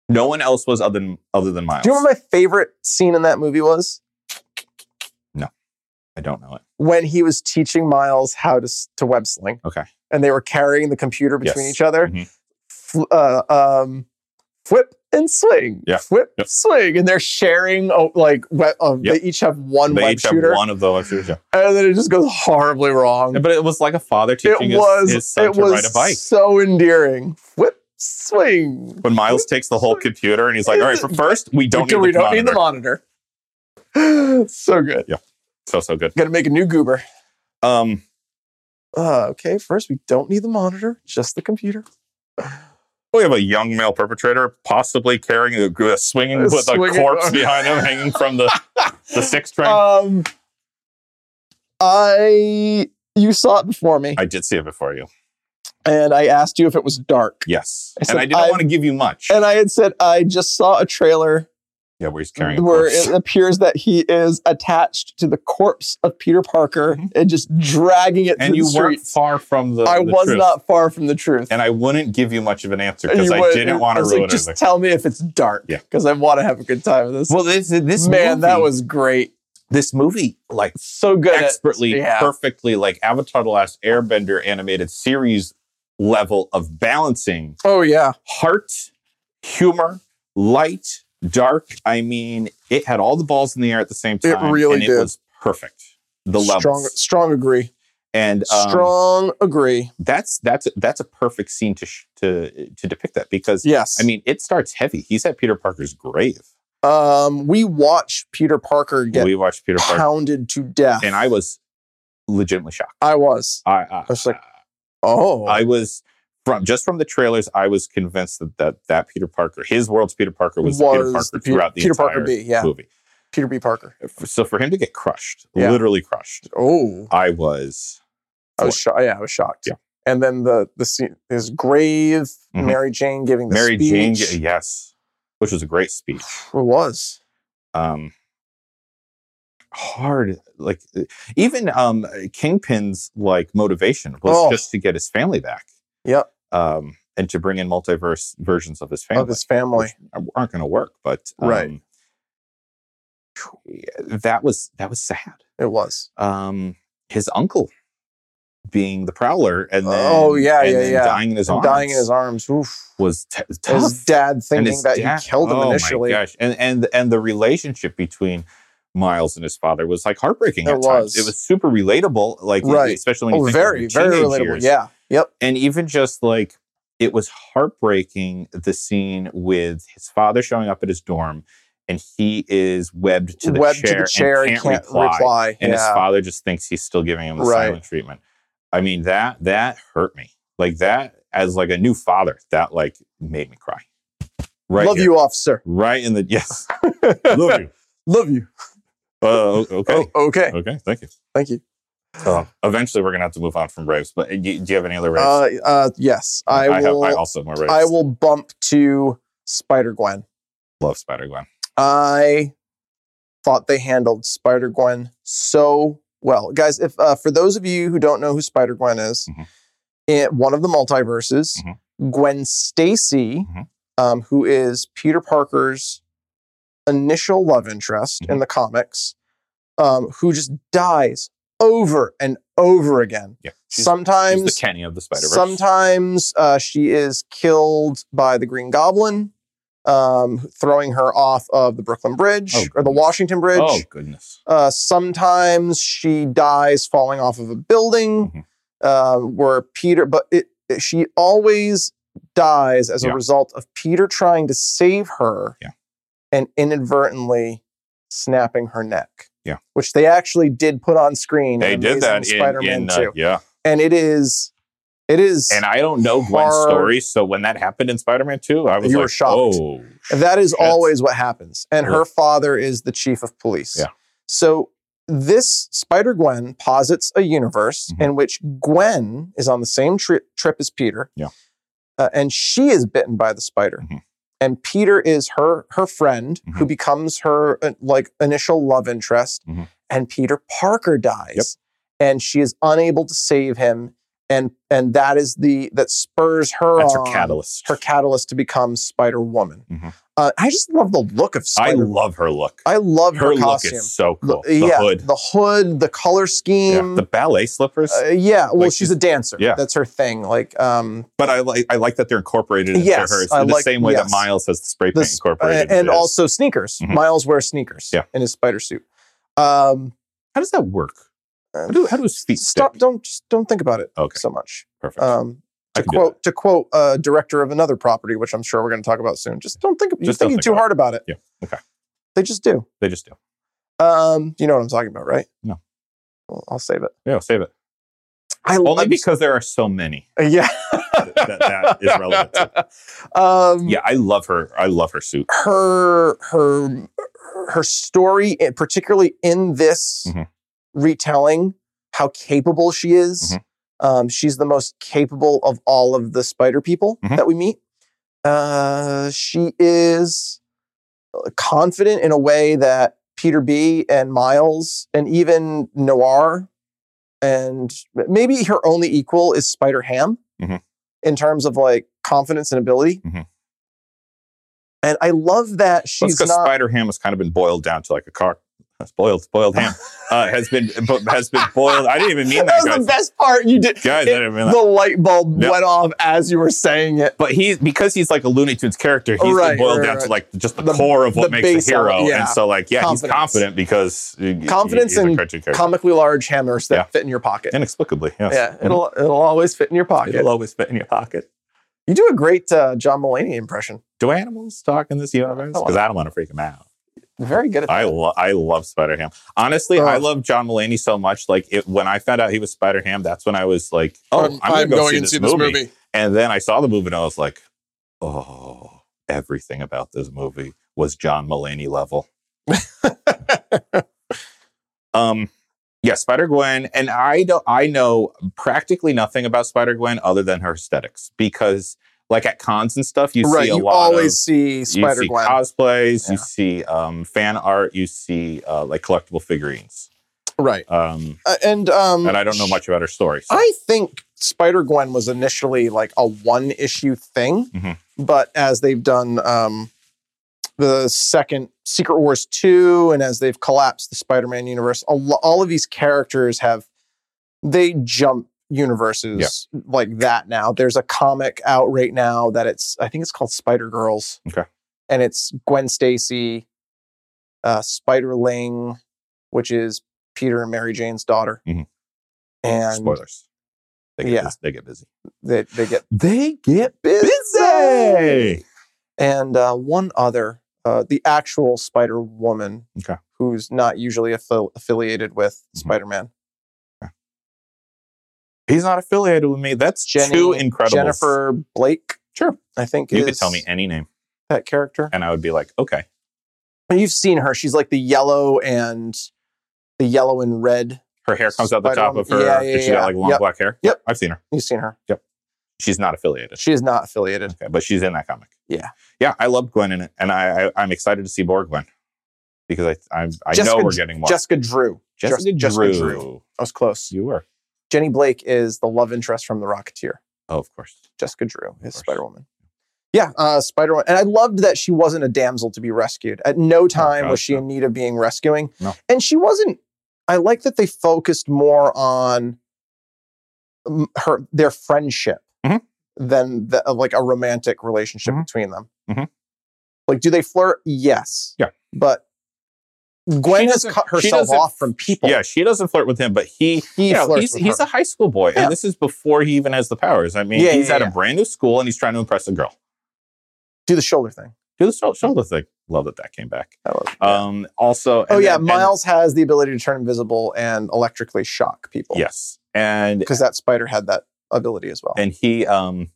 [SPEAKER 2] No one else was other than other than Miles.
[SPEAKER 3] Do you remember my favorite scene in that movie was
[SPEAKER 2] I don't know it.
[SPEAKER 3] when he was teaching Miles how to s- to web sling?
[SPEAKER 2] Okay.
[SPEAKER 3] And they were carrying the computer between
[SPEAKER 2] Yes.
[SPEAKER 3] each other.
[SPEAKER 2] Mhm.
[SPEAKER 3] fl- uh, um, flip and swing.
[SPEAKER 2] Yeah.
[SPEAKER 3] Flip,
[SPEAKER 2] Yep.
[SPEAKER 3] swing. And they're sharing, oh, like, we- um,
[SPEAKER 2] Yep.
[SPEAKER 3] they each have one
[SPEAKER 2] They
[SPEAKER 3] web
[SPEAKER 2] each
[SPEAKER 3] shooter.
[SPEAKER 2] have one of the web shooters. yeah.
[SPEAKER 3] And then it just goes horribly wrong.
[SPEAKER 2] But it was like a father teaching
[SPEAKER 3] It
[SPEAKER 2] his-
[SPEAKER 3] was,
[SPEAKER 2] his, son
[SPEAKER 3] it
[SPEAKER 2] to ride a bike.
[SPEAKER 3] was so endearing. Flip, swing.
[SPEAKER 2] When Miles takes the whole computer and he's like, "All right, for first we don't need
[SPEAKER 3] we
[SPEAKER 2] the
[SPEAKER 3] don't
[SPEAKER 2] monitor."
[SPEAKER 3] need the monitor. so good.
[SPEAKER 2] so so good.
[SPEAKER 3] Got to make a new goober.
[SPEAKER 2] Um,
[SPEAKER 3] Uh, okay, first we don't need the monitor, just the computer.
[SPEAKER 2] we have a young male perpetrator possibly carrying a, a swinging
[SPEAKER 3] A
[SPEAKER 2] with
[SPEAKER 3] swinging-
[SPEAKER 2] a corpse behind him, hanging from the the six train.
[SPEAKER 3] Um, I you saw it before me,
[SPEAKER 2] I did see it before you.
[SPEAKER 3] and I asked you if it was dark.
[SPEAKER 2] Yes,
[SPEAKER 3] I said,
[SPEAKER 2] and I didn't
[SPEAKER 3] I-
[SPEAKER 2] want to give you much.
[SPEAKER 3] And I had said I just saw a trailer
[SPEAKER 2] yeah, where he's carrying a
[SPEAKER 3] where
[SPEAKER 2] corpse.
[SPEAKER 3] it appears that he is attached to the corpse of Peter Parker and just dragging it
[SPEAKER 2] Mm-hmm. and
[SPEAKER 3] through
[SPEAKER 2] you
[SPEAKER 3] the
[SPEAKER 2] weren't
[SPEAKER 3] streets.
[SPEAKER 2] far from the.
[SPEAKER 3] I
[SPEAKER 2] the
[SPEAKER 3] was
[SPEAKER 2] truth.
[SPEAKER 3] not far from the truth.
[SPEAKER 2] and I wouldn't give you much of an answer
[SPEAKER 3] And
[SPEAKER 2] because
[SPEAKER 3] you
[SPEAKER 2] I
[SPEAKER 3] went-
[SPEAKER 2] didn't want
[SPEAKER 3] I
[SPEAKER 2] to
[SPEAKER 3] was
[SPEAKER 2] ruin
[SPEAKER 3] Like, just
[SPEAKER 2] anything.
[SPEAKER 3] tell me if it's dark,
[SPEAKER 2] Yeah.
[SPEAKER 3] because I want to have a good time with this.
[SPEAKER 2] Well, this this
[SPEAKER 3] man, that
[SPEAKER 2] movie-
[SPEAKER 3] was great.
[SPEAKER 2] this movie like
[SPEAKER 3] So
[SPEAKER 2] uh,
[SPEAKER 3] good. at-
[SPEAKER 2] expertly,
[SPEAKER 3] yeah.
[SPEAKER 2] perfectly like Avatar: The Last Airbender animated series level of balancing
[SPEAKER 3] oh yeah,
[SPEAKER 2] heart, humor, light, dark. I mean, it had all the balls in the air at the same
[SPEAKER 3] It
[SPEAKER 2] time.
[SPEAKER 3] really
[SPEAKER 2] and
[SPEAKER 3] did.
[SPEAKER 2] It was perfect. The
[SPEAKER 3] strong,
[SPEAKER 2] levels
[SPEAKER 3] strong agree,
[SPEAKER 2] and um,
[SPEAKER 3] strong agree.
[SPEAKER 2] That's that's that's a perfect scene to sh- to to depict that because
[SPEAKER 3] Yes,
[SPEAKER 2] I mean it starts heavy. He's at Peter Parker's grave.
[SPEAKER 3] um, we watch Peter Parker get
[SPEAKER 2] We watched Peter Parker.
[SPEAKER 3] pounded to death,
[SPEAKER 2] and I was legitimately shocked.
[SPEAKER 3] I was,
[SPEAKER 2] I, I,
[SPEAKER 3] I was like, oh,
[SPEAKER 2] I was from just from the trailers, I was convinced that that, that Peter Parker, his world's Peter Parker, was, the Peter Parker
[SPEAKER 3] the Pe-
[SPEAKER 2] throughout the
[SPEAKER 3] Peter
[SPEAKER 2] entire
[SPEAKER 3] Parker B. Yeah,
[SPEAKER 2] movie.
[SPEAKER 3] Peter B. Parker.
[SPEAKER 2] So for him to get crushed,
[SPEAKER 3] Yeah.
[SPEAKER 2] literally crushed,
[SPEAKER 3] Oh,
[SPEAKER 2] I was
[SPEAKER 3] I was shocked. Yeah, I was shocked.
[SPEAKER 2] Yeah.
[SPEAKER 3] And then the the scene is grave.
[SPEAKER 2] Mhm.
[SPEAKER 3] Mary Jane giving the
[SPEAKER 2] Mary
[SPEAKER 3] speech.
[SPEAKER 2] Jane. Yes, which was a great speech.
[SPEAKER 3] It was.
[SPEAKER 2] um hard like uh, even um kingpin's like motivation was
[SPEAKER 3] Oh.
[SPEAKER 2] just to get his family back
[SPEAKER 3] Yep.
[SPEAKER 2] um and to bring in multiverse versions of his family
[SPEAKER 3] Of his family.
[SPEAKER 2] which aren't going to work but um,
[SPEAKER 3] Right.
[SPEAKER 2] that was that was sad
[SPEAKER 3] It was.
[SPEAKER 2] um his uncle being the prowler and then
[SPEAKER 3] Oh, yeah,
[SPEAKER 2] and
[SPEAKER 3] yeah,
[SPEAKER 2] then
[SPEAKER 3] yeah.
[SPEAKER 2] dying in his arms
[SPEAKER 3] Dying in his arms. Oof.
[SPEAKER 2] was t-
[SPEAKER 3] And
[SPEAKER 2] tough
[SPEAKER 3] His dad
[SPEAKER 2] and
[SPEAKER 3] thinking
[SPEAKER 2] his
[SPEAKER 3] that
[SPEAKER 2] dad-
[SPEAKER 3] he killed him
[SPEAKER 2] oh my
[SPEAKER 3] initially.
[SPEAKER 2] gosh. And and and the relationship between Miles and his father was like heartbreaking.
[SPEAKER 3] It
[SPEAKER 2] at times.
[SPEAKER 3] was.
[SPEAKER 2] It was super relatable, like e,
[SPEAKER 3] Right.
[SPEAKER 2] especially when you
[SPEAKER 3] Oh,
[SPEAKER 2] think of
[SPEAKER 3] very,
[SPEAKER 2] your
[SPEAKER 3] very
[SPEAKER 2] teenage
[SPEAKER 3] relatable.
[SPEAKER 2] years.
[SPEAKER 3] Yeah. Yep.
[SPEAKER 2] And even just like it was heartbreaking the scene with his father showing up at his dorm and he is webbed to the
[SPEAKER 3] Webbed
[SPEAKER 2] chair
[SPEAKER 3] to the chair
[SPEAKER 2] and
[SPEAKER 3] and
[SPEAKER 2] can't,
[SPEAKER 3] can't
[SPEAKER 2] reply.
[SPEAKER 3] reply.
[SPEAKER 2] And his
[SPEAKER 3] yeah.
[SPEAKER 2] father just thinks he's still giving him the
[SPEAKER 3] Right.
[SPEAKER 2] silent treatment. I mean that that hurt me. Like that as like a new father, that like made me cry. Right.
[SPEAKER 3] Love
[SPEAKER 2] here.
[SPEAKER 3] you, officer.
[SPEAKER 2] Right in the yes. Love you.
[SPEAKER 3] Love you.
[SPEAKER 2] Oh, o- okay.
[SPEAKER 3] Oh, okay.
[SPEAKER 2] Okay. Thank you.
[SPEAKER 3] Thank you.
[SPEAKER 2] Um, eventually, we're gonna have to move on from raves. But do you, do you have any other raves?
[SPEAKER 3] Uh, uh, yes, I, will.
[SPEAKER 2] Have, I also have more raves.
[SPEAKER 3] I will bump to Spider Gwen.
[SPEAKER 2] love Spider Gwen.
[SPEAKER 3] I thought they handled Spider Gwen so well, guys. If uh, for those of you who don't know who Spider Gwen is,
[SPEAKER 2] Mhm.
[SPEAKER 3] in one of the multiverses,
[SPEAKER 2] Mm-hmm.
[SPEAKER 3] Gwen Stacy,
[SPEAKER 2] Mhm.
[SPEAKER 3] um, who is Peter Parker's initial love interest
[SPEAKER 2] Mm-hmm.
[SPEAKER 3] in the comics, um, who just dies over and over again.
[SPEAKER 2] Yeah, she's- she's
[SPEAKER 3] sometimes
[SPEAKER 2] She's the Kenny of the Spider Verse.
[SPEAKER 3] Sometimes uh, she is killed by the Green Goblin, um, throwing her off of the Brooklyn Bridge
[SPEAKER 2] Oh,
[SPEAKER 3] or the
[SPEAKER 2] goodness.
[SPEAKER 3] Washington Bridge.
[SPEAKER 2] Oh goodness.
[SPEAKER 3] Uh, sometimes she dies falling off of a building
[SPEAKER 2] Mhm.
[SPEAKER 3] uh, where Peter, but it, it- she always dies as
[SPEAKER 2] Yeah.
[SPEAKER 3] a result of Peter trying to save her
[SPEAKER 2] Yeah.
[SPEAKER 3] and inadvertently snapping her neck.
[SPEAKER 2] Yeah.
[SPEAKER 3] Which they actually did put on screen.
[SPEAKER 2] They
[SPEAKER 3] in
[SPEAKER 2] did
[SPEAKER 3] Amazing
[SPEAKER 2] that in,
[SPEAKER 3] Spider-Man
[SPEAKER 2] in,
[SPEAKER 3] 2
[SPEAKER 2] uh, yeah.
[SPEAKER 3] and it is it is
[SPEAKER 2] And I don't know Gwen's
[SPEAKER 3] Hard.
[SPEAKER 2] story, so when that happened in Spider Man Two, I was
[SPEAKER 3] You were
[SPEAKER 2] like,
[SPEAKER 3] shocked.
[SPEAKER 2] oh,
[SPEAKER 3] that is
[SPEAKER 2] shit.
[SPEAKER 3] always what happens and
[SPEAKER 2] Yeah.
[SPEAKER 3] her father is the chief of police
[SPEAKER 2] Yeah.
[SPEAKER 3] so this spider-gwen posits a universe
[SPEAKER 2] Mhm.
[SPEAKER 3] in which gwen is on the same tri- trip as peter
[SPEAKER 2] Yeah.
[SPEAKER 3] uh, and she is bitten by the spider
[SPEAKER 2] Mhm.
[SPEAKER 3] and peter is her her friend
[SPEAKER 2] Mm-hmm.
[SPEAKER 3] who becomes her uh, like initial love interest
[SPEAKER 2] Mhm.
[SPEAKER 3] and peter parker dies and she is unable to save him and and that is the that spurs her
[SPEAKER 2] that's her
[SPEAKER 3] on
[SPEAKER 2] catalyst.
[SPEAKER 3] her catalyst to become Spider Woman.
[SPEAKER 2] Mhm.
[SPEAKER 3] Uh, I just love the look of
[SPEAKER 2] I
[SPEAKER 3] Spider. I,
[SPEAKER 2] love her look.
[SPEAKER 3] love
[SPEAKER 2] Her
[SPEAKER 3] her,
[SPEAKER 2] look
[SPEAKER 3] costume.
[SPEAKER 2] is so
[SPEAKER 3] The-
[SPEAKER 2] cool. The
[SPEAKER 3] yeah,
[SPEAKER 2] hood,
[SPEAKER 3] the hood, the color
[SPEAKER 2] yeah.
[SPEAKER 3] scheme.
[SPEAKER 2] the ballet slippers.
[SPEAKER 3] Uh, yeah, well,
[SPEAKER 2] Like
[SPEAKER 3] she's a dancer.
[SPEAKER 2] yeah.
[SPEAKER 3] that's her thing. Like, um,
[SPEAKER 2] But I like I like that they're incorporated into
[SPEAKER 3] Yes,
[SPEAKER 2] hers
[SPEAKER 3] I
[SPEAKER 2] in the
[SPEAKER 3] like-
[SPEAKER 2] same way that
[SPEAKER 3] yes.
[SPEAKER 2] Miles has the spray paint
[SPEAKER 3] This-
[SPEAKER 2] incorporated.
[SPEAKER 3] uh, and
[SPEAKER 2] into his.
[SPEAKER 3] also sneakers.
[SPEAKER 2] Mhm.
[SPEAKER 3] Miles wears sneakers
[SPEAKER 2] Yeah.
[SPEAKER 3] in his spider suit. Um,
[SPEAKER 2] how does that work? How
[SPEAKER 3] uh,
[SPEAKER 2] do how do his feet
[SPEAKER 3] stop!
[SPEAKER 2] stick?
[SPEAKER 3] Don't just don't think about it
[SPEAKER 2] Okay,
[SPEAKER 3] so much.
[SPEAKER 2] perfect.
[SPEAKER 3] Um,
[SPEAKER 2] I
[SPEAKER 3] to
[SPEAKER 2] can do
[SPEAKER 3] quote to quote a director of another property, which I'm sure we're going to talk about soon. Just don't think. You're
[SPEAKER 2] Just don't
[SPEAKER 3] thinking
[SPEAKER 2] think
[SPEAKER 3] too
[SPEAKER 2] about it.
[SPEAKER 3] hard about it.
[SPEAKER 2] Yeah, okay.
[SPEAKER 3] They just do.
[SPEAKER 2] they just do.
[SPEAKER 3] Um, you know what I'm talking about, right?
[SPEAKER 2] No.
[SPEAKER 3] Well, I'll save it.
[SPEAKER 2] Yeah, save it.
[SPEAKER 3] I
[SPEAKER 2] Only
[SPEAKER 3] love
[SPEAKER 2] because there are so many
[SPEAKER 3] yeah.
[SPEAKER 2] that that is relevant. To.
[SPEAKER 3] Um,
[SPEAKER 2] Yeah, I love her. I love her suit.
[SPEAKER 3] her her her story, and particularly in this
[SPEAKER 2] Mhm.
[SPEAKER 3] retelling, how capable she is. Um, she's the most capable of all of the spider people
[SPEAKER 2] Mhm.
[SPEAKER 3] that we meet. Uh, she is uh, confident in a way that Peter B and Miles and even Noir and maybe her only equal is Spider Ham
[SPEAKER 2] Mhm.
[SPEAKER 3] in terms of like confidence and ability.
[SPEAKER 2] Mhm.
[SPEAKER 3] And I love
[SPEAKER 2] Well,
[SPEAKER 3] that she's
[SPEAKER 2] because
[SPEAKER 3] not.
[SPEAKER 2] Spider Ham has kind of been boiled down to like a car. That's boiled, boiled ham uh, has been has been boiled. I didn't even mean that,
[SPEAKER 3] that was the
[SPEAKER 2] guys.
[SPEAKER 3] best part you did.
[SPEAKER 2] Guys, I didn't mean that.
[SPEAKER 3] The light bulb
[SPEAKER 2] Yep.
[SPEAKER 3] went off as you were saying it.
[SPEAKER 2] But he's because he's like a Looney Tunes character, he's
[SPEAKER 3] Right,
[SPEAKER 2] boiled
[SPEAKER 3] right,
[SPEAKER 2] down to
[SPEAKER 3] right.
[SPEAKER 2] like just the,
[SPEAKER 3] The-
[SPEAKER 2] core of what
[SPEAKER 3] the
[SPEAKER 2] makes
[SPEAKER 3] base
[SPEAKER 2] a hero.
[SPEAKER 3] element, yeah.
[SPEAKER 2] And so like, yeah, he's
[SPEAKER 3] Confidence.
[SPEAKER 2] confident because he-
[SPEAKER 3] Confidence
[SPEAKER 2] he's a
[SPEAKER 3] and
[SPEAKER 2] cartoon character.
[SPEAKER 3] Comically large hammers that
[SPEAKER 2] Yeah.
[SPEAKER 3] fit in your pocket.
[SPEAKER 2] inexplicably. Yes.
[SPEAKER 3] Yeah, it'll it'll always fit in your pocket.
[SPEAKER 2] It'll always fit in your pocket.
[SPEAKER 3] you do a great uh, John Mulaney impression.
[SPEAKER 2] Do animals talk in this universe?
[SPEAKER 3] Oh.
[SPEAKER 2] Because I don't want to freak him out.
[SPEAKER 3] Very good at
[SPEAKER 2] I lo- I love Spider Ham. Honestly, I
[SPEAKER 3] Ugh.
[SPEAKER 2] love John Mulaney "Oh, so much. Like it, when I found out he was Spider Ham, that's when I was like, oh, I'm, gonna go see this movie. And then I saw the movie and I was like, oh, everything about this movie was John Mullaney level. um, yeah, Spider Gwen, and I don't, I know practically nothing about Spider Gwen other than her aesthetics because, like at cons and stuff, you
[SPEAKER 3] right.
[SPEAKER 2] see a
[SPEAKER 3] You
[SPEAKER 2] lot
[SPEAKER 3] always
[SPEAKER 2] of
[SPEAKER 3] see Spider
[SPEAKER 2] you see
[SPEAKER 3] Gwen.
[SPEAKER 2] cosplays,
[SPEAKER 3] Yeah.
[SPEAKER 2] you see um, fan art, you see uh, like collectible figurines.
[SPEAKER 3] right.
[SPEAKER 2] Um,
[SPEAKER 3] Uh, and um,
[SPEAKER 2] and I don't know much about her story. so-
[SPEAKER 3] I think Spider Gwen was initially like a one issue thing,
[SPEAKER 2] Mhm.
[SPEAKER 3] but as they've done um, the second Secret Wars 2, and as they've collapsed the Spider Man universe, a lo- all of these characters have, they jump universes like that now. There's a comic out right now that it's, I think it's called Spider Girls.
[SPEAKER 2] Okay.
[SPEAKER 3] And it's Gwen Stacy, uh, Spiderling, which is Peter and Mary Jane's daughter.
[SPEAKER 2] Mhm.
[SPEAKER 3] And
[SPEAKER 2] Spoilers. They get,
[SPEAKER 3] Yeah.
[SPEAKER 2] bus- they get busy.
[SPEAKER 3] they, they get
[SPEAKER 2] They get
[SPEAKER 3] busy. and uh, one other uh, the actual spider woman
[SPEAKER 2] Okay.
[SPEAKER 3] who's not usually affi- affiliated with
[SPEAKER 2] Mhm.
[SPEAKER 3] spider-man
[SPEAKER 2] He's not affiliated with me. That's
[SPEAKER 3] Jenny-
[SPEAKER 2] too incredible.
[SPEAKER 3] jennifer blake
[SPEAKER 2] Sure.
[SPEAKER 3] i think
[SPEAKER 2] You
[SPEAKER 3] is
[SPEAKER 2] could tell me any name,
[SPEAKER 3] that character
[SPEAKER 2] and I would be like, okay.
[SPEAKER 3] and you've seen her she's like the yellow and the yellow and red
[SPEAKER 2] Her hair comes out the top
[SPEAKER 3] Spider-Woman.
[SPEAKER 2] of her.
[SPEAKER 3] Yeah, yeah,
[SPEAKER 2] and she
[SPEAKER 3] yeah.
[SPEAKER 2] got like long
[SPEAKER 3] Yep.
[SPEAKER 2] black hair.
[SPEAKER 3] Yep.
[SPEAKER 2] I've seen her.
[SPEAKER 3] you've seen her
[SPEAKER 2] She's not affiliated.
[SPEAKER 3] she is not affiliated
[SPEAKER 2] Okay, but she's in that comic.
[SPEAKER 3] Yeah.
[SPEAKER 2] Yeah, I love Gwen in it, and I, I I'm excited to see more Gwen because I I'm, I
[SPEAKER 3] Jessica
[SPEAKER 2] know we're
[SPEAKER 3] Dr-
[SPEAKER 2] getting more.
[SPEAKER 3] jessica drew
[SPEAKER 2] Jessica,
[SPEAKER 3] Jess-
[SPEAKER 2] Drew.
[SPEAKER 3] i was close
[SPEAKER 2] You were.
[SPEAKER 3] jenny blake is the love interest from the rocketeer
[SPEAKER 2] Oh, of course.
[SPEAKER 3] Jessica Drew is
[SPEAKER 2] course.
[SPEAKER 3] Spider Woman. Yeah, uh, Spider Woman. And I loved that she wasn't a damsel to be rescued. At no time
[SPEAKER 2] God,
[SPEAKER 3] was she
[SPEAKER 2] no.
[SPEAKER 3] in need of being rescuing.
[SPEAKER 2] No.
[SPEAKER 3] And she wasn't. I like that they focused more on um, her their friendship
[SPEAKER 2] Mhm.
[SPEAKER 3] than the, of like a romantic relationship
[SPEAKER 2] Mhm.
[SPEAKER 3] between them.
[SPEAKER 2] Mhm.
[SPEAKER 3] Like, do they flirt? Yes.
[SPEAKER 2] Yeah.
[SPEAKER 3] But Gwen has
[SPEAKER 2] doesn't-
[SPEAKER 3] cut
[SPEAKER 2] she
[SPEAKER 3] herself
[SPEAKER 2] doesn't-
[SPEAKER 3] off from people.
[SPEAKER 2] Yeah, she doesn't flirt with him, but he
[SPEAKER 3] he
[SPEAKER 2] you know,
[SPEAKER 3] flirts
[SPEAKER 2] he's,
[SPEAKER 3] with
[SPEAKER 2] he's
[SPEAKER 3] her.
[SPEAKER 2] a high school boy,
[SPEAKER 3] Yeah.
[SPEAKER 2] and this is before he even has the powers. I mean,
[SPEAKER 3] Yeah,
[SPEAKER 2] he's
[SPEAKER 3] yeah,
[SPEAKER 2] at
[SPEAKER 3] yeah.
[SPEAKER 2] a brand new school, and he's trying to impress a girl.
[SPEAKER 3] Do the shoulder thing.
[SPEAKER 2] Do the shoul- shoulder thing. Love that that came back.
[SPEAKER 3] I love it.
[SPEAKER 2] Um, also,
[SPEAKER 3] oh
[SPEAKER 2] and
[SPEAKER 3] yeah,
[SPEAKER 2] then- and-
[SPEAKER 3] Miles has the ability to turn invisible and electrically shock people.
[SPEAKER 2] yes, and
[SPEAKER 3] because that spider had that ability as well.
[SPEAKER 2] and he um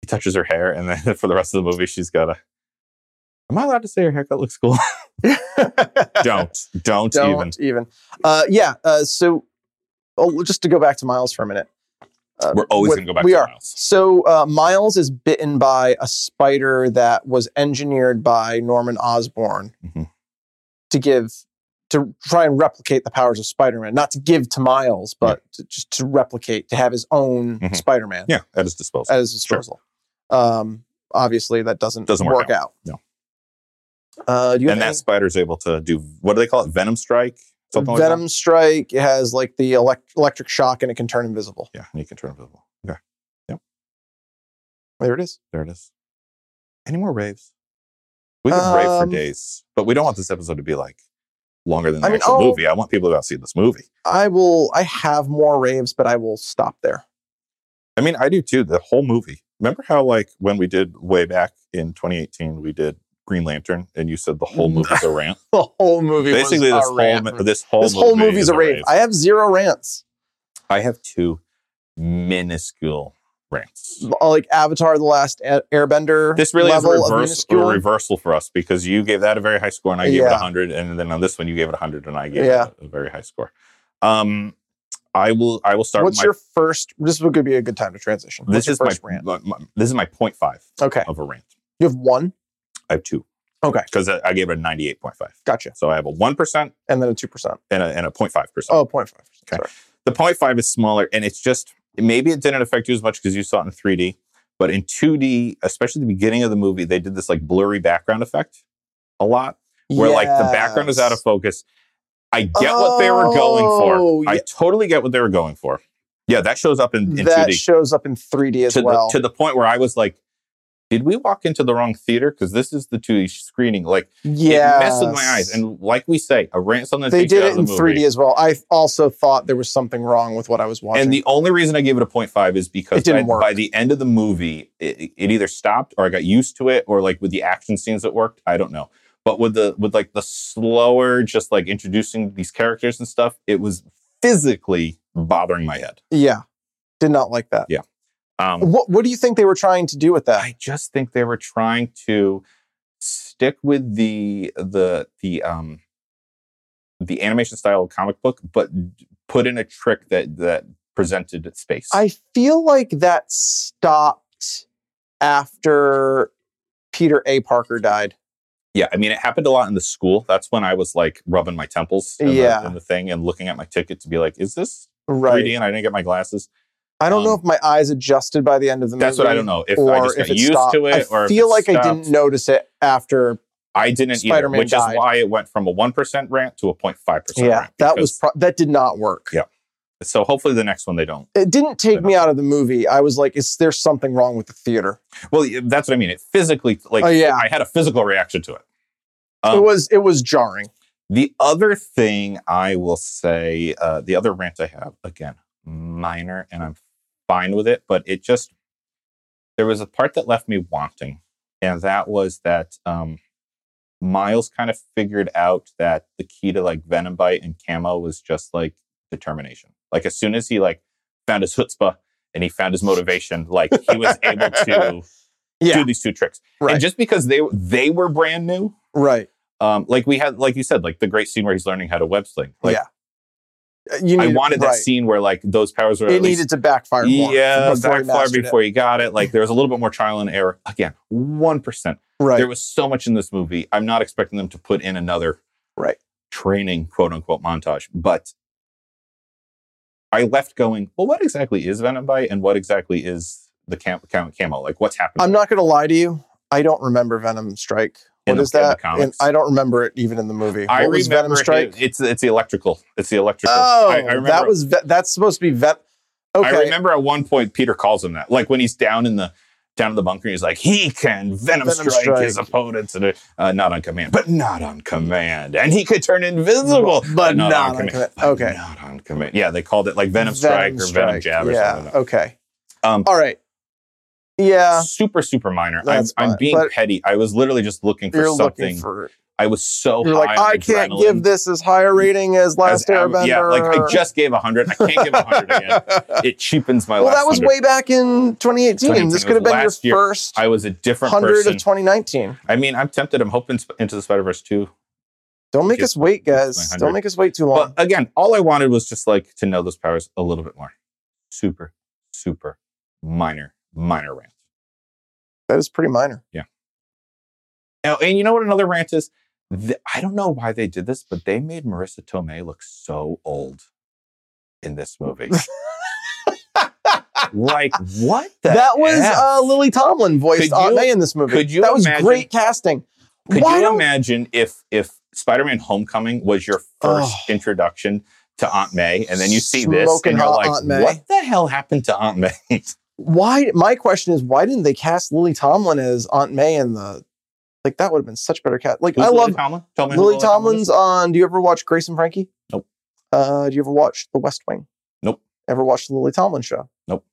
[SPEAKER 2] he touches her hair, and then for the rest of the movie, she's got a. Am I allowed to say her haircut looks cool? don't, don't, even.
[SPEAKER 3] Don't even. Uh, yeah. Uh, so, oh, just to go back to Miles for a minute. Uh,
[SPEAKER 2] We're always
[SPEAKER 3] what-
[SPEAKER 2] going to go back
[SPEAKER 3] we
[SPEAKER 2] to
[SPEAKER 3] are.
[SPEAKER 2] Miles.
[SPEAKER 3] So uh, Miles is bitten by a spider that was engineered by Norman Osborn
[SPEAKER 2] Mhm.
[SPEAKER 3] to give to try and replicate the powers of Spider-Man, not to give to Miles, but to, just to replicate to have his own
[SPEAKER 2] Mhm.
[SPEAKER 3] Spider-Man
[SPEAKER 2] Yeah, at his disposal.
[SPEAKER 3] at his
[SPEAKER 2] Sure.
[SPEAKER 3] disposal. Um, obviously, that doesn't,
[SPEAKER 2] Doesn't work
[SPEAKER 3] work out.
[SPEAKER 2] No.
[SPEAKER 3] Uh, do you
[SPEAKER 2] and
[SPEAKER 3] have
[SPEAKER 2] that
[SPEAKER 3] any-
[SPEAKER 2] spider's able to do what do they call it? Venom strike. Something
[SPEAKER 3] Venom
[SPEAKER 2] Like
[SPEAKER 3] Strike. It has like the elect- electric shock and it can turn invisible.
[SPEAKER 2] that? Yeah, and you can turn invisible. Okay,
[SPEAKER 3] There it is.
[SPEAKER 2] there it is. Any more raves? We could rave for
[SPEAKER 3] Um,
[SPEAKER 2] days, but we don't want this episode to be like longer than the
[SPEAKER 3] I mean,
[SPEAKER 2] actual
[SPEAKER 3] oh.
[SPEAKER 2] movie. I want people to go out and see this movie.
[SPEAKER 3] I will. I have more raves, but I will stop there.
[SPEAKER 2] I mean, I do too. The whole movie. Remember how, like, when we did way back in 2018, we did Green Lantern, and you said the whole movie's a rant.
[SPEAKER 3] The whole Mm, movie.
[SPEAKER 2] Basically, this whole, mi- this whole
[SPEAKER 3] this whole
[SPEAKER 2] movie
[SPEAKER 3] movie's
[SPEAKER 2] is
[SPEAKER 3] a rave. I have zero rants.
[SPEAKER 2] I have two minuscule rants.
[SPEAKER 3] Uh, Like Avatar: The Last A- Airbender.
[SPEAKER 2] This really is a,
[SPEAKER 3] level of
[SPEAKER 2] reverse, a
[SPEAKER 3] minuscule.
[SPEAKER 2] reversal for us because you gave that a very high score, and I gave it
[SPEAKER 3] Yeah.
[SPEAKER 2] it 100, and then on this one you gave it 100, and I gave
[SPEAKER 3] Yeah.
[SPEAKER 2] it a, a very high score. Um, I will. I will start.
[SPEAKER 3] What's
[SPEAKER 2] with
[SPEAKER 3] your first? This would be a good time to transition.
[SPEAKER 2] my,
[SPEAKER 3] What's
[SPEAKER 2] this is my,
[SPEAKER 3] your first rant.
[SPEAKER 2] my- my- this is my point five
[SPEAKER 3] Okay,
[SPEAKER 2] of a rant.
[SPEAKER 3] you have one.
[SPEAKER 2] I have two.
[SPEAKER 3] Okay.
[SPEAKER 2] because I, I gave it a 98.5.
[SPEAKER 3] Gotcha.
[SPEAKER 2] So I have a one percent
[SPEAKER 3] And then a two percent.
[SPEAKER 2] and a, and a 0.5 percent.
[SPEAKER 3] Oh, 0.5.
[SPEAKER 2] Okay.
[SPEAKER 3] Sorry.
[SPEAKER 2] The 0.5 is smaller, and it's just maybe it didn't affect you as much because you saw it in 3D, but in 2D, especially the beginning of the movie, they did this like blurry background effect a lot, where like the background is out of
[SPEAKER 3] Yes.
[SPEAKER 2] focus. I get what they were going for.
[SPEAKER 3] Oh,
[SPEAKER 2] I
[SPEAKER 3] yeah.
[SPEAKER 2] totally get what they were going for. Yeah, that shows up in, in
[SPEAKER 3] that
[SPEAKER 2] 2D
[SPEAKER 3] shows up in 3D as
[SPEAKER 2] to,
[SPEAKER 3] well.
[SPEAKER 2] the, to the point where I was like. Did we walk into the wrong theater? Because this is the 2D screening. Like,
[SPEAKER 3] yeah,
[SPEAKER 2] it messed with my eyes. And like we say, a rant's on the
[SPEAKER 3] they did it in 3D as well. I also thought there was something wrong with what I was watching.
[SPEAKER 2] And the only reason I gave it a 0.5 is because
[SPEAKER 3] It didn't
[SPEAKER 2] by,
[SPEAKER 3] work.
[SPEAKER 2] by the end of the movie, it, it either stopped or I got used to it, or like with the action scenes it worked. I don't know. But with the with like the slower, just like introducing these characters and stuff, it was physically bothering my head.
[SPEAKER 3] yeah, did not like that.
[SPEAKER 2] Yeah. Um,
[SPEAKER 3] What What do you think they were trying to do with that?
[SPEAKER 2] I just think they were trying to stick with the the the um the animation style of comic book, but put in a trick that that presented space.
[SPEAKER 3] I feel like that stopped after Peter A. Parker died.
[SPEAKER 2] yeah, I mean, it happened a lot in the school. That's when I was like rubbing my temples in,
[SPEAKER 3] Yeah.
[SPEAKER 2] the, in the thing and looking at my ticket to be like, is this 3D?
[SPEAKER 3] Right.
[SPEAKER 2] And I didn't get my glasses.
[SPEAKER 3] I don't know
[SPEAKER 2] Um,
[SPEAKER 3] if my eyes adjusted by the end of the movie.
[SPEAKER 2] That's what I don't know. If I
[SPEAKER 3] or
[SPEAKER 2] just
[SPEAKER 3] if
[SPEAKER 2] got
[SPEAKER 3] it
[SPEAKER 2] used
[SPEAKER 3] stopped.
[SPEAKER 2] to it, or
[SPEAKER 3] I
[SPEAKER 2] if
[SPEAKER 3] feel
[SPEAKER 2] it
[SPEAKER 3] like I
[SPEAKER 2] stopped.
[SPEAKER 3] didn't notice it after.
[SPEAKER 2] I didn't
[SPEAKER 3] Spider-Man
[SPEAKER 2] either, which
[SPEAKER 3] died.
[SPEAKER 2] is why it went from a one percent rant to a 0.5 percent.
[SPEAKER 3] yeah,
[SPEAKER 2] rant,
[SPEAKER 3] that
[SPEAKER 2] because-
[SPEAKER 3] was pro- that did not work.
[SPEAKER 2] Yeah. so. Hopefully, the next one they don't.
[SPEAKER 3] It didn't take me out of the movie. I was like, "Is there something wrong with the theater?"
[SPEAKER 2] Well, yeah, that's what I mean. It physically, like,
[SPEAKER 3] Oh, yeah.
[SPEAKER 2] I had a physical reaction to it. Um,
[SPEAKER 3] it was it was jarring.
[SPEAKER 2] the other thing I will say, uh, the other rant I have, again, minor, and I'm fine with it, but it just, there was a part that left me wanting, and that was that um, Miles kind of figured out that the key to like Venom Bite and Camo was just like determination. Like, as soon as he like found his chutzpah and he found his motivation, like, he was able to
[SPEAKER 3] Yeah,
[SPEAKER 2] do these two tricks.
[SPEAKER 3] Right.
[SPEAKER 2] And just because they they were brand new,
[SPEAKER 3] right.
[SPEAKER 2] um, like we had, like you said, like the great scene where he's learning how to web sling. Like
[SPEAKER 3] yeah, Uh, you
[SPEAKER 2] I
[SPEAKER 3] needed-
[SPEAKER 2] wanted that
[SPEAKER 3] right.
[SPEAKER 2] scene where like those powers were
[SPEAKER 3] It
[SPEAKER 2] at least
[SPEAKER 3] needed to backfire. More
[SPEAKER 2] yeah
[SPEAKER 3] before he
[SPEAKER 2] backfire
[SPEAKER 3] mastered it.
[SPEAKER 2] before you got it. Like there was a little bit more trial and error. Again, one percent.
[SPEAKER 3] Right.
[SPEAKER 2] There was so much in this movie. I'm not expecting them to put in another
[SPEAKER 3] Right.
[SPEAKER 2] training quote unquote montage, but. I left going. Well, what exactly is Venom Bite, and what exactly is the cam- cam- camo? Like, what's happening?
[SPEAKER 3] I'm not going to lie to you. I don't remember Venom Strike.
[SPEAKER 2] In
[SPEAKER 3] What
[SPEAKER 2] the-
[SPEAKER 3] is
[SPEAKER 2] in the
[SPEAKER 3] that? And
[SPEAKER 2] comics.
[SPEAKER 3] I don't remember it even in the movie.
[SPEAKER 2] I
[SPEAKER 3] what
[SPEAKER 2] remember
[SPEAKER 3] was Venom Strike?
[SPEAKER 2] him- it's it's the electrical. It's the electrical.
[SPEAKER 3] oh,
[SPEAKER 2] I, I remember,
[SPEAKER 3] that was ve- that's supposed to be vet. Okay,
[SPEAKER 2] I remember at one point Peter calls him that, like when he's down in the down in the bunker. He's like, he can venom,
[SPEAKER 3] Venom
[SPEAKER 2] strike,
[SPEAKER 3] strike.
[SPEAKER 2] his opponents, and, uh, not on command, but not on command, and he could turn invisible,
[SPEAKER 3] But not on command.
[SPEAKER 2] but
[SPEAKER 3] Okay.
[SPEAKER 2] not on command. Yeah, they called it like venom, strike or venom jab or
[SPEAKER 3] yeah.
[SPEAKER 2] something. Like
[SPEAKER 3] Okay.
[SPEAKER 2] that. Um,
[SPEAKER 3] All right. Oh, Yeah,
[SPEAKER 2] super super minor. I'm,
[SPEAKER 3] That's
[SPEAKER 2] I'm
[SPEAKER 3] fine,
[SPEAKER 2] being
[SPEAKER 3] but-
[SPEAKER 2] petty. I was literally just looking for
[SPEAKER 3] you're
[SPEAKER 2] something.
[SPEAKER 3] looking for.
[SPEAKER 2] I was so
[SPEAKER 3] You're like,
[SPEAKER 2] high on
[SPEAKER 3] I can't
[SPEAKER 2] adrenaline.
[SPEAKER 3] give this as high a rating as Last
[SPEAKER 2] As av-
[SPEAKER 3] Airbender.
[SPEAKER 2] Yeah, like I just gave 100. I can't give 100 again. It cheapens my
[SPEAKER 3] well,
[SPEAKER 2] last
[SPEAKER 3] that was
[SPEAKER 2] 100.
[SPEAKER 3] way back in 2018.
[SPEAKER 2] 2018,
[SPEAKER 3] This
[SPEAKER 2] it
[SPEAKER 3] could have
[SPEAKER 2] was
[SPEAKER 3] been your
[SPEAKER 2] last year.
[SPEAKER 3] first
[SPEAKER 2] I was a different
[SPEAKER 3] hundred of
[SPEAKER 2] person.
[SPEAKER 3] 2019.
[SPEAKER 2] I mean, I'm tempted. I'm hoping Sp- Into the Spider Verse 2.
[SPEAKER 3] Don't make
[SPEAKER 2] Give-
[SPEAKER 3] us wait, guys.
[SPEAKER 2] 100.
[SPEAKER 3] Don't make us wait too long.
[SPEAKER 2] But again, all I wanted was just like to know those powers a little bit more. Super, super minor, minor rant.
[SPEAKER 3] that is pretty minor.
[SPEAKER 2] Now, and you know what another rant is? Th- I don't know why they did this, but they made Marissa Tomei look so old in this movie. like, what the
[SPEAKER 3] that was
[SPEAKER 2] F?
[SPEAKER 3] uh, Lily Tomlin voiced
[SPEAKER 2] Could
[SPEAKER 3] Aunt
[SPEAKER 2] you-
[SPEAKER 3] May in this movie.
[SPEAKER 2] could you
[SPEAKER 3] that was
[SPEAKER 2] imagine-
[SPEAKER 3] great casting.
[SPEAKER 2] Could
[SPEAKER 3] Why
[SPEAKER 2] you
[SPEAKER 3] don't
[SPEAKER 2] imagine if if Spider-Man: Homecoming was your first
[SPEAKER 3] Oh.
[SPEAKER 2] introduction to Aunt May, and then you see this,
[SPEAKER 3] Smoking
[SPEAKER 2] and you're
[SPEAKER 3] hot
[SPEAKER 2] like,
[SPEAKER 3] Aunt May.
[SPEAKER 2] "What the hell happened to Aunt May?"
[SPEAKER 3] why? My question is, why didn't they cast Lily Tomlin as Aunt May in the? Like that would have been such better cast. Like I love
[SPEAKER 2] Lily Tomlin. Tell me
[SPEAKER 3] Lily,
[SPEAKER 2] who Tomlin
[SPEAKER 3] Tomlin's
[SPEAKER 2] is.
[SPEAKER 3] on. Do you ever watch Grace and Frankie?
[SPEAKER 2] Nope.
[SPEAKER 3] Uh, do you ever watch The West Wing?
[SPEAKER 2] Nope.
[SPEAKER 3] Ever watched the Lily Tomlin show?
[SPEAKER 2] Nope.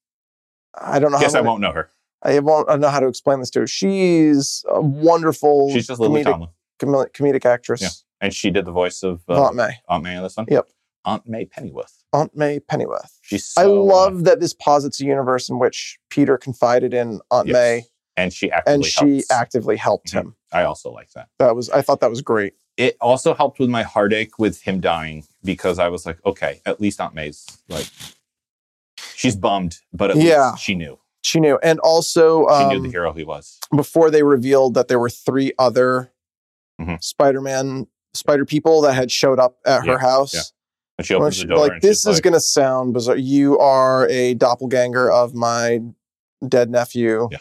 [SPEAKER 3] I don't know.
[SPEAKER 2] Guess
[SPEAKER 3] how
[SPEAKER 2] I
[SPEAKER 3] to-
[SPEAKER 2] won't know her.
[SPEAKER 3] I won't I know how to explain this to her. She's a wonderful.
[SPEAKER 2] Mm-hmm. She's just Lily
[SPEAKER 3] comedic,
[SPEAKER 2] Tomlin,
[SPEAKER 3] com- comedic actress.
[SPEAKER 2] Yeah. and she did the voice of uh,
[SPEAKER 3] Aunt
[SPEAKER 2] Aunt,
[SPEAKER 3] May.
[SPEAKER 2] May in this one.
[SPEAKER 3] Yep.
[SPEAKER 2] Aunt May Pennyworth.
[SPEAKER 3] Aunt May Pennyworth.
[SPEAKER 2] She's.
[SPEAKER 3] I
[SPEAKER 2] so, uh,
[SPEAKER 3] love that this posits a universe in which Peter confided in Aunt
[SPEAKER 2] yes.
[SPEAKER 3] May
[SPEAKER 2] and she actively
[SPEAKER 3] and she
[SPEAKER 2] helps.
[SPEAKER 3] actively helped
[SPEAKER 2] Mhm.
[SPEAKER 3] him.
[SPEAKER 2] I also like that.
[SPEAKER 3] That was I thought that was great.
[SPEAKER 2] It also helped with my heartache with him dying because I was like, okay, at least Aunt May's like, she's bummed, but at
[SPEAKER 3] Yeah.
[SPEAKER 2] least she knew.
[SPEAKER 3] She knew. And also
[SPEAKER 2] She knew the
[SPEAKER 3] um,
[SPEAKER 2] hero he was.
[SPEAKER 3] before they revealed that there were three other
[SPEAKER 2] Mhm.
[SPEAKER 3] Spider-Man spider people that had showed up at
[SPEAKER 2] Yeah,
[SPEAKER 3] her house.
[SPEAKER 2] yeah. And she
[SPEAKER 3] Well,
[SPEAKER 2] opens
[SPEAKER 3] she-
[SPEAKER 2] the door.
[SPEAKER 3] like
[SPEAKER 2] and
[SPEAKER 3] this
[SPEAKER 2] she's
[SPEAKER 3] is
[SPEAKER 2] like,
[SPEAKER 3] gonna sound bizarre. You are a doppelganger of my dead nephew.
[SPEAKER 2] Yeah.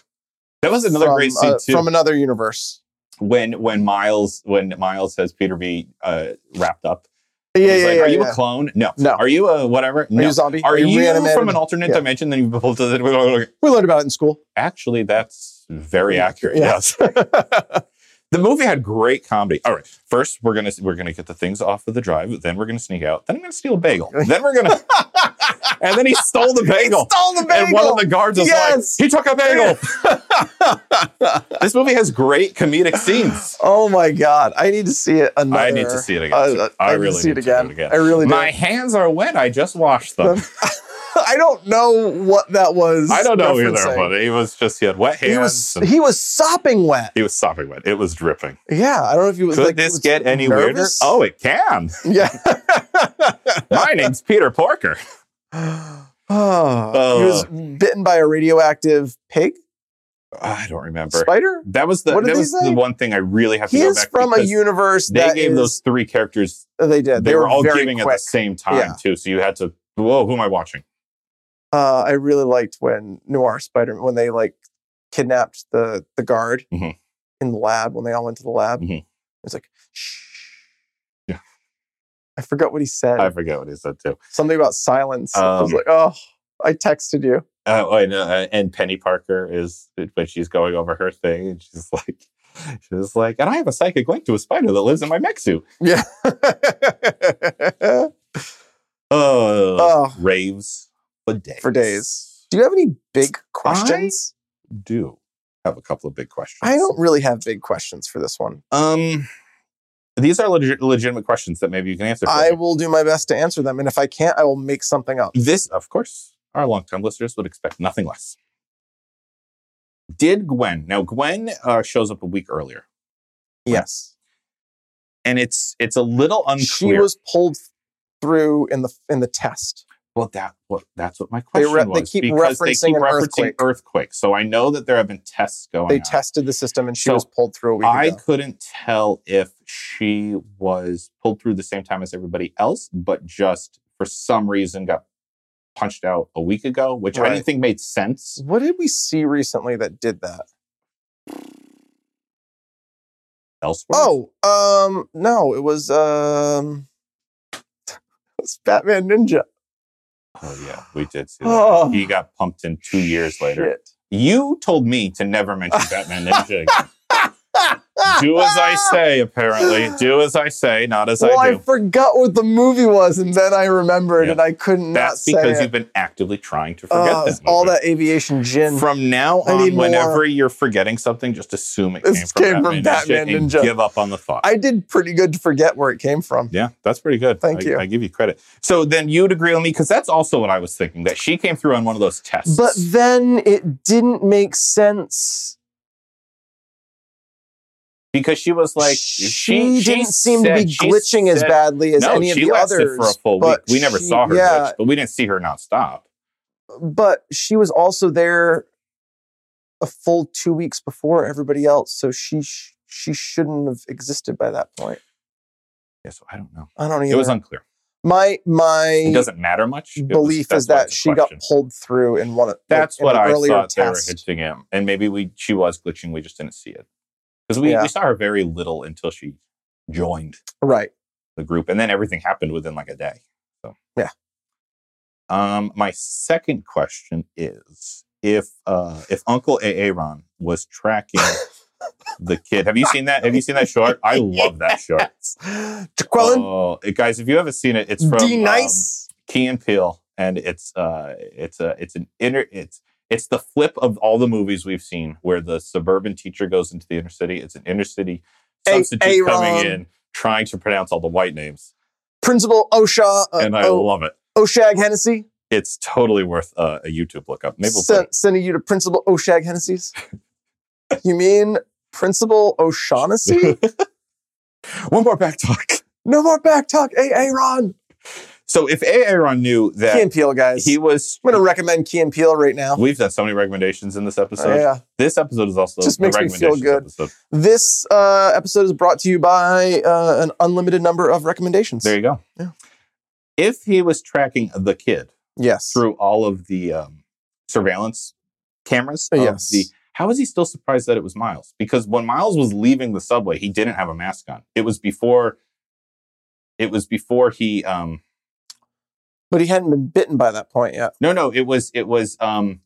[SPEAKER 2] That was another
[SPEAKER 3] from,
[SPEAKER 2] great scene
[SPEAKER 3] uh,
[SPEAKER 2] too.
[SPEAKER 3] from another universe.
[SPEAKER 2] when when Miles when Miles has Peter B uh, wrapped up.
[SPEAKER 3] Yeah, yeah,
[SPEAKER 2] he's like,
[SPEAKER 3] yeah,
[SPEAKER 2] Are you
[SPEAKER 3] yeah.
[SPEAKER 2] a clone? No.
[SPEAKER 3] No.
[SPEAKER 2] Are you a whatever?
[SPEAKER 3] Are you
[SPEAKER 2] No.
[SPEAKER 3] a zombie?
[SPEAKER 2] Are, you,
[SPEAKER 3] reanimated?
[SPEAKER 2] from an alternate
[SPEAKER 3] Yeah.
[SPEAKER 2] dimension? Then you've pulled to the.
[SPEAKER 3] we learned about it in school.
[SPEAKER 2] Actually, that's very accurate.
[SPEAKER 3] Yeah.
[SPEAKER 2] Yes. the movie had great comedy. All right. First, we're gonna we're gonna get the things off of the drive. Then we're gonna sneak out. Then I'm gonna steal a bagel. Then we're gonna. and then he stole the bagel.
[SPEAKER 3] Stole the
[SPEAKER 2] And one of the guards is
[SPEAKER 3] Yes.
[SPEAKER 2] like, he took a bagel. this movie has great comedic scenes.
[SPEAKER 3] Oh my god! I need to see it. Another,
[SPEAKER 2] I need to see it again.
[SPEAKER 3] Uh,
[SPEAKER 2] I
[SPEAKER 3] I, need
[SPEAKER 2] really
[SPEAKER 3] to see it
[SPEAKER 2] need to do it
[SPEAKER 3] again.
[SPEAKER 2] again.
[SPEAKER 3] I really do.
[SPEAKER 2] My hands are wet. I just washed them.
[SPEAKER 3] I don't know what that was.
[SPEAKER 2] I don't know either,
[SPEAKER 3] referencing.
[SPEAKER 2] but it was just he had wet hands.
[SPEAKER 3] he was
[SPEAKER 2] and
[SPEAKER 3] he was sopping wet.
[SPEAKER 2] he was sopping wet. It was dripping.
[SPEAKER 3] Yeah, I don't know if he was
[SPEAKER 2] Could
[SPEAKER 3] like, he
[SPEAKER 2] this
[SPEAKER 3] was
[SPEAKER 2] get any
[SPEAKER 3] nervous.
[SPEAKER 2] weirder? Oh, it can.
[SPEAKER 3] yeah.
[SPEAKER 2] My name's Peter Porker.
[SPEAKER 3] oh, he was
[SPEAKER 2] Oh.
[SPEAKER 3] bitten by a radioactive pig
[SPEAKER 2] I don't remember.
[SPEAKER 3] spider.
[SPEAKER 2] That was the
[SPEAKER 3] What did
[SPEAKER 2] that
[SPEAKER 3] they
[SPEAKER 2] was
[SPEAKER 3] say?
[SPEAKER 2] the one thing I really have to
[SPEAKER 3] He
[SPEAKER 2] go
[SPEAKER 3] is
[SPEAKER 2] back
[SPEAKER 3] from a
[SPEAKER 2] because
[SPEAKER 3] universe
[SPEAKER 2] They
[SPEAKER 3] that
[SPEAKER 2] gave
[SPEAKER 3] is- uh,
[SPEAKER 2] those three characters.
[SPEAKER 3] They did.
[SPEAKER 2] they, were, all
[SPEAKER 3] very
[SPEAKER 2] giving at
[SPEAKER 3] quick.
[SPEAKER 2] the same time
[SPEAKER 3] Yeah.
[SPEAKER 2] too. So you had to. Whoa, who am I watching?
[SPEAKER 3] Uh, I really liked when Noir Spider when they like kidnapped the the guard
[SPEAKER 2] Mhm.
[SPEAKER 3] in the lab when they all went to the lab.
[SPEAKER 2] Mhm.
[SPEAKER 3] It's like, shh.
[SPEAKER 2] Yeah.
[SPEAKER 3] I forgot what he said.
[SPEAKER 2] I forget what he said too.
[SPEAKER 3] Something about silence. I was
[SPEAKER 2] Um,
[SPEAKER 3] like, oh, I texted you.
[SPEAKER 2] Uh, oh, and, uh, and Penny Parker is when she's going over her thing, and she's like, she's like, and I have a psychic link to a spider that lives in my mech suit.
[SPEAKER 3] Yeah.
[SPEAKER 2] Oh,
[SPEAKER 3] Oh.
[SPEAKER 2] raves for days.
[SPEAKER 3] For days. Do you have any big questions?
[SPEAKER 2] do have a couple of big questions.
[SPEAKER 3] I don't really have big questions for this one.
[SPEAKER 2] Um, these are legit, legitimate questions that maybe you can answer. For
[SPEAKER 3] I
[SPEAKER 2] me.
[SPEAKER 3] will do my best to answer them, and if I can't, I will make something up.
[SPEAKER 2] This, of course, our longtime listeners would expect nothing less. Did Gwen now? Gwen uh, shows up a week earlier,
[SPEAKER 3] Yes,
[SPEAKER 2] and it's it's a little unclear.
[SPEAKER 3] she was pulled through in the in the test.
[SPEAKER 2] well. That what that's what my question
[SPEAKER 3] re- they
[SPEAKER 2] was.
[SPEAKER 3] keep
[SPEAKER 2] because
[SPEAKER 3] referencing an earthquake.
[SPEAKER 2] earthquake. So I know that there have been tests going.
[SPEAKER 3] They
[SPEAKER 2] on.
[SPEAKER 3] tested the system, and she
[SPEAKER 2] Oh, So
[SPEAKER 3] was pulled through a week
[SPEAKER 2] I
[SPEAKER 3] ago.
[SPEAKER 2] couldn't tell if she was pulled through the same time as everybody else, but just for some reason got punched out a week ago, which I
[SPEAKER 3] Right. Mm.
[SPEAKER 2] didn't think made sense.
[SPEAKER 3] What did we see recently that did that?
[SPEAKER 2] Elsewhere,
[SPEAKER 3] Oh, um, no, it was um, it was Batman Ninja.
[SPEAKER 2] Oh, yeah, we did see that.
[SPEAKER 3] Oh.
[SPEAKER 2] he got pumped in two years later.
[SPEAKER 3] Shit.
[SPEAKER 2] You told me to never mention Batman Ninja. again. Do as I say, apparently. Do as I say, not as
[SPEAKER 3] well,
[SPEAKER 2] I
[SPEAKER 3] I,
[SPEAKER 2] do.
[SPEAKER 3] forgot what the movie was, and then I remembered,
[SPEAKER 2] Yeah.
[SPEAKER 3] and I could not
[SPEAKER 2] That's
[SPEAKER 3] say
[SPEAKER 2] because
[SPEAKER 3] it.
[SPEAKER 2] you've been actively trying to forget
[SPEAKER 3] Oh,
[SPEAKER 2] that
[SPEAKER 3] it's all
[SPEAKER 2] movie.
[SPEAKER 3] that aviation gin.
[SPEAKER 2] From now
[SPEAKER 3] I
[SPEAKER 2] on,
[SPEAKER 3] need more.
[SPEAKER 2] whenever you're forgetting something, just assume it came,
[SPEAKER 3] This
[SPEAKER 2] from,
[SPEAKER 3] came
[SPEAKER 2] Batman
[SPEAKER 3] from Batman
[SPEAKER 2] Ninja and
[SPEAKER 3] Ninja.
[SPEAKER 2] give up on the thought.
[SPEAKER 3] I did pretty good to forget where it came from.
[SPEAKER 2] yeah, that's pretty good.
[SPEAKER 3] Thank
[SPEAKER 2] I,
[SPEAKER 3] you.
[SPEAKER 2] I give you credit. So then you'd agree with me because that's also what I was thinking that she came through on one of those tests.
[SPEAKER 3] But then it didn't make sense.
[SPEAKER 2] because she was like,
[SPEAKER 3] she,
[SPEAKER 2] she, she
[SPEAKER 3] didn't seem to
[SPEAKER 2] said-
[SPEAKER 3] be
[SPEAKER 2] she
[SPEAKER 3] glitching as
[SPEAKER 2] said-
[SPEAKER 3] badly as
[SPEAKER 2] no,
[SPEAKER 3] any of
[SPEAKER 2] she
[SPEAKER 3] the
[SPEAKER 2] lasted
[SPEAKER 3] others.
[SPEAKER 2] for a full week.
[SPEAKER 3] but
[SPEAKER 2] We never
[SPEAKER 3] she-
[SPEAKER 2] saw her,
[SPEAKER 3] Yeah,
[SPEAKER 2] glitch, but we didn't see her nonstop.
[SPEAKER 3] but she was also there a full two weeks before everybody else, so she sh- she shouldn't have existed by that point.
[SPEAKER 2] Yeah, so I don't know.
[SPEAKER 3] I don't
[SPEAKER 2] It was
[SPEAKER 3] either.
[SPEAKER 2] unclear.
[SPEAKER 3] my
[SPEAKER 2] It
[SPEAKER 3] my
[SPEAKER 2] doesn't matter much. It was-
[SPEAKER 3] belief
[SPEAKER 2] that's
[SPEAKER 3] is
[SPEAKER 2] why
[SPEAKER 3] that
[SPEAKER 2] it's a
[SPEAKER 3] she
[SPEAKER 2] question.
[SPEAKER 3] got pulled through in one of
[SPEAKER 2] That's
[SPEAKER 3] in
[SPEAKER 2] what
[SPEAKER 3] an
[SPEAKER 2] I
[SPEAKER 3] earlier
[SPEAKER 2] thought
[SPEAKER 3] test.
[SPEAKER 2] they were hinting him, and maybe we she was glitching. We just didn't see it because we,
[SPEAKER 3] Yeah.
[SPEAKER 2] we saw her very little until she joined
[SPEAKER 3] right.
[SPEAKER 2] the group, and then everything happened within like a day. So
[SPEAKER 3] Yeah.
[SPEAKER 2] Um, my second question is if uh if Uncle Aaron was tracking the kid. Have you seen that? Have you seen that short? I love that short.
[SPEAKER 3] Jaqueline,
[SPEAKER 2] Oh, it- guys, if you haven't seen it, it's from
[SPEAKER 3] D
[SPEAKER 2] um,
[SPEAKER 3] nice.
[SPEAKER 2] Key and Peele, and it's uh, it's a it's an inner it's it's the flip of all the movies we've seen where the suburban teacher goes into the inner city. It's an inner city
[SPEAKER 3] A-
[SPEAKER 2] substitute
[SPEAKER 3] Aaron.
[SPEAKER 2] coming in, trying to pronounce all the white names,
[SPEAKER 3] Principal Osha uh,
[SPEAKER 2] and I
[SPEAKER 3] O-
[SPEAKER 2] love it.
[SPEAKER 3] Oshag Hennessy.
[SPEAKER 2] It's totally worth uh, a YouTube lookup. Maybe we'll put
[SPEAKER 3] Sen- sending you to Principal Oshag Hennessy's. you mean Principal O'Shaughnessy?
[SPEAKER 2] it- one more back talk.
[SPEAKER 3] no more back talk. Hey, hey, Ron.
[SPEAKER 2] So if Aaron knew
[SPEAKER 3] Key and
[SPEAKER 2] that
[SPEAKER 3] Peele, guys.
[SPEAKER 2] he was,
[SPEAKER 3] I'm going to recommend Key and Peele right now. Oh,
[SPEAKER 2] we've done so many recommendations in this episode.
[SPEAKER 3] yeah.
[SPEAKER 2] This episode is also
[SPEAKER 3] Just
[SPEAKER 2] the
[SPEAKER 3] makes me feel
[SPEAKER 2] recommendations
[SPEAKER 3] good.
[SPEAKER 2] episode.
[SPEAKER 3] This uh, episode is brought to you by uh, an unlimited number of recommendations.
[SPEAKER 2] There you go.
[SPEAKER 3] Yeah.
[SPEAKER 2] If he was tracking the kid
[SPEAKER 3] yes.
[SPEAKER 2] through all of the um, surveillance cameras, of
[SPEAKER 3] Yes.
[SPEAKER 2] the, how is he still surprised that it was Miles? Because when Miles was leaving the subway, he didn't have a mask on. It was before. It was before he. Um,
[SPEAKER 3] But he hadn't been bitten by that point yet.
[SPEAKER 2] no, no, it was it was um,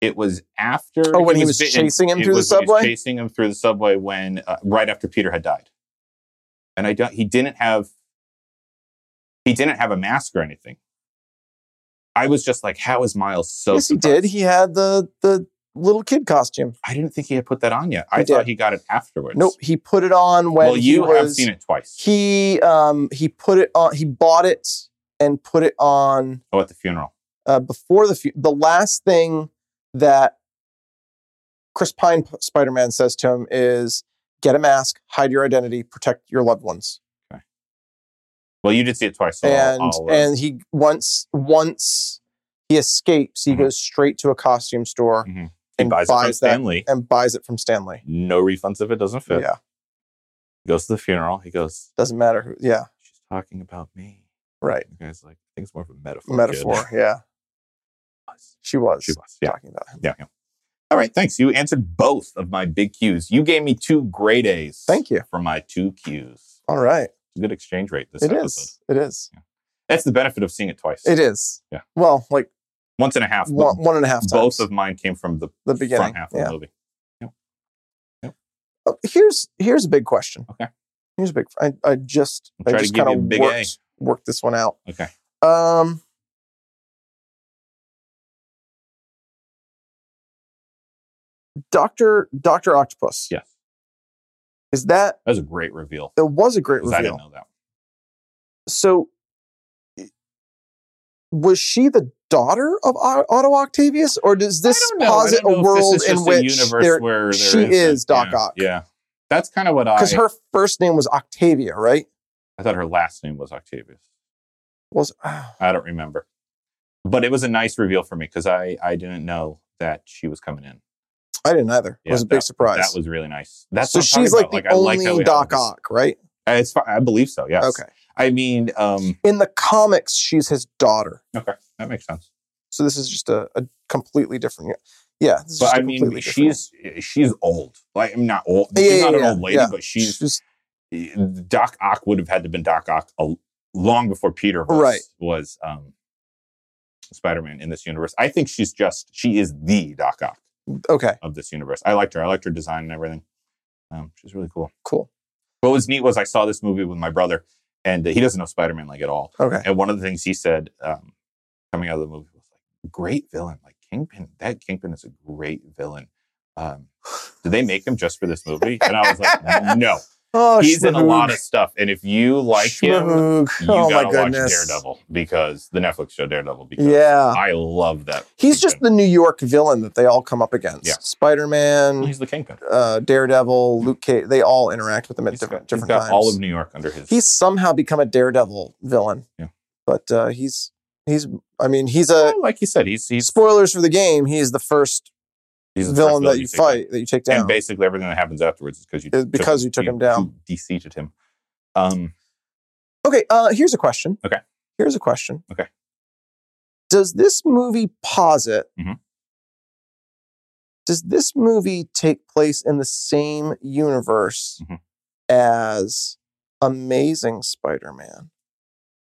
[SPEAKER 2] it was after.
[SPEAKER 3] Oh, when he was chasing him
[SPEAKER 2] It
[SPEAKER 3] through the
[SPEAKER 2] was when he was
[SPEAKER 3] subway?
[SPEAKER 2] chasing him through the subway when uh, right after Peter had died, and I don't. He didn't have. He didn't have a mask or anything. I was just like, how is Miles so?
[SPEAKER 3] yes, he
[SPEAKER 2] surprised?
[SPEAKER 3] did. He had the the little kid costume.
[SPEAKER 2] I didn't think he had put that on yet. I
[SPEAKER 3] He
[SPEAKER 2] thought
[SPEAKER 3] did.
[SPEAKER 2] he got it afterwards.
[SPEAKER 3] Nope. He put it on when
[SPEAKER 2] Well, you
[SPEAKER 3] he was,
[SPEAKER 2] have seen it twice.
[SPEAKER 3] He um he put it on. He bought it and put it on
[SPEAKER 2] Oh, at the funeral.
[SPEAKER 3] uh, before the fu- the last thing that Chris Pine P- Spider-Man says to him is get a mask, hide your identity, protect your loved ones.
[SPEAKER 2] Well, you did see it twice. So
[SPEAKER 3] and
[SPEAKER 2] I'll, I'll, uh,
[SPEAKER 3] and he once once he escapes, he
[SPEAKER 2] Mhm.
[SPEAKER 3] goes straight to a costume store
[SPEAKER 2] Mhm. he
[SPEAKER 3] and
[SPEAKER 2] buys, it from
[SPEAKER 3] buys that-
[SPEAKER 2] Stanley.
[SPEAKER 3] and buys it from Stanley.
[SPEAKER 2] No refunds if it doesn't fit.
[SPEAKER 3] Yeah,
[SPEAKER 2] Goes to the funeral. He goes,
[SPEAKER 3] doesn't matter who. Yeah,
[SPEAKER 2] She's talking about me.
[SPEAKER 3] right.
[SPEAKER 2] The guy's like, I think it's more of a metaphor.
[SPEAKER 3] Metaphor.
[SPEAKER 2] kid."
[SPEAKER 3] Yeah, she was
[SPEAKER 2] she was. Yeah.
[SPEAKER 3] talking about him.
[SPEAKER 2] yeah. Yeah. All right. Thanks. You answered both of my big cues. You gave me two great A's.
[SPEAKER 3] Thank you.
[SPEAKER 2] For my two cues.
[SPEAKER 3] All right,
[SPEAKER 2] It's a good exchange rate this
[SPEAKER 3] it
[SPEAKER 2] episode.
[SPEAKER 3] is. It is.
[SPEAKER 2] That's the benefit of seeing it twice.
[SPEAKER 3] It is.
[SPEAKER 2] Yeah.
[SPEAKER 3] Well, like
[SPEAKER 2] Once and a half.
[SPEAKER 3] one, one and a half times.
[SPEAKER 2] both of mine came from the
[SPEAKER 3] the beginning.
[SPEAKER 2] front half of
[SPEAKER 3] yeah.
[SPEAKER 2] the movie.
[SPEAKER 3] Oh, here's here's a big question.
[SPEAKER 2] Okay.
[SPEAKER 3] Here's a big. I, I just
[SPEAKER 2] I'll
[SPEAKER 3] I
[SPEAKER 2] try to
[SPEAKER 3] just
[SPEAKER 2] give you
[SPEAKER 3] kind
[SPEAKER 2] a
[SPEAKER 3] of
[SPEAKER 2] big
[SPEAKER 3] worked, worked this one out.
[SPEAKER 2] Okay.
[SPEAKER 3] Um. Doctor Doctor Octopus.
[SPEAKER 2] Yes.
[SPEAKER 3] Is that
[SPEAKER 2] That was a great reveal.
[SPEAKER 3] it? Was a great
[SPEAKER 2] 'Cause I didn't
[SPEAKER 3] reveal.
[SPEAKER 2] know that.
[SPEAKER 3] So, i- was she the daughter of O- Otto Octavius, or does this
[SPEAKER 2] I don't know. I
[SPEAKER 3] posit
[SPEAKER 2] don't know
[SPEAKER 3] a
[SPEAKER 2] if this
[SPEAKER 3] world
[SPEAKER 2] is just
[SPEAKER 3] in
[SPEAKER 2] a
[SPEAKER 3] which
[SPEAKER 2] universe
[SPEAKER 3] there
[SPEAKER 2] where there
[SPEAKER 3] she
[SPEAKER 2] isn't-
[SPEAKER 3] is Doc
[SPEAKER 2] yeah,
[SPEAKER 3] Ock.
[SPEAKER 2] Yeah, that's kind of what I.
[SPEAKER 3] because her first name was Octavia, right?
[SPEAKER 2] I thought her last name was Octavius.
[SPEAKER 3] Was
[SPEAKER 2] I don't remember, but it was a nice reveal for me because I I didn't know that she was coming in.
[SPEAKER 3] I didn't either.
[SPEAKER 2] Yeah,
[SPEAKER 3] it was a big surprise.
[SPEAKER 2] That was really nice. That's
[SPEAKER 3] so
[SPEAKER 2] what I'm
[SPEAKER 3] she's like
[SPEAKER 2] talking
[SPEAKER 3] the
[SPEAKER 2] about. I like
[SPEAKER 3] only
[SPEAKER 2] how we
[SPEAKER 3] Doc
[SPEAKER 2] have this-
[SPEAKER 3] Ock, right?
[SPEAKER 2] It's fi- I believe so. Yes.
[SPEAKER 3] Okay.
[SPEAKER 2] I mean, um,
[SPEAKER 3] In the comics, she's his daughter.
[SPEAKER 2] okay, that makes sense.
[SPEAKER 3] So this is just a, a completely different. Yeah, this is
[SPEAKER 2] But
[SPEAKER 3] just
[SPEAKER 2] I
[SPEAKER 3] a
[SPEAKER 2] mean,
[SPEAKER 3] completely different-
[SPEAKER 2] she's she's old. Like I'm not old.
[SPEAKER 3] Yeah,
[SPEAKER 2] she's
[SPEAKER 3] yeah,
[SPEAKER 2] not an
[SPEAKER 3] yeah,
[SPEAKER 2] old lady,
[SPEAKER 3] yeah.
[SPEAKER 2] but she's
[SPEAKER 3] just
[SPEAKER 2] Doc Ock would have had to been Doc Ock a, long before Peter was,
[SPEAKER 3] Right.
[SPEAKER 2] was um, Spider-Man in this universe. I think she's just she is the Doc Ock
[SPEAKER 3] okay.
[SPEAKER 2] of this universe. I liked her. I liked her design and everything. Um, she's really cool.
[SPEAKER 3] Cool.
[SPEAKER 2] What was neat was I saw this movie with my brother, and uh, he doesn't know Spider-Man like at all.
[SPEAKER 3] Okay.
[SPEAKER 2] And one of the things he said um, coming out of the movie was like, "Great villain, like Kingpin. That Kingpin is a great villain." Um, did they make him just for this movie? And I was like, "No,
[SPEAKER 3] Oh,
[SPEAKER 2] he's in a lot
[SPEAKER 3] Shmahoog.
[SPEAKER 2] of stuff. And if you like him,
[SPEAKER 3] Shmahoog.
[SPEAKER 2] you
[SPEAKER 3] oh my
[SPEAKER 2] gotta watch
[SPEAKER 3] goodness.
[SPEAKER 2] Daredevil because the Netflix show Daredevil. Because
[SPEAKER 3] Yeah,
[SPEAKER 2] I love that.
[SPEAKER 3] he's just the New York villain that they all come up against.
[SPEAKER 2] Yeah.
[SPEAKER 3] Spider
[SPEAKER 2] Well,
[SPEAKER 3] Man,
[SPEAKER 2] he's the kingpin.
[SPEAKER 3] uh, Daredevil, Luke Cage. They all interact with him at
[SPEAKER 2] He's
[SPEAKER 3] different
[SPEAKER 2] got, he's
[SPEAKER 3] different
[SPEAKER 2] got
[SPEAKER 3] times.
[SPEAKER 2] all of New York under his.
[SPEAKER 3] he's somehow become a Daredevil villain.
[SPEAKER 2] Yeah.
[SPEAKER 3] but uh, he's he's. I mean, he's a
[SPEAKER 2] Well, like you said, he's he's,
[SPEAKER 3] spoilers for the game, he is the first
[SPEAKER 2] he's the
[SPEAKER 3] villain
[SPEAKER 2] first
[SPEAKER 3] that you
[SPEAKER 2] take down.
[SPEAKER 3] fight that you take down.
[SPEAKER 2] and basically everything that happens afterwards is because you
[SPEAKER 3] Is because you took him down.
[SPEAKER 2] you deceived him. Um,
[SPEAKER 3] okay, uh, here's a question.
[SPEAKER 2] Okay.
[SPEAKER 3] here's a question.
[SPEAKER 2] Okay.
[SPEAKER 3] does this movie posit?
[SPEAKER 2] Mhm.
[SPEAKER 3] Does this movie take place in the same universe
[SPEAKER 2] Mhm.
[SPEAKER 3] as Amazing Spider-Man?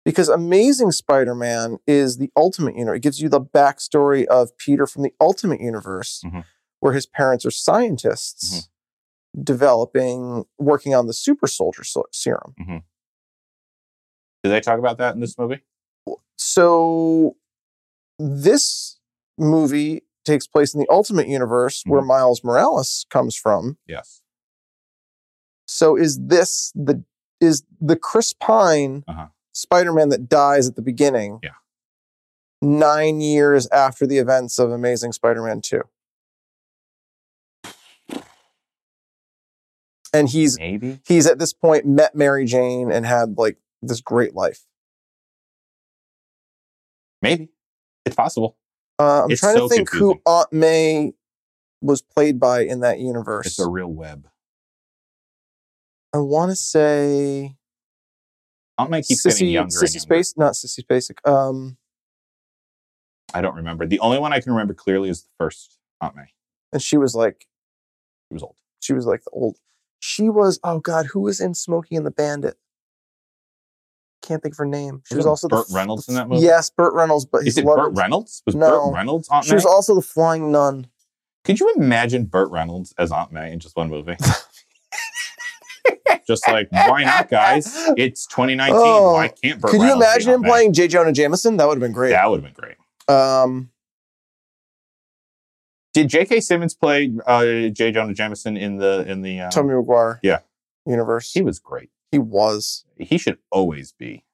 [SPEAKER 3] Because Amazing Spider-Man is the ultimate universe. It gives you the backstory of Peter from the ultimate universe,
[SPEAKER 2] Mhm.
[SPEAKER 3] where his parents are scientists
[SPEAKER 2] Mm-hmm.
[SPEAKER 3] developing, working on the super soldier so- serum.
[SPEAKER 2] did they talk about that in this movie?
[SPEAKER 3] So this movie takes place in the Ultimate Universe where
[SPEAKER 2] Mhm.
[SPEAKER 3] Miles Morales comes from.
[SPEAKER 2] Yes.
[SPEAKER 3] So is this the is the Chris Pine
[SPEAKER 2] Uh-huh.
[SPEAKER 3] Spider-Man that dies at the beginning?
[SPEAKER 2] Yeah.
[SPEAKER 3] Nine years after the events of Amazing Spider-Man 2. And he's
[SPEAKER 2] Maybe.
[SPEAKER 3] he's at this point met Mary Jane and had like this great life.
[SPEAKER 2] Maybe. It's possible.
[SPEAKER 3] Uh, I'm
[SPEAKER 2] It's
[SPEAKER 3] trying
[SPEAKER 2] so
[SPEAKER 3] to think
[SPEAKER 2] confusing.
[SPEAKER 3] who Aunt May was played by in that universe.
[SPEAKER 2] It's a real web.
[SPEAKER 3] I want to say
[SPEAKER 2] Aunt May keeps getting
[SPEAKER 3] Sissy,
[SPEAKER 2] younger and
[SPEAKER 3] Sissy
[SPEAKER 2] younger.
[SPEAKER 3] Space, not Sissy Spacek. Um,
[SPEAKER 2] I don't remember. The only one I can remember clearly is the first Aunt May.
[SPEAKER 3] and she was like,
[SPEAKER 2] She was old.
[SPEAKER 3] she was like the old. She was oh god, who was in Smokey and the Bandit? Can't think of her name. She was
[SPEAKER 2] Wasn't
[SPEAKER 3] also the
[SPEAKER 2] Burt
[SPEAKER 3] f-
[SPEAKER 2] Reynolds
[SPEAKER 3] the
[SPEAKER 2] in that
[SPEAKER 3] f-
[SPEAKER 2] movie?
[SPEAKER 3] Yes, Burt Reynolds, but
[SPEAKER 2] Is
[SPEAKER 3] his
[SPEAKER 2] it
[SPEAKER 3] love-
[SPEAKER 2] Burt Reynolds? Was
[SPEAKER 3] No.
[SPEAKER 2] Burt Reynolds Aunt
[SPEAKER 3] She
[SPEAKER 2] May?
[SPEAKER 3] was also the Flying Nun.
[SPEAKER 2] Could you imagine Burt Reynolds as Aunt May in just one movie? just like, why not, guys? It's 2019.
[SPEAKER 3] Oh.
[SPEAKER 2] why can't Burt
[SPEAKER 3] Could you
[SPEAKER 2] Reynolds be
[SPEAKER 3] imagine him
[SPEAKER 2] Aunt May?
[SPEAKER 3] playing J. Jonah Jameson? That would have been great.
[SPEAKER 2] That would have been great.
[SPEAKER 3] Um,
[SPEAKER 2] Did J.K. Simmons play uh, J. Jonah Jameson in the in the? Um,
[SPEAKER 3] Tommy McGuire.
[SPEAKER 2] yeah.
[SPEAKER 3] Universe.
[SPEAKER 2] he was great.
[SPEAKER 3] He was.
[SPEAKER 2] He should always be J.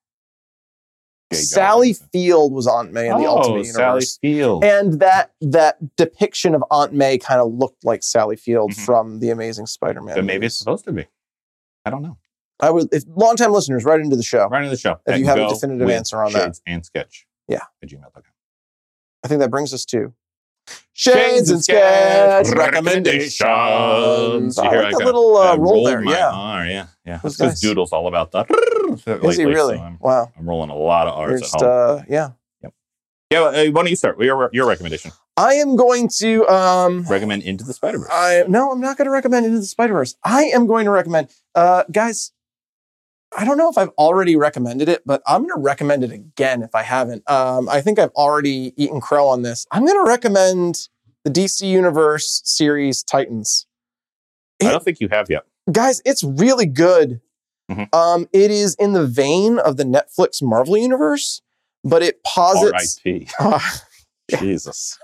[SPEAKER 2] Jonah
[SPEAKER 3] Sally
[SPEAKER 2] Jameson.
[SPEAKER 3] Field was Aunt May in the Ultimate Universe.
[SPEAKER 2] Oh, Sally Field.
[SPEAKER 3] and that that depiction of Aunt May kind of looked like Sally Field
[SPEAKER 2] Mhm.
[SPEAKER 3] from the Amazing Spider-Man.
[SPEAKER 2] but maybe
[SPEAKER 3] movies.
[SPEAKER 2] it's supposed to be. I don't know.
[SPEAKER 3] I would if longtime listeners right into the show.
[SPEAKER 2] Right into the show.
[SPEAKER 3] If you
[SPEAKER 2] At
[SPEAKER 3] have a
[SPEAKER 2] go
[SPEAKER 3] definitive
[SPEAKER 2] with
[SPEAKER 3] answer on that.
[SPEAKER 2] Shades and sketch.
[SPEAKER 3] Yeah.
[SPEAKER 2] At gmail.com.
[SPEAKER 3] I think that brings us to Shades and Sketch recommendations.
[SPEAKER 2] You
[SPEAKER 3] I
[SPEAKER 2] hear
[SPEAKER 3] like
[SPEAKER 2] I
[SPEAKER 3] that
[SPEAKER 2] got-
[SPEAKER 3] little uh,
[SPEAKER 2] I
[SPEAKER 3] roll
[SPEAKER 2] rolled
[SPEAKER 3] there.
[SPEAKER 2] my
[SPEAKER 3] Yeah,
[SPEAKER 2] R, yeah, yeah. That's
[SPEAKER 3] Those guys-
[SPEAKER 2] because Doodle's all about that.
[SPEAKER 3] is he
[SPEAKER 2] lately, so
[SPEAKER 3] really?
[SPEAKER 2] I'm,
[SPEAKER 3] Wow.
[SPEAKER 2] I'm rolling a lot of
[SPEAKER 3] You're
[SPEAKER 2] R's
[SPEAKER 3] just,
[SPEAKER 2] at home.
[SPEAKER 3] uh, yeah,
[SPEAKER 2] yeah, well, hey, why don't you start? Your, your recommendation.
[SPEAKER 3] I am going to. Um,
[SPEAKER 2] Recommend Into the Spider Verse.
[SPEAKER 3] I no, I'm not going to recommend Into the Spider Verse. I am going to recommend, uh, guys. I don't know if I've already recommended it, but I'm going to recommend it again if I haven't. Um, I think I've already eaten crow on this. I'm going to recommend the DC Universe series Titans.
[SPEAKER 2] I don't think you have yet.
[SPEAKER 3] guys, it's really good.
[SPEAKER 2] Mhm.
[SPEAKER 3] Um, it is in the vein of the Netflix Marvel universe, but it posits
[SPEAKER 2] R.I.P. Jesus.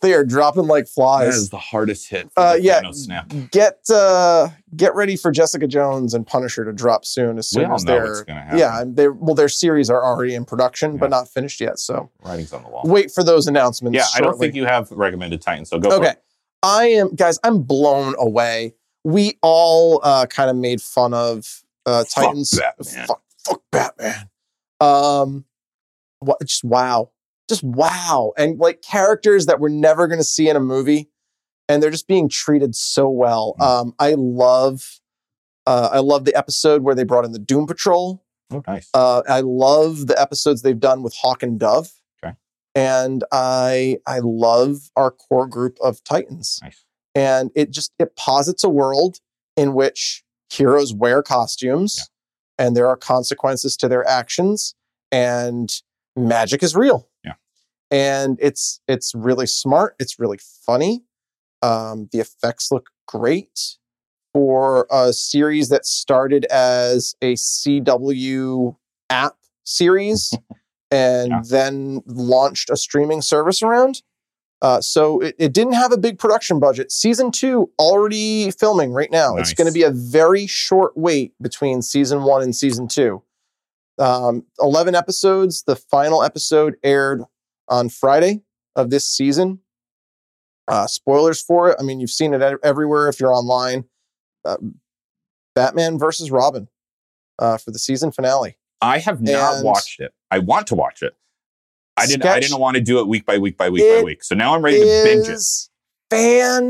[SPEAKER 3] they are dropping like
[SPEAKER 2] That
[SPEAKER 3] flies.
[SPEAKER 2] is the hardest hit.
[SPEAKER 3] Uh,
[SPEAKER 2] the
[SPEAKER 3] yeah.
[SPEAKER 2] Thanos snap.
[SPEAKER 3] Get uh, get ready for Jessica Jones and Punisher to drop soon. As
[SPEAKER 2] We
[SPEAKER 3] soon
[SPEAKER 2] all
[SPEAKER 3] as
[SPEAKER 2] know what's
[SPEAKER 3] they're
[SPEAKER 2] going to happen.
[SPEAKER 3] yeah, they well their series are already in production
[SPEAKER 2] Yeah.
[SPEAKER 3] but not finished yet. So
[SPEAKER 2] Writing's on the wall.
[SPEAKER 3] wait for those announcements.
[SPEAKER 2] yeah, I don't
[SPEAKER 3] shortly.
[SPEAKER 2] think you have recommended Titan, so go for
[SPEAKER 3] Okay.
[SPEAKER 2] it.
[SPEAKER 3] I am, guys, I'm blown away. We all uh, kind of made fun of uh,
[SPEAKER 2] Fuck
[SPEAKER 3] Titans.
[SPEAKER 2] Batman.
[SPEAKER 3] Fuck, fuck Batman. Um, what, just wow. Just wow. And like characters that we're never going to see in a movie. And they're just being treated so well.
[SPEAKER 2] Mm.
[SPEAKER 3] Um, I love. Uh, I love the episode where they brought in the Doom Patrol.
[SPEAKER 2] Oh, nice.
[SPEAKER 3] Uh, I love the episodes they've done with Hawk and Dove.
[SPEAKER 2] Okay.
[SPEAKER 3] And I I love our core group of Titans.
[SPEAKER 2] Nice.
[SPEAKER 3] And it just it posits a world in which heroes wear costumes and there are consequences to their actions and magic is real.
[SPEAKER 2] Yeah.
[SPEAKER 3] And it's it's really smart, it's really funny. Um, the effects look great for a series that started as a CW app series and
[SPEAKER 2] Yeah.
[SPEAKER 3] then launched a streaming service around. Uh, so it, it didn't have a big production budget. Season two already filming right now. It's
[SPEAKER 2] Nice.
[SPEAKER 3] going to be a very short wait between season one and season two. Um, 11 episodes. The final episode aired on Friday of this season. Uh, spoilers for it. I mean, you've seen it e- everywhere if you're online. Uh, Batman versus Robin uh, for the season finale.
[SPEAKER 2] I have not
[SPEAKER 3] And-
[SPEAKER 2] watched it. I want to watch it. I didn't. I
[SPEAKER 3] Sketch-
[SPEAKER 2] didn't want to do it week by week by week by
[SPEAKER 3] It
[SPEAKER 2] week. So now I'm ready to binge it.
[SPEAKER 3] Is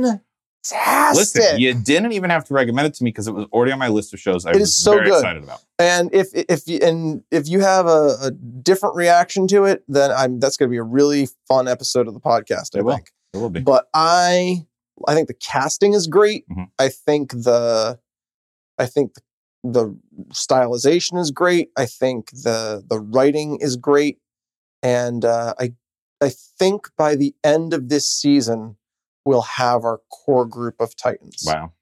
[SPEAKER 3] fantastic.
[SPEAKER 2] Listen, you didn't even have to recommend it to me because it was already on my list of shows I
[SPEAKER 3] It
[SPEAKER 2] was
[SPEAKER 3] is so
[SPEAKER 2] very
[SPEAKER 3] good.
[SPEAKER 2] excited about.
[SPEAKER 3] and if if you and if you have a, a different reaction to it, then I'm that's going to be a really fun episode of the podcast. I
[SPEAKER 2] It will.
[SPEAKER 3] think.
[SPEAKER 2] It will be.
[SPEAKER 3] But I I think the casting is great.
[SPEAKER 2] Mhm.
[SPEAKER 3] I think the I think the, the stylization is great. I think the the writing is great. And uh, I I think by the end of this season we'll have our core group of Titans.
[SPEAKER 2] Wow.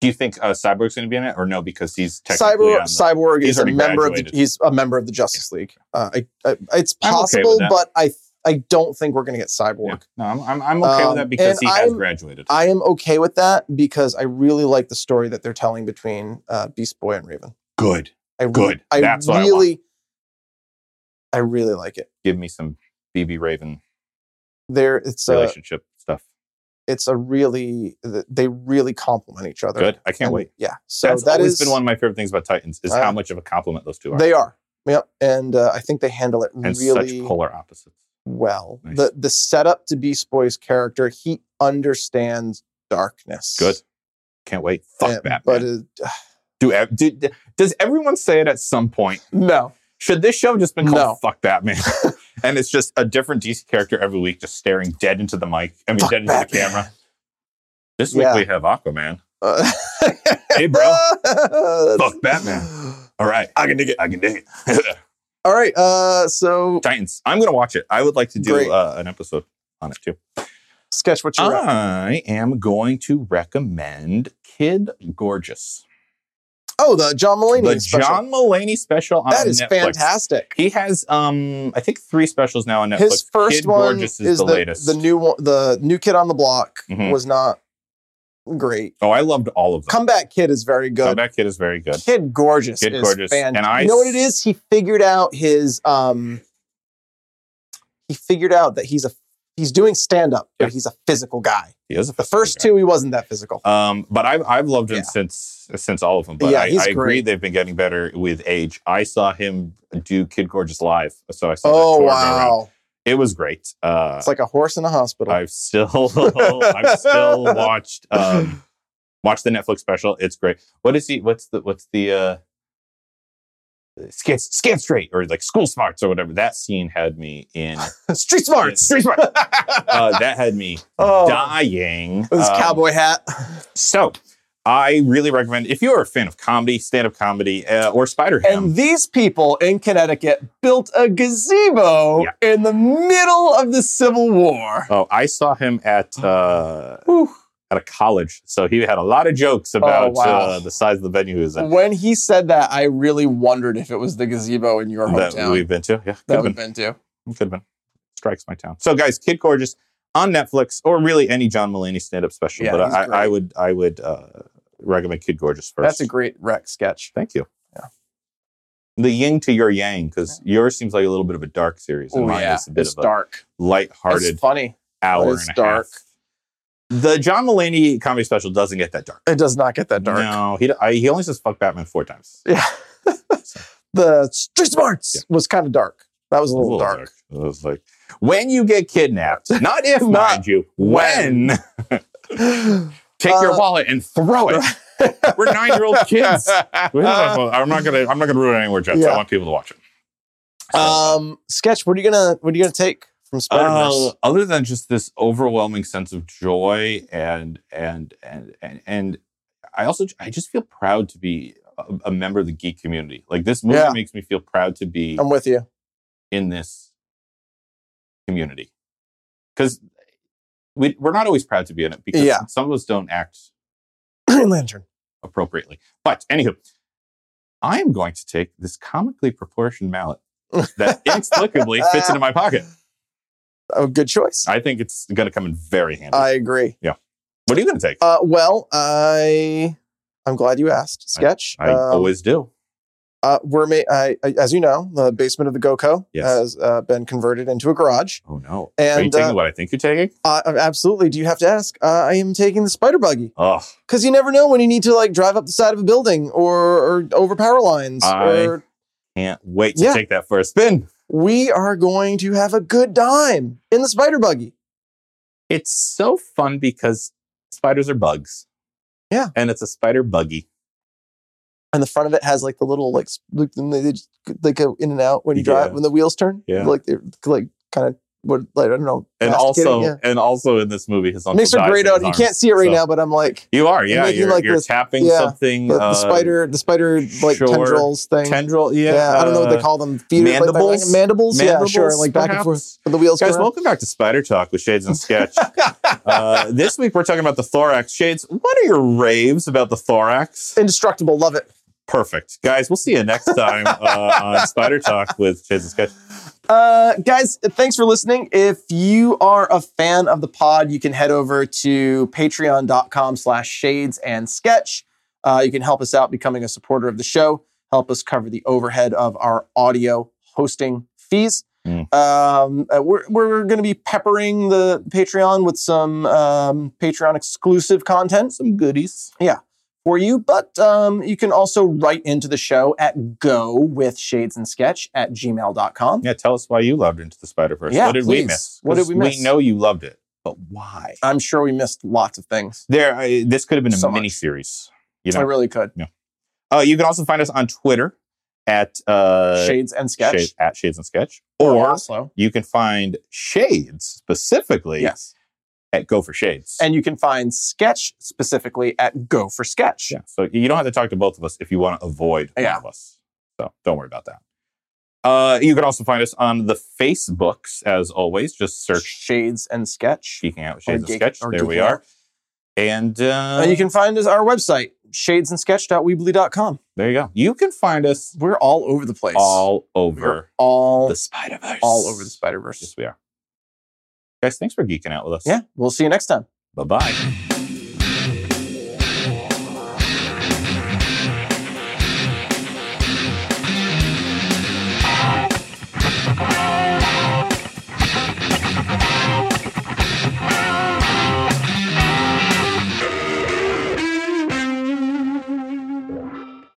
[SPEAKER 2] Do you think uh, Cyborg's going to be in it or no? Because he's technically
[SPEAKER 3] Cyborg,
[SPEAKER 2] on the-
[SPEAKER 3] Cyborg
[SPEAKER 2] he's
[SPEAKER 3] is a
[SPEAKER 2] already
[SPEAKER 3] member of the,
[SPEAKER 2] graduated.
[SPEAKER 3] he's a member of the Justice League. Uh, I, I, it's
[SPEAKER 2] I'm okay
[SPEAKER 3] possible,
[SPEAKER 2] with that.
[SPEAKER 3] but I I don't think we're gonna get Cyborg.
[SPEAKER 2] Yeah. No, I'm, I'm, I'm okay
[SPEAKER 3] Um,
[SPEAKER 2] with that because
[SPEAKER 3] and
[SPEAKER 2] he has
[SPEAKER 3] I'm-
[SPEAKER 2] graduated.
[SPEAKER 3] I am okay with that because I really like the story that they're telling between uh, Beast Boy and Raven.
[SPEAKER 2] Good.
[SPEAKER 3] I re-
[SPEAKER 2] Good.
[SPEAKER 3] I
[SPEAKER 2] That's what I want.
[SPEAKER 3] really, I, really like it.
[SPEAKER 2] Give me some BB Raven
[SPEAKER 3] There, it's a,
[SPEAKER 2] relationship stuff.
[SPEAKER 3] it's a really th- they really complement each other.
[SPEAKER 2] Good. I can't
[SPEAKER 3] uh, And,
[SPEAKER 2] wait.
[SPEAKER 3] Yeah. So
[SPEAKER 2] That's
[SPEAKER 3] that
[SPEAKER 2] always
[SPEAKER 3] is-
[SPEAKER 2] been one of my favorite things about Titans is
[SPEAKER 3] Uh,
[SPEAKER 2] how much of a compliment those two are.
[SPEAKER 3] they are. Yep. And uh, I think they handle it
[SPEAKER 2] and
[SPEAKER 3] really
[SPEAKER 2] such polar opposites.
[SPEAKER 3] well.
[SPEAKER 2] Nice.
[SPEAKER 3] The the setup to Beast Boy's character, he understands darkness.
[SPEAKER 2] Good. Can't wait. Fuck
[SPEAKER 3] Uh,
[SPEAKER 2] Batman.
[SPEAKER 3] But it,
[SPEAKER 2] do, ev- do, d- does everyone say it at some point?
[SPEAKER 3] no,
[SPEAKER 2] Should this show have just been called
[SPEAKER 3] No.
[SPEAKER 2] Fuck Batman? and it's just a different DC character every week, just staring dead into the mic. I mean,
[SPEAKER 3] Fuck
[SPEAKER 2] dead into
[SPEAKER 3] Batman.
[SPEAKER 2] the camera. This
[SPEAKER 3] Yeah.
[SPEAKER 2] week we have Aquaman.
[SPEAKER 3] Uh,
[SPEAKER 2] Hey, bro.
[SPEAKER 3] That's-
[SPEAKER 2] Fuck Batman. All right. I can dig it. I can dig it.
[SPEAKER 3] All right. Uh, so
[SPEAKER 2] Titans. I'm going to watch it. I would like to
[SPEAKER 3] Great.
[SPEAKER 2] do uh, an episode on it too.
[SPEAKER 3] sketch what you're.
[SPEAKER 2] Ah.
[SPEAKER 3] at.
[SPEAKER 2] I am going to recommend Kid Gorgeous.
[SPEAKER 3] Oh, the John Mulaney
[SPEAKER 2] the
[SPEAKER 3] special.
[SPEAKER 2] John Mulaney special on
[SPEAKER 3] that is
[SPEAKER 2] Netflix.
[SPEAKER 3] fantastic.
[SPEAKER 2] He has, um, I think, three specials now on Netflix.
[SPEAKER 3] His first
[SPEAKER 2] Kid
[SPEAKER 3] one
[SPEAKER 2] Gorgeous
[SPEAKER 3] is the,
[SPEAKER 2] latest.
[SPEAKER 3] the new one, the new kid on the block
[SPEAKER 2] Mhm.
[SPEAKER 3] was not great.
[SPEAKER 2] Oh, I loved all of them.
[SPEAKER 3] Comeback Kid is very good.
[SPEAKER 2] Comeback Kid is very good.
[SPEAKER 3] Kid Gorgeous
[SPEAKER 2] Kid
[SPEAKER 3] is
[SPEAKER 2] Gorgeous.
[SPEAKER 3] fan-
[SPEAKER 2] And I
[SPEAKER 3] you know what it is? He figured out his um he figured out that he's a he's doing stand up,
[SPEAKER 2] Yeah.
[SPEAKER 3] but he's a physical guy.
[SPEAKER 2] He is a
[SPEAKER 3] The first two he wasn't that physical.
[SPEAKER 2] Um, but I've I've loved him
[SPEAKER 3] Yeah.
[SPEAKER 2] since since all of them. But
[SPEAKER 3] Yeah,
[SPEAKER 2] I,
[SPEAKER 3] he's
[SPEAKER 2] I agree
[SPEAKER 3] great.
[SPEAKER 2] they've been getting better with age. I saw him do Kid Gorgeous live, so I saw.
[SPEAKER 3] oh
[SPEAKER 2] that tour go around.
[SPEAKER 3] wow.
[SPEAKER 2] it was great. Uh,
[SPEAKER 3] It's like a horse in a hospital.
[SPEAKER 2] I've still I've still watched um, watched the Netflix special. It's great. What is he? What's the what's the uh, scan scan straight or like school smarts or whatever? That scene had me in
[SPEAKER 3] Street smarts.
[SPEAKER 2] Street smart. uh, that had me
[SPEAKER 3] Oh.
[SPEAKER 2] dying.
[SPEAKER 3] With his
[SPEAKER 2] Um,
[SPEAKER 3] cowboy hat.
[SPEAKER 2] So I really recommend if you're a fan of comedy, stand up comedy, uh, or Spider
[SPEAKER 3] And
[SPEAKER 2] Ham.
[SPEAKER 3] these people in Connecticut built a gazebo
[SPEAKER 2] Yeah.
[SPEAKER 3] in the middle of the Civil War.
[SPEAKER 2] Oh, I saw him at uh,
[SPEAKER 3] Whew.
[SPEAKER 2] at a college, so he had a lot of jokes about
[SPEAKER 3] Oh, wow.
[SPEAKER 2] uh, the size of the venue he was in
[SPEAKER 3] When he said that, I really wondered if it was the gazebo in your
[SPEAKER 2] that
[SPEAKER 3] hometown.
[SPEAKER 2] we've been to. Yeah, could
[SPEAKER 3] that
[SPEAKER 2] have
[SPEAKER 3] would have
[SPEAKER 2] been.
[SPEAKER 3] been too.
[SPEAKER 2] Could have been. Strikes my town. So, guys, Kid Gorgeous on Netflix or really any John Mulaney stand up special,
[SPEAKER 3] Yeah,
[SPEAKER 2] but
[SPEAKER 3] he's
[SPEAKER 2] I, I
[SPEAKER 3] great.
[SPEAKER 2] would I would uh, recommend Kid Gorgeous first.
[SPEAKER 3] That's a great rec sketch.
[SPEAKER 2] Thank you.
[SPEAKER 3] Yeah.
[SPEAKER 2] The yin to your yang, because yours seems like a little bit of a dark series, and
[SPEAKER 3] Oh
[SPEAKER 2] mine
[SPEAKER 3] yeah,
[SPEAKER 2] is a bit
[SPEAKER 3] it's
[SPEAKER 2] of a
[SPEAKER 3] dark.
[SPEAKER 2] lighthearted
[SPEAKER 3] It's funny.
[SPEAKER 2] hour
[SPEAKER 3] It's
[SPEAKER 2] and a
[SPEAKER 3] dark.
[SPEAKER 2] half. The John Mulaney comedy special doesn't get that dark.
[SPEAKER 3] It does not get that dark.
[SPEAKER 2] No, he I, he only says "fuck Batman" four times.
[SPEAKER 3] Yeah. the Street Smarts
[SPEAKER 2] Yeah.
[SPEAKER 3] was kind of dark. That was a little, dark.
[SPEAKER 2] It was like when you get kidnapped, not if,
[SPEAKER 3] Not
[SPEAKER 2] mind you, when. Take your
[SPEAKER 3] Uh,
[SPEAKER 2] wallet and throw it. We're nine year old kids. We have a- I'm not gonna. I'm not gonna ruin any more jokes.
[SPEAKER 3] Yeah.
[SPEAKER 2] I want people to watch it.
[SPEAKER 3] um, sketch. What are you gonna What are you gonna take from Spider
[SPEAKER 2] Uh,
[SPEAKER 3] Verse?
[SPEAKER 2] other than just this overwhelming sense of joy and and and and and I also I just feel proud to be a, a member of the geek community. Like this movie
[SPEAKER 3] Yeah.
[SPEAKER 2] makes me feel proud to be
[SPEAKER 3] I'm with you.
[SPEAKER 2] in this community because we, we're not always proud to be in it because
[SPEAKER 3] Yeah.
[SPEAKER 2] some of us don't act
[SPEAKER 3] Green Lantern.
[SPEAKER 2] appropriately. But anywho, I am going to take this comically proportioned mallet that inexplicably fits into my pocket.
[SPEAKER 3] A good choice.
[SPEAKER 2] I think it's going to come in very handy.
[SPEAKER 3] I agree.
[SPEAKER 2] what are you going to take?
[SPEAKER 3] Uh, well, I I'm glad you asked. Sketch.
[SPEAKER 2] I
[SPEAKER 3] um,
[SPEAKER 2] always do.
[SPEAKER 3] uh, we're ma- I, I- as you know, the basement of the GoCo
[SPEAKER 2] Yes.
[SPEAKER 3] has uh, been converted into a garage.
[SPEAKER 2] Oh no! are you
[SPEAKER 3] and,
[SPEAKER 2] taking
[SPEAKER 3] uh,
[SPEAKER 2] what I think you're taking?
[SPEAKER 3] Uh, absolutely. Do you have to ask? Uh, I am taking the spider buggy
[SPEAKER 2] Oh,
[SPEAKER 3] because you never know when you need to like drive up the side of a building or, or over power lines.
[SPEAKER 2] I-
[SPEAKER 3] Or
[SPEAKER 2] can't wait to
[SPEAKER 3] Yeah.
[SPEAKER 2] take that for a spin.
[SPEAKER 3] we are going to have a good time in the spider buggy.
[SPEAKER 2] It's so fun because spiders are bugs.
[SPEAKER 3] Yeah.
[SPEAKER 2] and it's a spider buggy.
[SPEAKER 3] And the front of it has like the little like s- like, they they just they go in and out when you drive
[SPEAKER 2] Yeah.
[SPEAKER 3] when the wheels turn.
[SPEAKER 2] Yeah.
[SPEAKER 3] like they're like kind of what like I don't know.
[SPEAKER 2] and
[SPEAKER 3] masticating,
[SPEAKER 2] also
[SPEAKER 3] yeah.
[SPEAKER 2] and also in this movie, his uncle
[SPEAKER 3] makes her
[SPEAKER 2] dies
[SPEAKER 3] great
[SPEAKER 2] in his
[SPEAKER 3] out. You
[SPEAKER 2] arms.
[SPEAKER 3] can't see it right
[SPEAKER 2] so-
[SPEAKER 3] now, but I'm like
[SPEAKER 2] You are, yeah.
[SPEAKER 3] making
[SPEAKER 2] You're,
[SPEAKER 3] like
[SPEAKER 2] you're
[SPEAKER 3] this-
[SPEAKER 2] tapping
[SPEAKER 3] yeah,
[SPEAKER 2] something.
[SPEAKER 3] the, the
[SPEAKER 2] uh,
[SPEAKER 3] spider the spider like
[SPEAKER 2] sure.
[SPEAKER 3] tendrils thing.
[SPEAKER 2] tendril. Yeah,
[SPEAKER 3] yeah, I don't know what they
[SPEAKER 2] uh,
[SPEAKER 3] call them. Feeder, like- like- like
[SPEAKER 2] mandibles?
[SPEAKER 3] mandibles?
[SPEAKER 2] mandibles,
[SPEAKER 3] Yeah, sure. Like back and
[SPEAKER 2] perhaps?
[SPEAKER 3] forth. But the wheels
[SPEAKER 2] Guys,
[SPEAKER 3] go around.
[SPEAKER 2] welcome back to Spider Talk with Shades and Sketch. uh, this week we're talking about the thorax. Shades, what are your raves about the thorax?
[SPEAKER 3] Indestructible. Love it.
[SPEAKER 2] Perfect, guys. We'll see you next time uh, on Spider Talk with Shades and Sketch.
[SPEAKER 3] Uh, guys, thanks for listening. If you are a fan of the pod, you can head over to patreon.com slash shades and sketch. Uh, you can help us out becoming a supporter of the show, help us cover the overhead of our audio hosting fees.
[SPEAKER 2] Mm.
[SPEAKER 3] Um, uh, we're we're going to be peppering the Patreon with some um, Patreon exclusive content.
[SPEAKER 2] Some goodies.
[SPEAKER 3] for you, but um, you can also write into the show at go with shades and sketch at gmail.com.
[SPEAKER 2] Yeah, tell us why you loved Into the Spider Verse.
[SPEAKER 3] Yeah,
[SPEAKER 2] what did we
[SPEAKER 3] please.
[SPEAKER 2] miss?
[SPEAKER 3] What did
[SPEAKER 2] 'Cause
[SPEAKER 3] we miss?
[SPEAKER 2] We know you loved it, but why?
[SPEAKER 3] I'm sure we missed lots of things.
[SPEAKER 2] There, I, this could have been a
[SPEAKER 3] So much.
[SPEAKER 2] mini series. You know,
[SPEAKER 3] I really could.
[SPEAKER 2] Uh, you can also find us on Twitter at uh,
[SPEAKER 3] shades and sketch.
[SPEAKER 2] Shade- at Shades and Sketch,
[SPEAKER 3] or
[SPEAKER 2] or
[SPEAKER 3] Laszlo.
[SPEAKER 2] you can find Shades specifically
[SPEAKER 3] Yes.
[SPEAKER 2] at Go for Shades.
[SPEAKER 3] And you can find sketch specifically at go for sketch.
[SPEAKER 2] yeah, so you don't have to talk to both of us if you want to avoid
[SPEAKER 3] Yeah.
[SPEAKER 2] one of us. So don't worry about that. Uh, you can also find us on the Facebooks as always. Just search
[SPEAKER 3] Shades and sketch.
[SPEAKER 2] Geeking Out with
[SPEAKER 3] Or
[SPEAKER 2] Shades and
[SPEAKER 3] Geek-
[SPEAKER 2] Sketch.
[SPEAKER 3] or
[SPEAKER 2] There we
[SPEAKER 3] Geeking
[SPEAKER 2] are.
[SPEAKER 3] Out.
[SPEAKER 2] And, uh,
[SPEAKER 3] and you can find us our website, shadesandsketch.weebly.com.
[SPEAKER 2] there you go. You can find us
[SPEAKER 3] We're all over the place.
[SPEAKER 2] all
[SPEAKER 3] We're
[SPEAKER 2] over
[SPEAKER 3] all,
[SPEAKER 2] the Spider Verse.
[SPEAKER 3] all over the
[SPEAKER 2] Yes,
[SPEAKER 3] Spider-Verse.
[SPEAKER 2] we are. Guys, thanks for geeking out with us.
[SPEAKER 3] Yeah. We'll see you next time.
[SPEAKER 2] Bye bye.